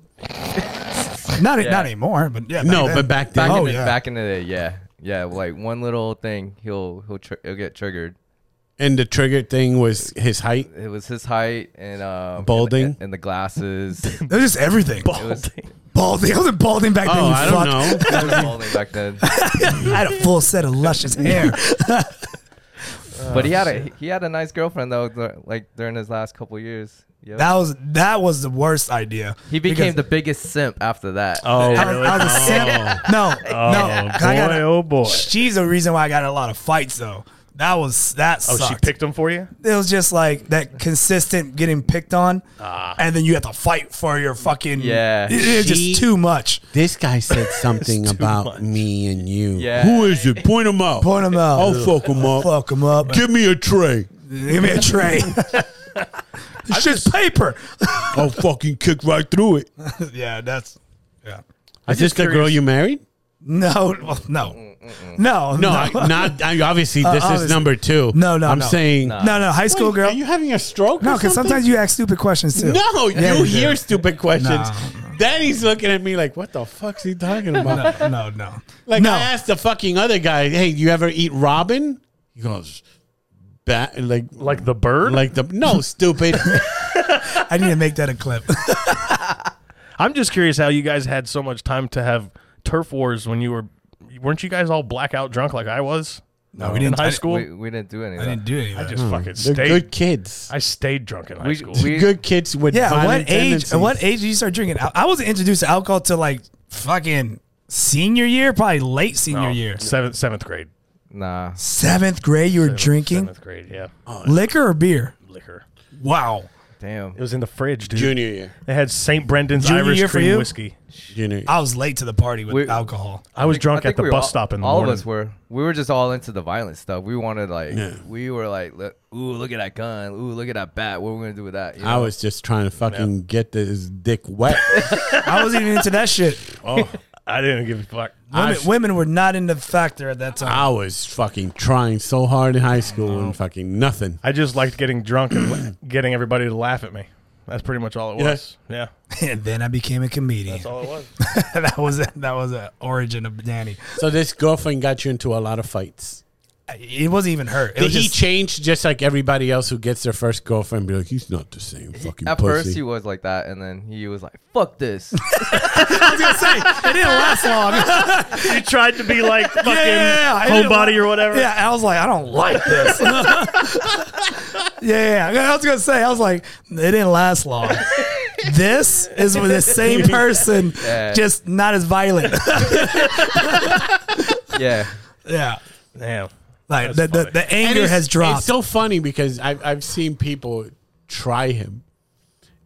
Speaker 3: not not
Speaker 4: Yeah.
Speaker 3: anymore, but yeah. back
Speaker 2: No,
Speaker 3: then.
Speaker 2: but back then.
Speaker 4: back
Speaker 3: Oh,
Speaker 4: in the,
Speaker 3: yeah.
Speaker 4: back in the day. Yeah, yeah. Like one little thing, he'll he'll tr- he'll get triggered.
Speaker 2: And the trigger thing was his height.
Speaker 4: It was his height and um, and-
Speaker 2: Balding?
Speaker 4: and, the glasses. it
Speaker 3: it was just everything.
Speaker 4: was, it
Speaker 3: Balding. I wasn't balding back then.
Speaker 2: Oh,
Speaker 3: you
Speaker 2: I
Speaker 3: fuck.
Speaker 2: don't know.
Speaker 4: was balding back then.
Speaker 3: I had a full set of luscious hair.
Speaker 4: But he had a he had a nice girlfriend though. dur- Like during his last couple years. Yep.
Speaker 3: That was that was the worst idea.
Speaker 4: he became
Speaker 3: because
Speaker 4: the biggest simp after that.
Speaker 1: Oh,
Speaker 3: I was,
Speaker 1: really?
Speaker 3: I was a simp. No, no.
Speaker 1: Oh,
Speaker 3: 'cause I got
Speaker 1: boy,
Speaker 3: a-
Speaker 1: oh, boy.
Speaker 3: She's the reason why I got in a lot of fights though. That was that
Speaker 1: Oh,
Speaker 3: sucked.
Speaker 1: she picked him for you.
Speaker 3: it was just like that consistent getting picked on,
Speaker 1: Ah.
Speaker 3: and then you have to fight for your fucking
Speaker 4: Yeah.
Speaker 3: It, it's
Speaker 2: She-
Speaker 3: just too much.
Speaker 2: This guy said something
Speaker 1: It's too
Speaker 2: about
Speaker 1: much.
Speaker 2: me and you.
Speaker 4: Yeah.
Speaker 2: Who is it? Point him out.
Speaker 3: Point him out.
Speaker 2: I'll fuck him up.
Speaker 3: Oh, Fuck him up.
Speaker 2: Give me a tray.
Speaker 3: Give me a tray. It's just paper.
Speaker 2: I'll fucking kick right through it.
Speaker 3: yeah, that's yeah.
Speaker 2: Is this the
Speaker 1: curious.
Speaker 2: girl you married?
Speaker 3: No, well,
Speaker 1: Mm,
Speaker 3: no, no,
Speaker 2: No, I, not I, obviously. This
Speaker 3: obviously.
Speaker 2: is number two.
Speaker 3: No, no,
Speaker 2: I'm
Speaker 3: no.
Speaker 2: saying
Speaker 3: no, no. High school
Speaker 2: Wait,
Speaker 3: girl.
Speaker 2: Are you having a stroke?
Speaker 3: No,
Speaker 2: because
Speaker 3: because sometimes you ask stupid questions too.
Speaker 2: No,
Speaker 3: Yeah,
Speaker 2: you
Speaker 3: you do.
Speaker 2: hear stupid questions.
Speaker 3: No.
Speaker 2: Daddy's looking at me like, "What the fuck's he talking about?"
Speaker 3: no, no, no.
Speaker 2: Like
Speaker 3: no.
Speaker 2: I asked the fucking other guy, "Hey, you ever eat robin?" He goes, "Bat like
Speaker 1: Like the bird.
Speaker 2: like the no stupid."
Speaker 3: I need to make that a clip.
Speaker 1: I'm just curious how you guys had so much time to have turf wars when you were. Weren't you guys all blackout drunk like I was? No,
Speaker 3: we didn't- Mm.
Speaker 1: In high
Speaker 3: I-
Speaker 1: school,
Speaker 4: We, we didn't do anything.
Speaker 3: do anything.
Speaker 1: I just fucking
Speaker 2: They're
Speaker 1: stayed.
Speaker 2: good kids.
Speaker 1: I stayed drunk in high
Speaker 4: We,
Speaker 1: school.
Speaker 4: we,
Speaker 2: good kids with
Speaker 3: yeah, at what
Speaker 2: violent
Speaker 3: age?
Speaker 2: tendencies.
Speaker 3: At what age did you start drinking? al- I wasn't introduced to alcohol till like fucking senior year, probably late senior
Speaker 1: No,
Speaker 3: year.
Speaker 1: seventh seventh grade.
Speaker 4: nah.
Speaker 3: Seventh grade, you were drinking
Speaker 1: Seventh grade, yeah.
Speaker 3: liquor or beer?
Speaker 1: Oh, Liquor.
Speaker 3: Wow.
Speaker 4: Damam.
Speaker 1: It was in the fridge, dude.
Speaker 2: Junior year.
Speaker 1: They had St. Brendan's
Speaker 3: Junior
Speaker 1: Irish
Speaker 3: year for
Speaker 1: cream
Speaker 3: you?
Speaker 1: whiskey.
Speaker 2: Junior. Year.
Speaker 3: I was late to the party with
Speaker 4: We-
Speaker 3: alcohol.
Speaker 1: I was drunk at
Speaker 4: I think
Speaker 1: the
Speaker 4: we were
Speaker 1: bus
Speaker 4: all-
Speaker 1: stop in the
Speaker 4: all
Speaker 1: morning.
Speaker 4: of us were. We were just all into the violent stuff. We wanted like
Speaker 2: Yeah.
Speaker 4: we were like, look, ooh, look at that gun. Ooh, look at that bat. What are we gonna do with that? You
Speaker 2: I
Speaker 4: know?
Speaker 2: was just trying to fucking get this dick wet.
Speaker 3: I wasn't even into that shit.
Speaker 1: Oh, I didn't give a fuck.
Speaker 3: Women,
Speaker 2: I've-
Speaker 3: women were not in the factor at that time.
Speaker 2: I was fucking trying so hard in high school and fucking nothing.
Speaker 1: I just liked getting drunk and la- getting everybody to laugh at me. That's pretty much all it
Speaker 2: Yeah.
Speaker 1: was. Yeah,
Speaker 3: and then I became a comedian.
Speaker 1: that's all it was.
Speaker 3: that was that was the origin of Danny.
Speaker 2: So this girlfriend got you into a lot of fights.
Speaker 3: It wasn't even her. It
Speaker 2: Did
Speaker 3: was
Speaker 2: he
Speaker 3: just-
Speaker 2: change just like everybody else who gets their first girlfriend? Be like, he's not the same fucking
Speaker 4: At
Speaker 2: pussy.
Speaker 4: first he was like that, and then he was like, "Fuck this."
Speaker 3: I was gonna say it didn't last long.
Speaker 1: you tried to be like fucking
Speaker 3: yeah, yeah, yeah. I didn't
Speaker 1: homebody
Speaker 3: like-
Speaker 1: or whatever.
Speaker 3: Yeah, I was like, I don't like this. yeah, yeah, yeah. I was gonna say, I was like, it didn't last long. this is with the same person,
Speaker 4: Yeah.
Speaker 3: just not as violent.
Speaker 4: yeah,
Speaker 3: yeah,
Speaker 1: Damn.
Speaker 3: like the, the,
Speaker 1: funny.
Speaker 3: the
Speaker 2: And
Speaker 3: anger
Speaker 2: it's-
Speaker 3: has dropped.
Speaker 2: It's so funny because I've, I've seen people try him,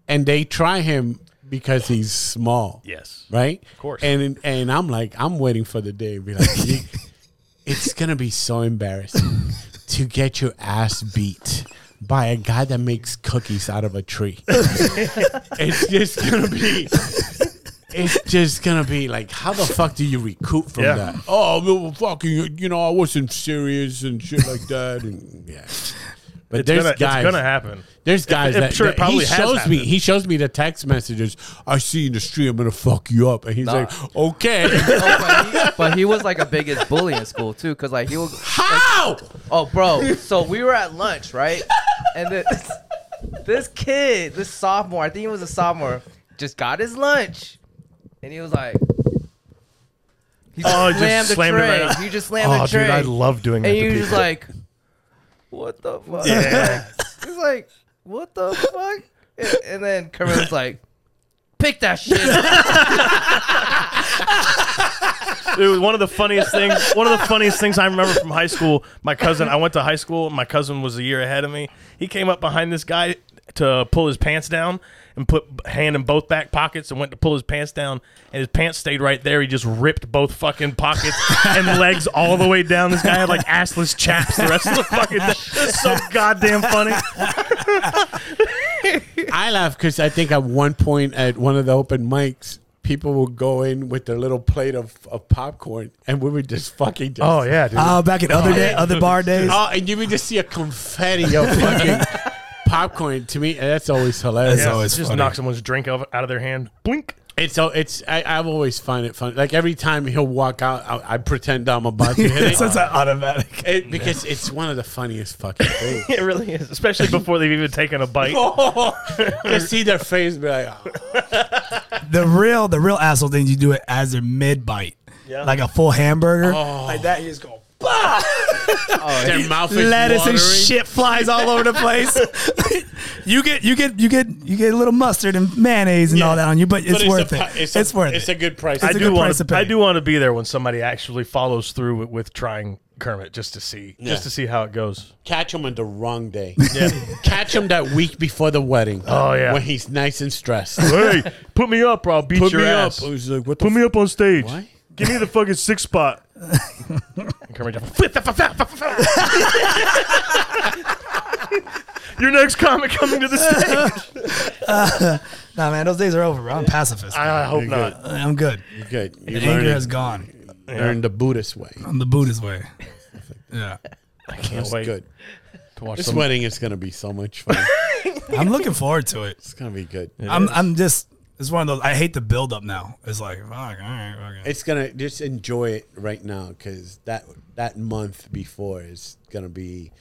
Speaker 2: and they try him because he's small.
Speaker 1: Yes.
Speaker 2: Right. Of
Speaker 1: course.
Speaker 2: And and I'm like, I'm waiting for the day. to Be like, "You- it's gonna be so embarrassing to get your ass beat by a guy that makes cookies out of a tree. it's just gonna be. it's just gonna be like, how the fuck do you recoup from
Speaker 1: Yeah.
Speaker 2: that? Oh, well, fucking, you know, I wasn't serious and shit like that, and yeah. But
Speaker 1: It's
Speaker 2: there's
Speaker 1: gonna,
Speaker 2: guys.
Speaker 1: it's gonna happen.
Speaker 2: There's guys
Speaker 1: I'm
Speaker 2: that,
Speaker 1: sure it
Speaker 2: that
Speaker 1: probably
Speaker 2: he
Speaker 1: has
Speaker 2: shows me.
Speaker 1: happened.
Speaker 2: He shows me the text messages. I see in the street. I'm gonna fuck you up, and he's
Speaker 4: Nah.
Speaker 2: like, okay,
Speaker 4: No, Oh, but, he, but he was like a biggest bully in school too, because like he would.
Speaker 2: how?
Speaker 4: Oh, bro. So we were at lunch, right? And then this kid, this sophomore, I think he was a sophomore, just got his lunch, and he was like, he just
Speaker 1: Oh, he just
Speaker 4: slammed the
Speaker 1: slammed it
Speaker 4: tray.
Speaker 1: right up.
Speaker 4: He just slammed
Speaker 1: Oh,
Speaker 4: the tray,
Speaker 1: dude, I love doing that.
Speaker 4: and
Speaker 1: to
Speaker 4: you
Speaker 1: people.
Speaker 4: just like, what the fuck?
Speaker 1: Yeah.
Speaker 4: He's like, what the fuck? And, and then Kareem's like, pick that shit. up."
Speaker 1: It was one of the funniest things. One of the funniest things I remember from high school. My cousin. I went to high school. My cousin was a year ahead of me. He came up behind this guy to pull his pants down and put hand in both back pockets and went to pull his pants down and his pants stayed right there. He just ripped both fucking pockets and legs all the way down. This guy had like assless chaps the rest of the fucking day. It's so goddamn funny.
Speaker 2: I laugh because I think at one point at one of the open mics, people will go in with their little plate of, of popcorn, and we would just fucking. Just,
Speaker 1: Oh yeah, dude.
Speaker 3: Oh, back in other day, other bar days.
Speaker 2: Oh, and you would just see a confetti of fucking popcorn. To me, that's always hilarious.
Speaker 1: yeah,
Speaker 5: always
Speaker 1: just
Speaker 5: funny.
Speaker 1: knock someone's drink out out of their hand. Blink.
Speaker 2: It's so it's I, I've always find it fun. Like every time he'll walk out, I, I pretend I'm about to hit
Speaker 3: it's
Speaker 2: it,
Speaker 3: it's an automatic.
Speaker 2: It- because it's one of the funniest fucking things.
Speaker 1: It really is, Oh, especially before they've even taken a bite.
Speaker 3: Oh.
Speaker 2: you see their face be like, oh.
Speaker 3: The real, the real asshole thing you do it as a mid bite, like a full hamburger,
Speaker 2: Oh.
Speaker 3: like that. You just go. Bah!
Speaker 2: their mouth is
Speaker 3: Lettuce
Speaker 2: watering.
Speaker 3: and shit flies all over the place. you get, you get, you get, you get a little mustard and mayonnaise and all that on you, but it's,
Speaker 2: But
Speaker 3: worth
Speaker 2: a,
Speaker 3: it.
Speaker 2: pi-
Speaker 3: It's,
Speaker 2: a-
Speaker 3: worth
Speaker 2: It's
Speaker 3: it.
Speaker 2: a good price.
Speaker 1: I
Speaker 3: a
Speaker 1: do
Speaker 3: good
Speaker 1: want
Speaker 3: price
Speaker 1: to.
Speaker 3: to pay.
Speaker 1: I do want to be there when somebody actually follows through with, with trying Kermit just to see, just to see how it goes.
Speaker 2: catch him on the wrong day. catch him that week before the wedding.
Speaker 1: Oh, yeah.
Speaker 2: when he's nice and stressed.
Speaker 1: hey, put me up, or I'll beat
Speaker 2: Put
Speaker 1: your
Speaker 2: me
Speaker 1: ass.
Speaker 2: up. I was like, what the
Speaker 1: Put me up on stage.
Speaker 2: Why?
Speaker 1: Give me the fucking six spot. And Kermit just- Your next comic coming to the stage.
Speaker 3: Nah, man, those days are over. Bro. I'm pacifist.
Speaker 1: I hope
Speaker 2: Very
Speaker 1: not.
Speaker 3: I'm good.
Speaker 2: f- good. You
Speaker 3: Anger is
Speaker 2: learned,
Speaker 3: gone.
Speaker 2: learned the Buddhist way.
Speaker 3: I'm the Buddha's way. Yeah,
Speaker 1: I can't
Speaker 2: That's
Speaker 1: wait
Speaker 2: good.
Speaker 1: to watch
Speaker 2: This
Speaker 1: some.
Speaker 2: wedding is gonna be so much fun.
Speaker 3: I'm looking forward to it.
Speaker 2: it's gonna be good.
Speaker 3: I'm, I'm just. It's one of those. I hate the build up now. It's like, fuck, all right, okay.
Speaker 2: It's gonna just enjoy it right now because that that month before is gonna be.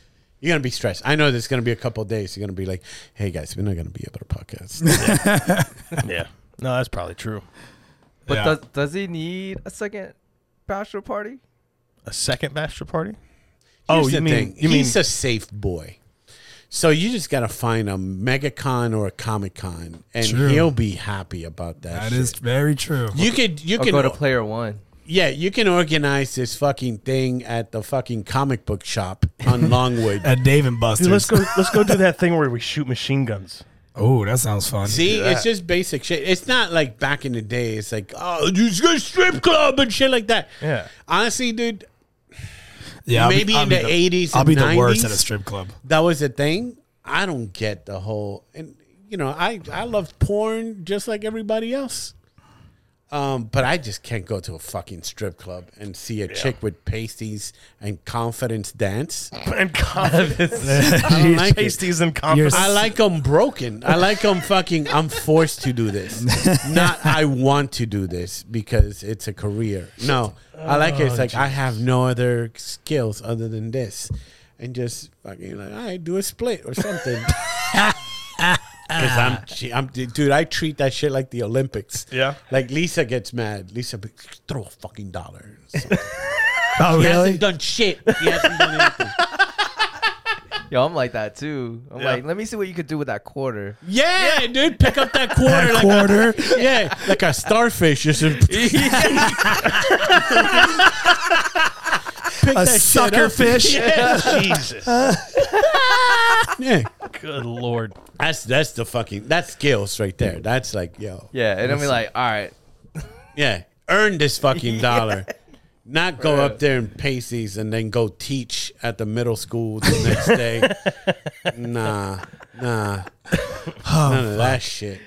Speaker 2: You're gonna be stressed. I know there's gonna be a couple of days. You're gonna be like, "Hey guys, we're not gonna be able to podcast."
Speaker 1: Yeah, no, that's probably true.
Speaker 4: But
Speaker 3: Yeah.
Speaker 4: does does he need a second bachelor party?
Speaker 1: A second bachelor party.
Speaker 2: Here's
Speaker 1: oh, you
Speaker 2: the
Speaker 1: mean
Speaker 2: thing.
Speaker 1: you mean
Speaker 2: he's a safe boy. So you just gotta find a mega con or a comic con, and
Speaker 3: True.
Speaker 2: he'll be happy about that.
Speaker 3: That is very true.
Speaker 2: You could you
Speaker 4: I'll
Speaker 2: can
Speaker 4: go to player one.
Speaker 2: yeah you can organize this fucking thing at the fucking comic book shop on Longwood.
Speaker 3: At Dave and Buster's.
Speaker 1: Dude, let's go. Let's go do that thing where we shoot machine guns.
Speaker 3: Oh, that sounds fun.
Speaker 2: See, it's just basic shit. It's not like back in the day. It's like, oh, you just go strip club and shit like that.
Speaker 1: Yeah.
Speaker 2: Honestly, dude,
Speaker 3: yeah, I'll be-
Speaker 2: maybe
Speaker 3: I'll
Speaker 2: in
Speaker 3: be
Speaker 2: the eighties,
Speaker 3: I'll be the worst at a
Speaker 2: strip.
Speaker 3: strip club.
Speaker 2: that was the thing. I don't get the whole and you know, I I love porn just like everybody else. Um, but I just can't go to a fucking strip club and see a chick with pasties and confidence dance.
Speaker 1: and confidence.
Speaker 2: I don't like it.
Speaker 1: Pasties and confidence.
Speaker 2: I like them broken. I like them fucking. I'm forced to do this, not I want to do this because it's a career. No, I like
Speaker 3: Oh,
Speaker 2: it. It's like I have no other skills other than this, and just fucking like I do a split or something. Because I'm, che- I'm, dude, I treat that shit like the Olympics.
Speaker 1: Yeah.
Speaker 2: Like Lisa gets mad. Lisa, be, throw a fucking dollar.
Speaker 3: Oh,
Speaker 2: He
Speaker 3: really?
Speaker 2: hasn't done shit. He hasn't done anything.
Speaker 4: Yo, I'm like that too. I'm
Speaker 1: Yeah.
Speaker 4: like, let me see what you could do with that quarter.
Speaker 2: Yeah, dude, pick up that quarter.
Speaker 3: That
Speaker 2: like
Speaker 3: quarter.
Speaker 2: A, yeah, like a starfish. Just pick
Speaker 3: A
Speaker 2: that shit
Speaker 3: sucker
Speaker 2: up.
Speaker 3: fish.
Speaker 1: Ah,
Speaker 2: Yeah.
Speaker 1: Jesus.
Speaker 2: yeah,
Speaker 1: Good lord.
Speaker 2: that's that's the fucking that's skills right there. That's like yo,
Speaker 4: Yeah, and I'm like, all right,
Speaker 2: yeah, earn this fucking dollar. Not go up there and pasties and then go teach at the middle school the next day. Oh, nah, nah, none of that shit.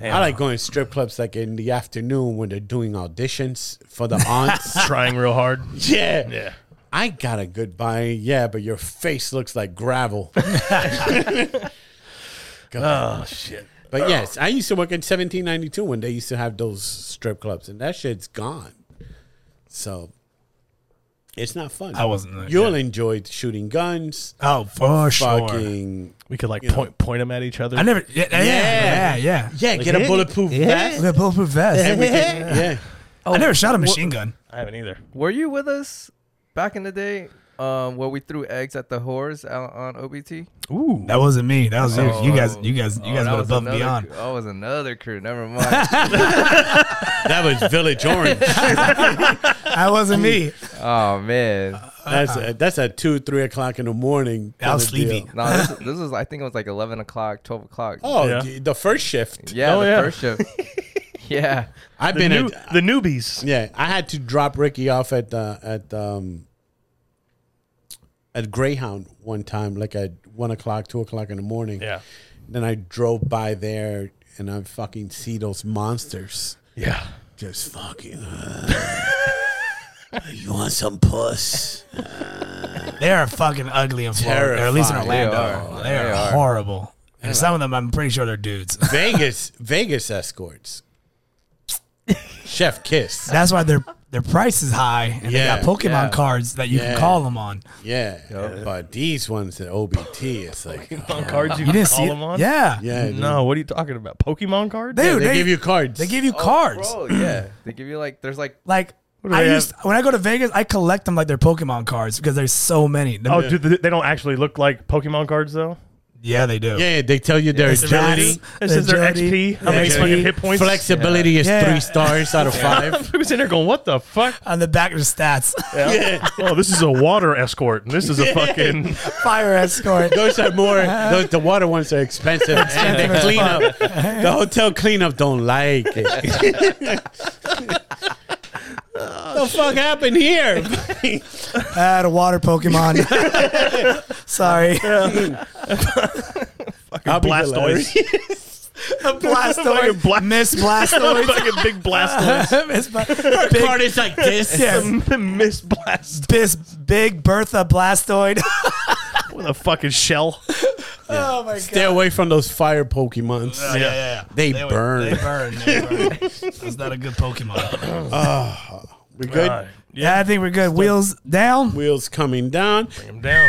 Speaker 2: I like going to strip clubs like in the afternoon when they're doing auditions for the aunts.
Speaker 1: Trying real hard.
Speaker 2: yeah.
Speaker 1: Yeah.
Speaker 2: I got a good buy, yeah, but your face looks like gravel.
Speaker 1: Oh shit.
Speaker 2: But yes, I used to work in 1792 when they used to have those strip clubs, and that shit's gone. So it's not fun.
Speaker 3: I wasn't there,
Speaker 2: You'll
Speaker 3: yeah.
Speaker 2: enjoy shooting guns,
Speaker 3: Oh, for sure.
Speaker 2: fucking
Speaker 1: We could like
Speaker 2: You know.
Speaker 1: point point them at each other.
Speaker 3: I never. Yeah, yeah,
Speaker 2: Yeah.
Speaker 3: yeah. yeah,
Speaker 2: yeah, get a
Speaker 1: yeah.
Speaker 2: bulletproof
Speaker 6: We
Speaker 2: vest. Oh.
Speaker 6: have bulletproof vests.
Speaker 2: everything. yeah.
Speaker 3: I never shot a machine gun.
Speaker 1: I haven't either.
Speaker 4: Were you with us back in the day um, where we threw eggs at the whores out on OBT?
Speaker 1: Ooh.
Speaker 3: That wasn't me. That was you. You guys. You guys.
Speaker 4: Oh,
Speaker 3: You guys
Speaker 4: that
Speaker 3: went
Speaker 4: was
Speaker 3: above and
Speaker 4: another
Speaker 3: beyond.
Speaker 4: Crew. That was another crew. Never mind.
Speaker 2: That was Village Orange.
Speaker 3: That wasn't me.
Speaker 4: oh man.
Speaker 2: That's a, that's at two, three o'clock in the morning.
Speaker 3: I was
Speaker 2: kind of deal.
Speaker 3: sleepy.
Speaker 4: No, this, this was I think it was like eleven o'clock, twelve o'clock.
Speaker 2: Oh,
Speaker 1: Yeah.
Speaker 2: the- the first shift.
Speaker 4: yeah,
Speaker 1: Oh,
Speaker 4: the
Speaker 1: yeah.
Speaker 4: first shift. yeah.
Speaker 2: I've
Speaker 1: The,
Speaker 2: been
Speaker 1: new,
Speaker 2: at,
Speaker 1: the newbies.
Speaker 2: yeah. I had to drop Ricky off at uh, at um at Greyhound one time, like at one o'clock, two o'clock in the morning.
Speaker 1: Yeah.
Speaker 2: Then I drove by there and I fucking see those monsters
Speaker 1: Yeah.
Speaker 2: just fucking. uh, you want some puss?
Speaker 3: They are fucking ugly in Florida, or at least in
Speaker 2: Terrifying.
Speaker 3: Orlando.
Speaker 4: They
Speaker 3: They
Speaker 4: are.
Speaker 3: are,
Speaker 4: They are.
Speaker 3: horrible. And some of them, I'm pretty sure they're dudes.
Speaker 2: Vegas, Vegas escorts. Chef Kiss.
Speaker 3: That's why their their price is high, and
Speaker 2: Yeah.
Speaker 3: they got Pokemon
Speaker 4: Yeah.
Speaker 3: cards that you
Speaker 2: Yeah.
Speaker 3: can call them on.
Speaker 2: Yeah, but these ones at OBT, it's like,
Speaker 1: Pokemon cards you,
Speaker 3: You didn't
Speaker 1: call
Speaker 3: see it?
Speaker 1: them on?
Speaker 3: Yeah,
Speaker 2: yeah, dude.
Speaker 1: No, what are you talking about? Pokemon cards?
Speaker 3: Dude,
Speaker 2: they,
Speaker 3: they,
Speaker 2: give you cards.
Speaker 3: they give you cards.
Speaker 4: Oh, bro, yeah. They give you like there's like
Speaker 3: Like
Speaker 1: do
Speaker 3: I
Speaker 1: they
Speaker 3: used when I go to Vegas, I collect them like they're Pokemon cards because there's so many. Them-
Speaker 1: oh, dude, they they don't actually look like Pokemon cards though.
Speaker 3: yeah, they do.
Speaker 2: yeah, they tell you their
Speaker 3: It's
Speaker 2: agility.
Speaker 3: fast,
Speaker 1: This is their
Speaker 3: agility,
Speaker 1: XP. How many
Speaker 3: XP.
Speaker 1: fucking hit points?
Speaker 2: Flexibility is
Speaker 3: Yeah.
Speaker 2: three stars out of five.
Speaker 1: I was in there going, what the fuck?
Speaker 3: on the back of the stats?
Speaker 1: oh, this is a water escort, and this is a fucking.
Speaker 3: Fire escort.
Speaker 2: Those are more. Those, the water ones are expensive, and the cleanup, the hotel cleanup don't like it. the fuck happened here?
Speaker 3: I had a water Pokemon. Sorry,
Speaker 2: I'll be
Speaker 1: Blastoise.
Speaker 2: hilarious.
Speaker 1: Fucking
Speaker 3: Blastoise,
Speaker 1: Bla-
Speaker 3: Miss Blastoise.
Speaker 1: fucking big Blastoise.
Speaker 3: Miss Bla- big,
Speaker 2: Card is like this.
Speaker 3: yeah,
Speaker 1: Miss Blast
Speaker 3: Miss Big Bertha Blastoid.
Speaker 1: with a fucking shell.
Speaker 3: oh my god.
Speaker 2: Stay away from those fire Pokemons.
Speaker 3: Oh, yeah, yeah, yeah.
Speaker 2: They
Speaker 3: would-
Speaker 2: burn.
Speaker 3: They burn. They burn. That's not a good Pokemon.
Speaker 2: We good?
Speaker 1: Uh,
Speaker 3: Yeah, I think we're good. Wheels down.
Speaker 2: Wheels coming down.
Speaker 1: I'm down.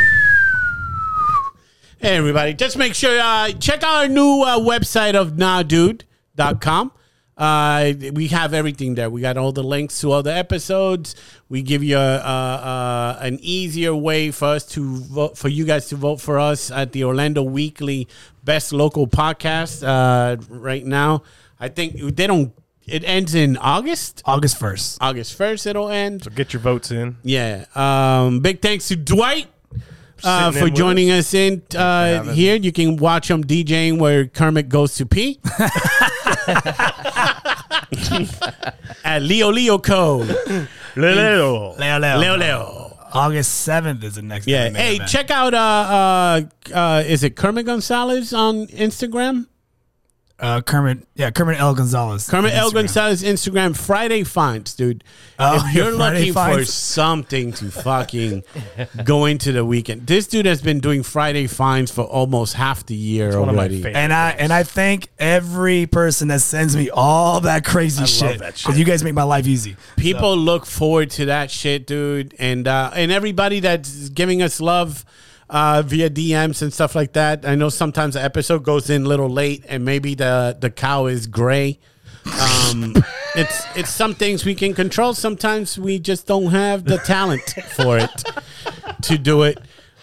Speaker 2: Hey, everybody, just make sure uh, check out our new uh, website of nahdude.com. Uh, we have everything there. We got all the links to all the episodes. We give you a, a, a, an easier way for us to vote, for you guys to vote for us at the Orlando Weekly Best Local Podcast uh, right now. I think they don't. It ends in August.
Speaker 3: August first.
Speaker 2: August first, it'll end.
Speaker 1: Get your votes in.
Speaker 2: Yeah. Um, big thanks to Dwight uh,
Speaker 1: Sitting in
Speaker 2: for
Speaker 1: with
Speaker 2: joining us in uh, here. You can watch him DJing where Kermit goes to pee. At Leo Leo Co.
Speaker 1: Leo.
Speaker 3: Leo, Leo.
Speaker 2: Leo Leo.
Speaker 3: August seventh is the next.
Speaker 2: Yeah.
Speaker 3: main
Speaker 2: Hey,
Speaker 3: event.
Speaker 2: check out uh, uh, uh, is it Kermit Gonzalez on Instagram?
Speaker 3: uh, Kermit. Yeah, Kermit L Gonzalez.
Speaker 2: Kermit
Speaker 3: on
Speaker 2: L.
Speaker 3: Instagram.
Speaker 2: Gonzalez Instagram Friday finds, dude.
Speaker 3: Oh,
Speaker 2: if you're
Speaker 3: Friday
Speaker 2: looking for
Speaker 3: finds.
Speaker 2: something to fucking go into the weekend, this dude has been doing Friday finds for almost half the year
Speaker 1: one of my
Speaker 2: already.
Speaker 1: favorite.
Speaker 3: And I and I thank every person that sends me all that crazy shit
Speaker 1: that shit.
Speaker 3: because you guys make my life easy.
Speaker 2: People look forward to that shit, dude, and uh, and everybody that's giving us love uh, via DMs and stuff like that. I know sometimes the episode goes in a little late, and maybe the the cow is gray. Um, it's it's some things we can control. Sometimes we just don't have the talent for it to do it.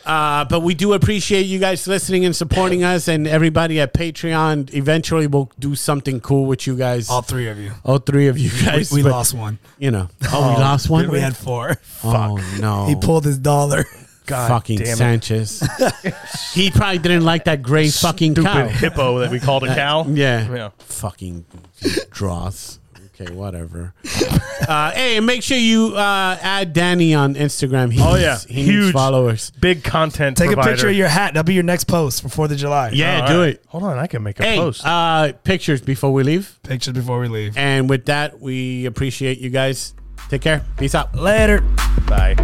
Speaker 2: Uh, but we do appreciate you guys listening and supporting us, and everybody at Patreon. Eventually, we'll do something cool with you guys.
Speaker 3: All
Speaker 2: All,
Speaker 3: three of you.
Speaker 2: three of you
Speaker 3: We,
Speaker 2: guys.
Speaker 3: we
Speaker 2: but-
Speaker 3: lost one.
Speaker 2: you know. Oh, we lost one.
Speaker 3: We had four.
Speaker 2: oh no!
Speaker 3: He pulled his dollar.
Speaker 2: fucking
Speaker 1: damn it.
Speaker 2: Sanchez. he probably didn't like that gray fucking
Speaker 1: Stupid
Speaker 2: cow.
Speaker 1: hippo that we called a cow.
Speaker 2: Yeah.
Speaker 1: Yeah.
Speaker 2: Fucking draws. Who Okay, whatever. uh, hey, and make sure you uh, add Danny on Instagram. He
Speaker 1: Oh
Speaker 2: needs-
Speaker 1: yeah,
Speaker 2: he
Speaker 1: huge
Speaker 2: needs followers.
Speaker 1: big content.
Speaker 3: Take
Speaker 1: provider.
Speaker 3: a picture of your hat. That'll be your next post before the July.
Speaker 2: Yeah,
Speaker 1: All
Speaker 2: do
Speaker 1: right.
Speaker 2: it.
Speaker 1: Hold on, I can make a
Speaker 2: Hey,
Speaker 1: post.
Speaker 2: uh, pictures before we leave.
Speaker 3: Pictures before we leave.
Speaker 2: And with that, we appreciate you guys. Take care. Peace out.
Speaker 3: Later.
Speaker 1: Bye.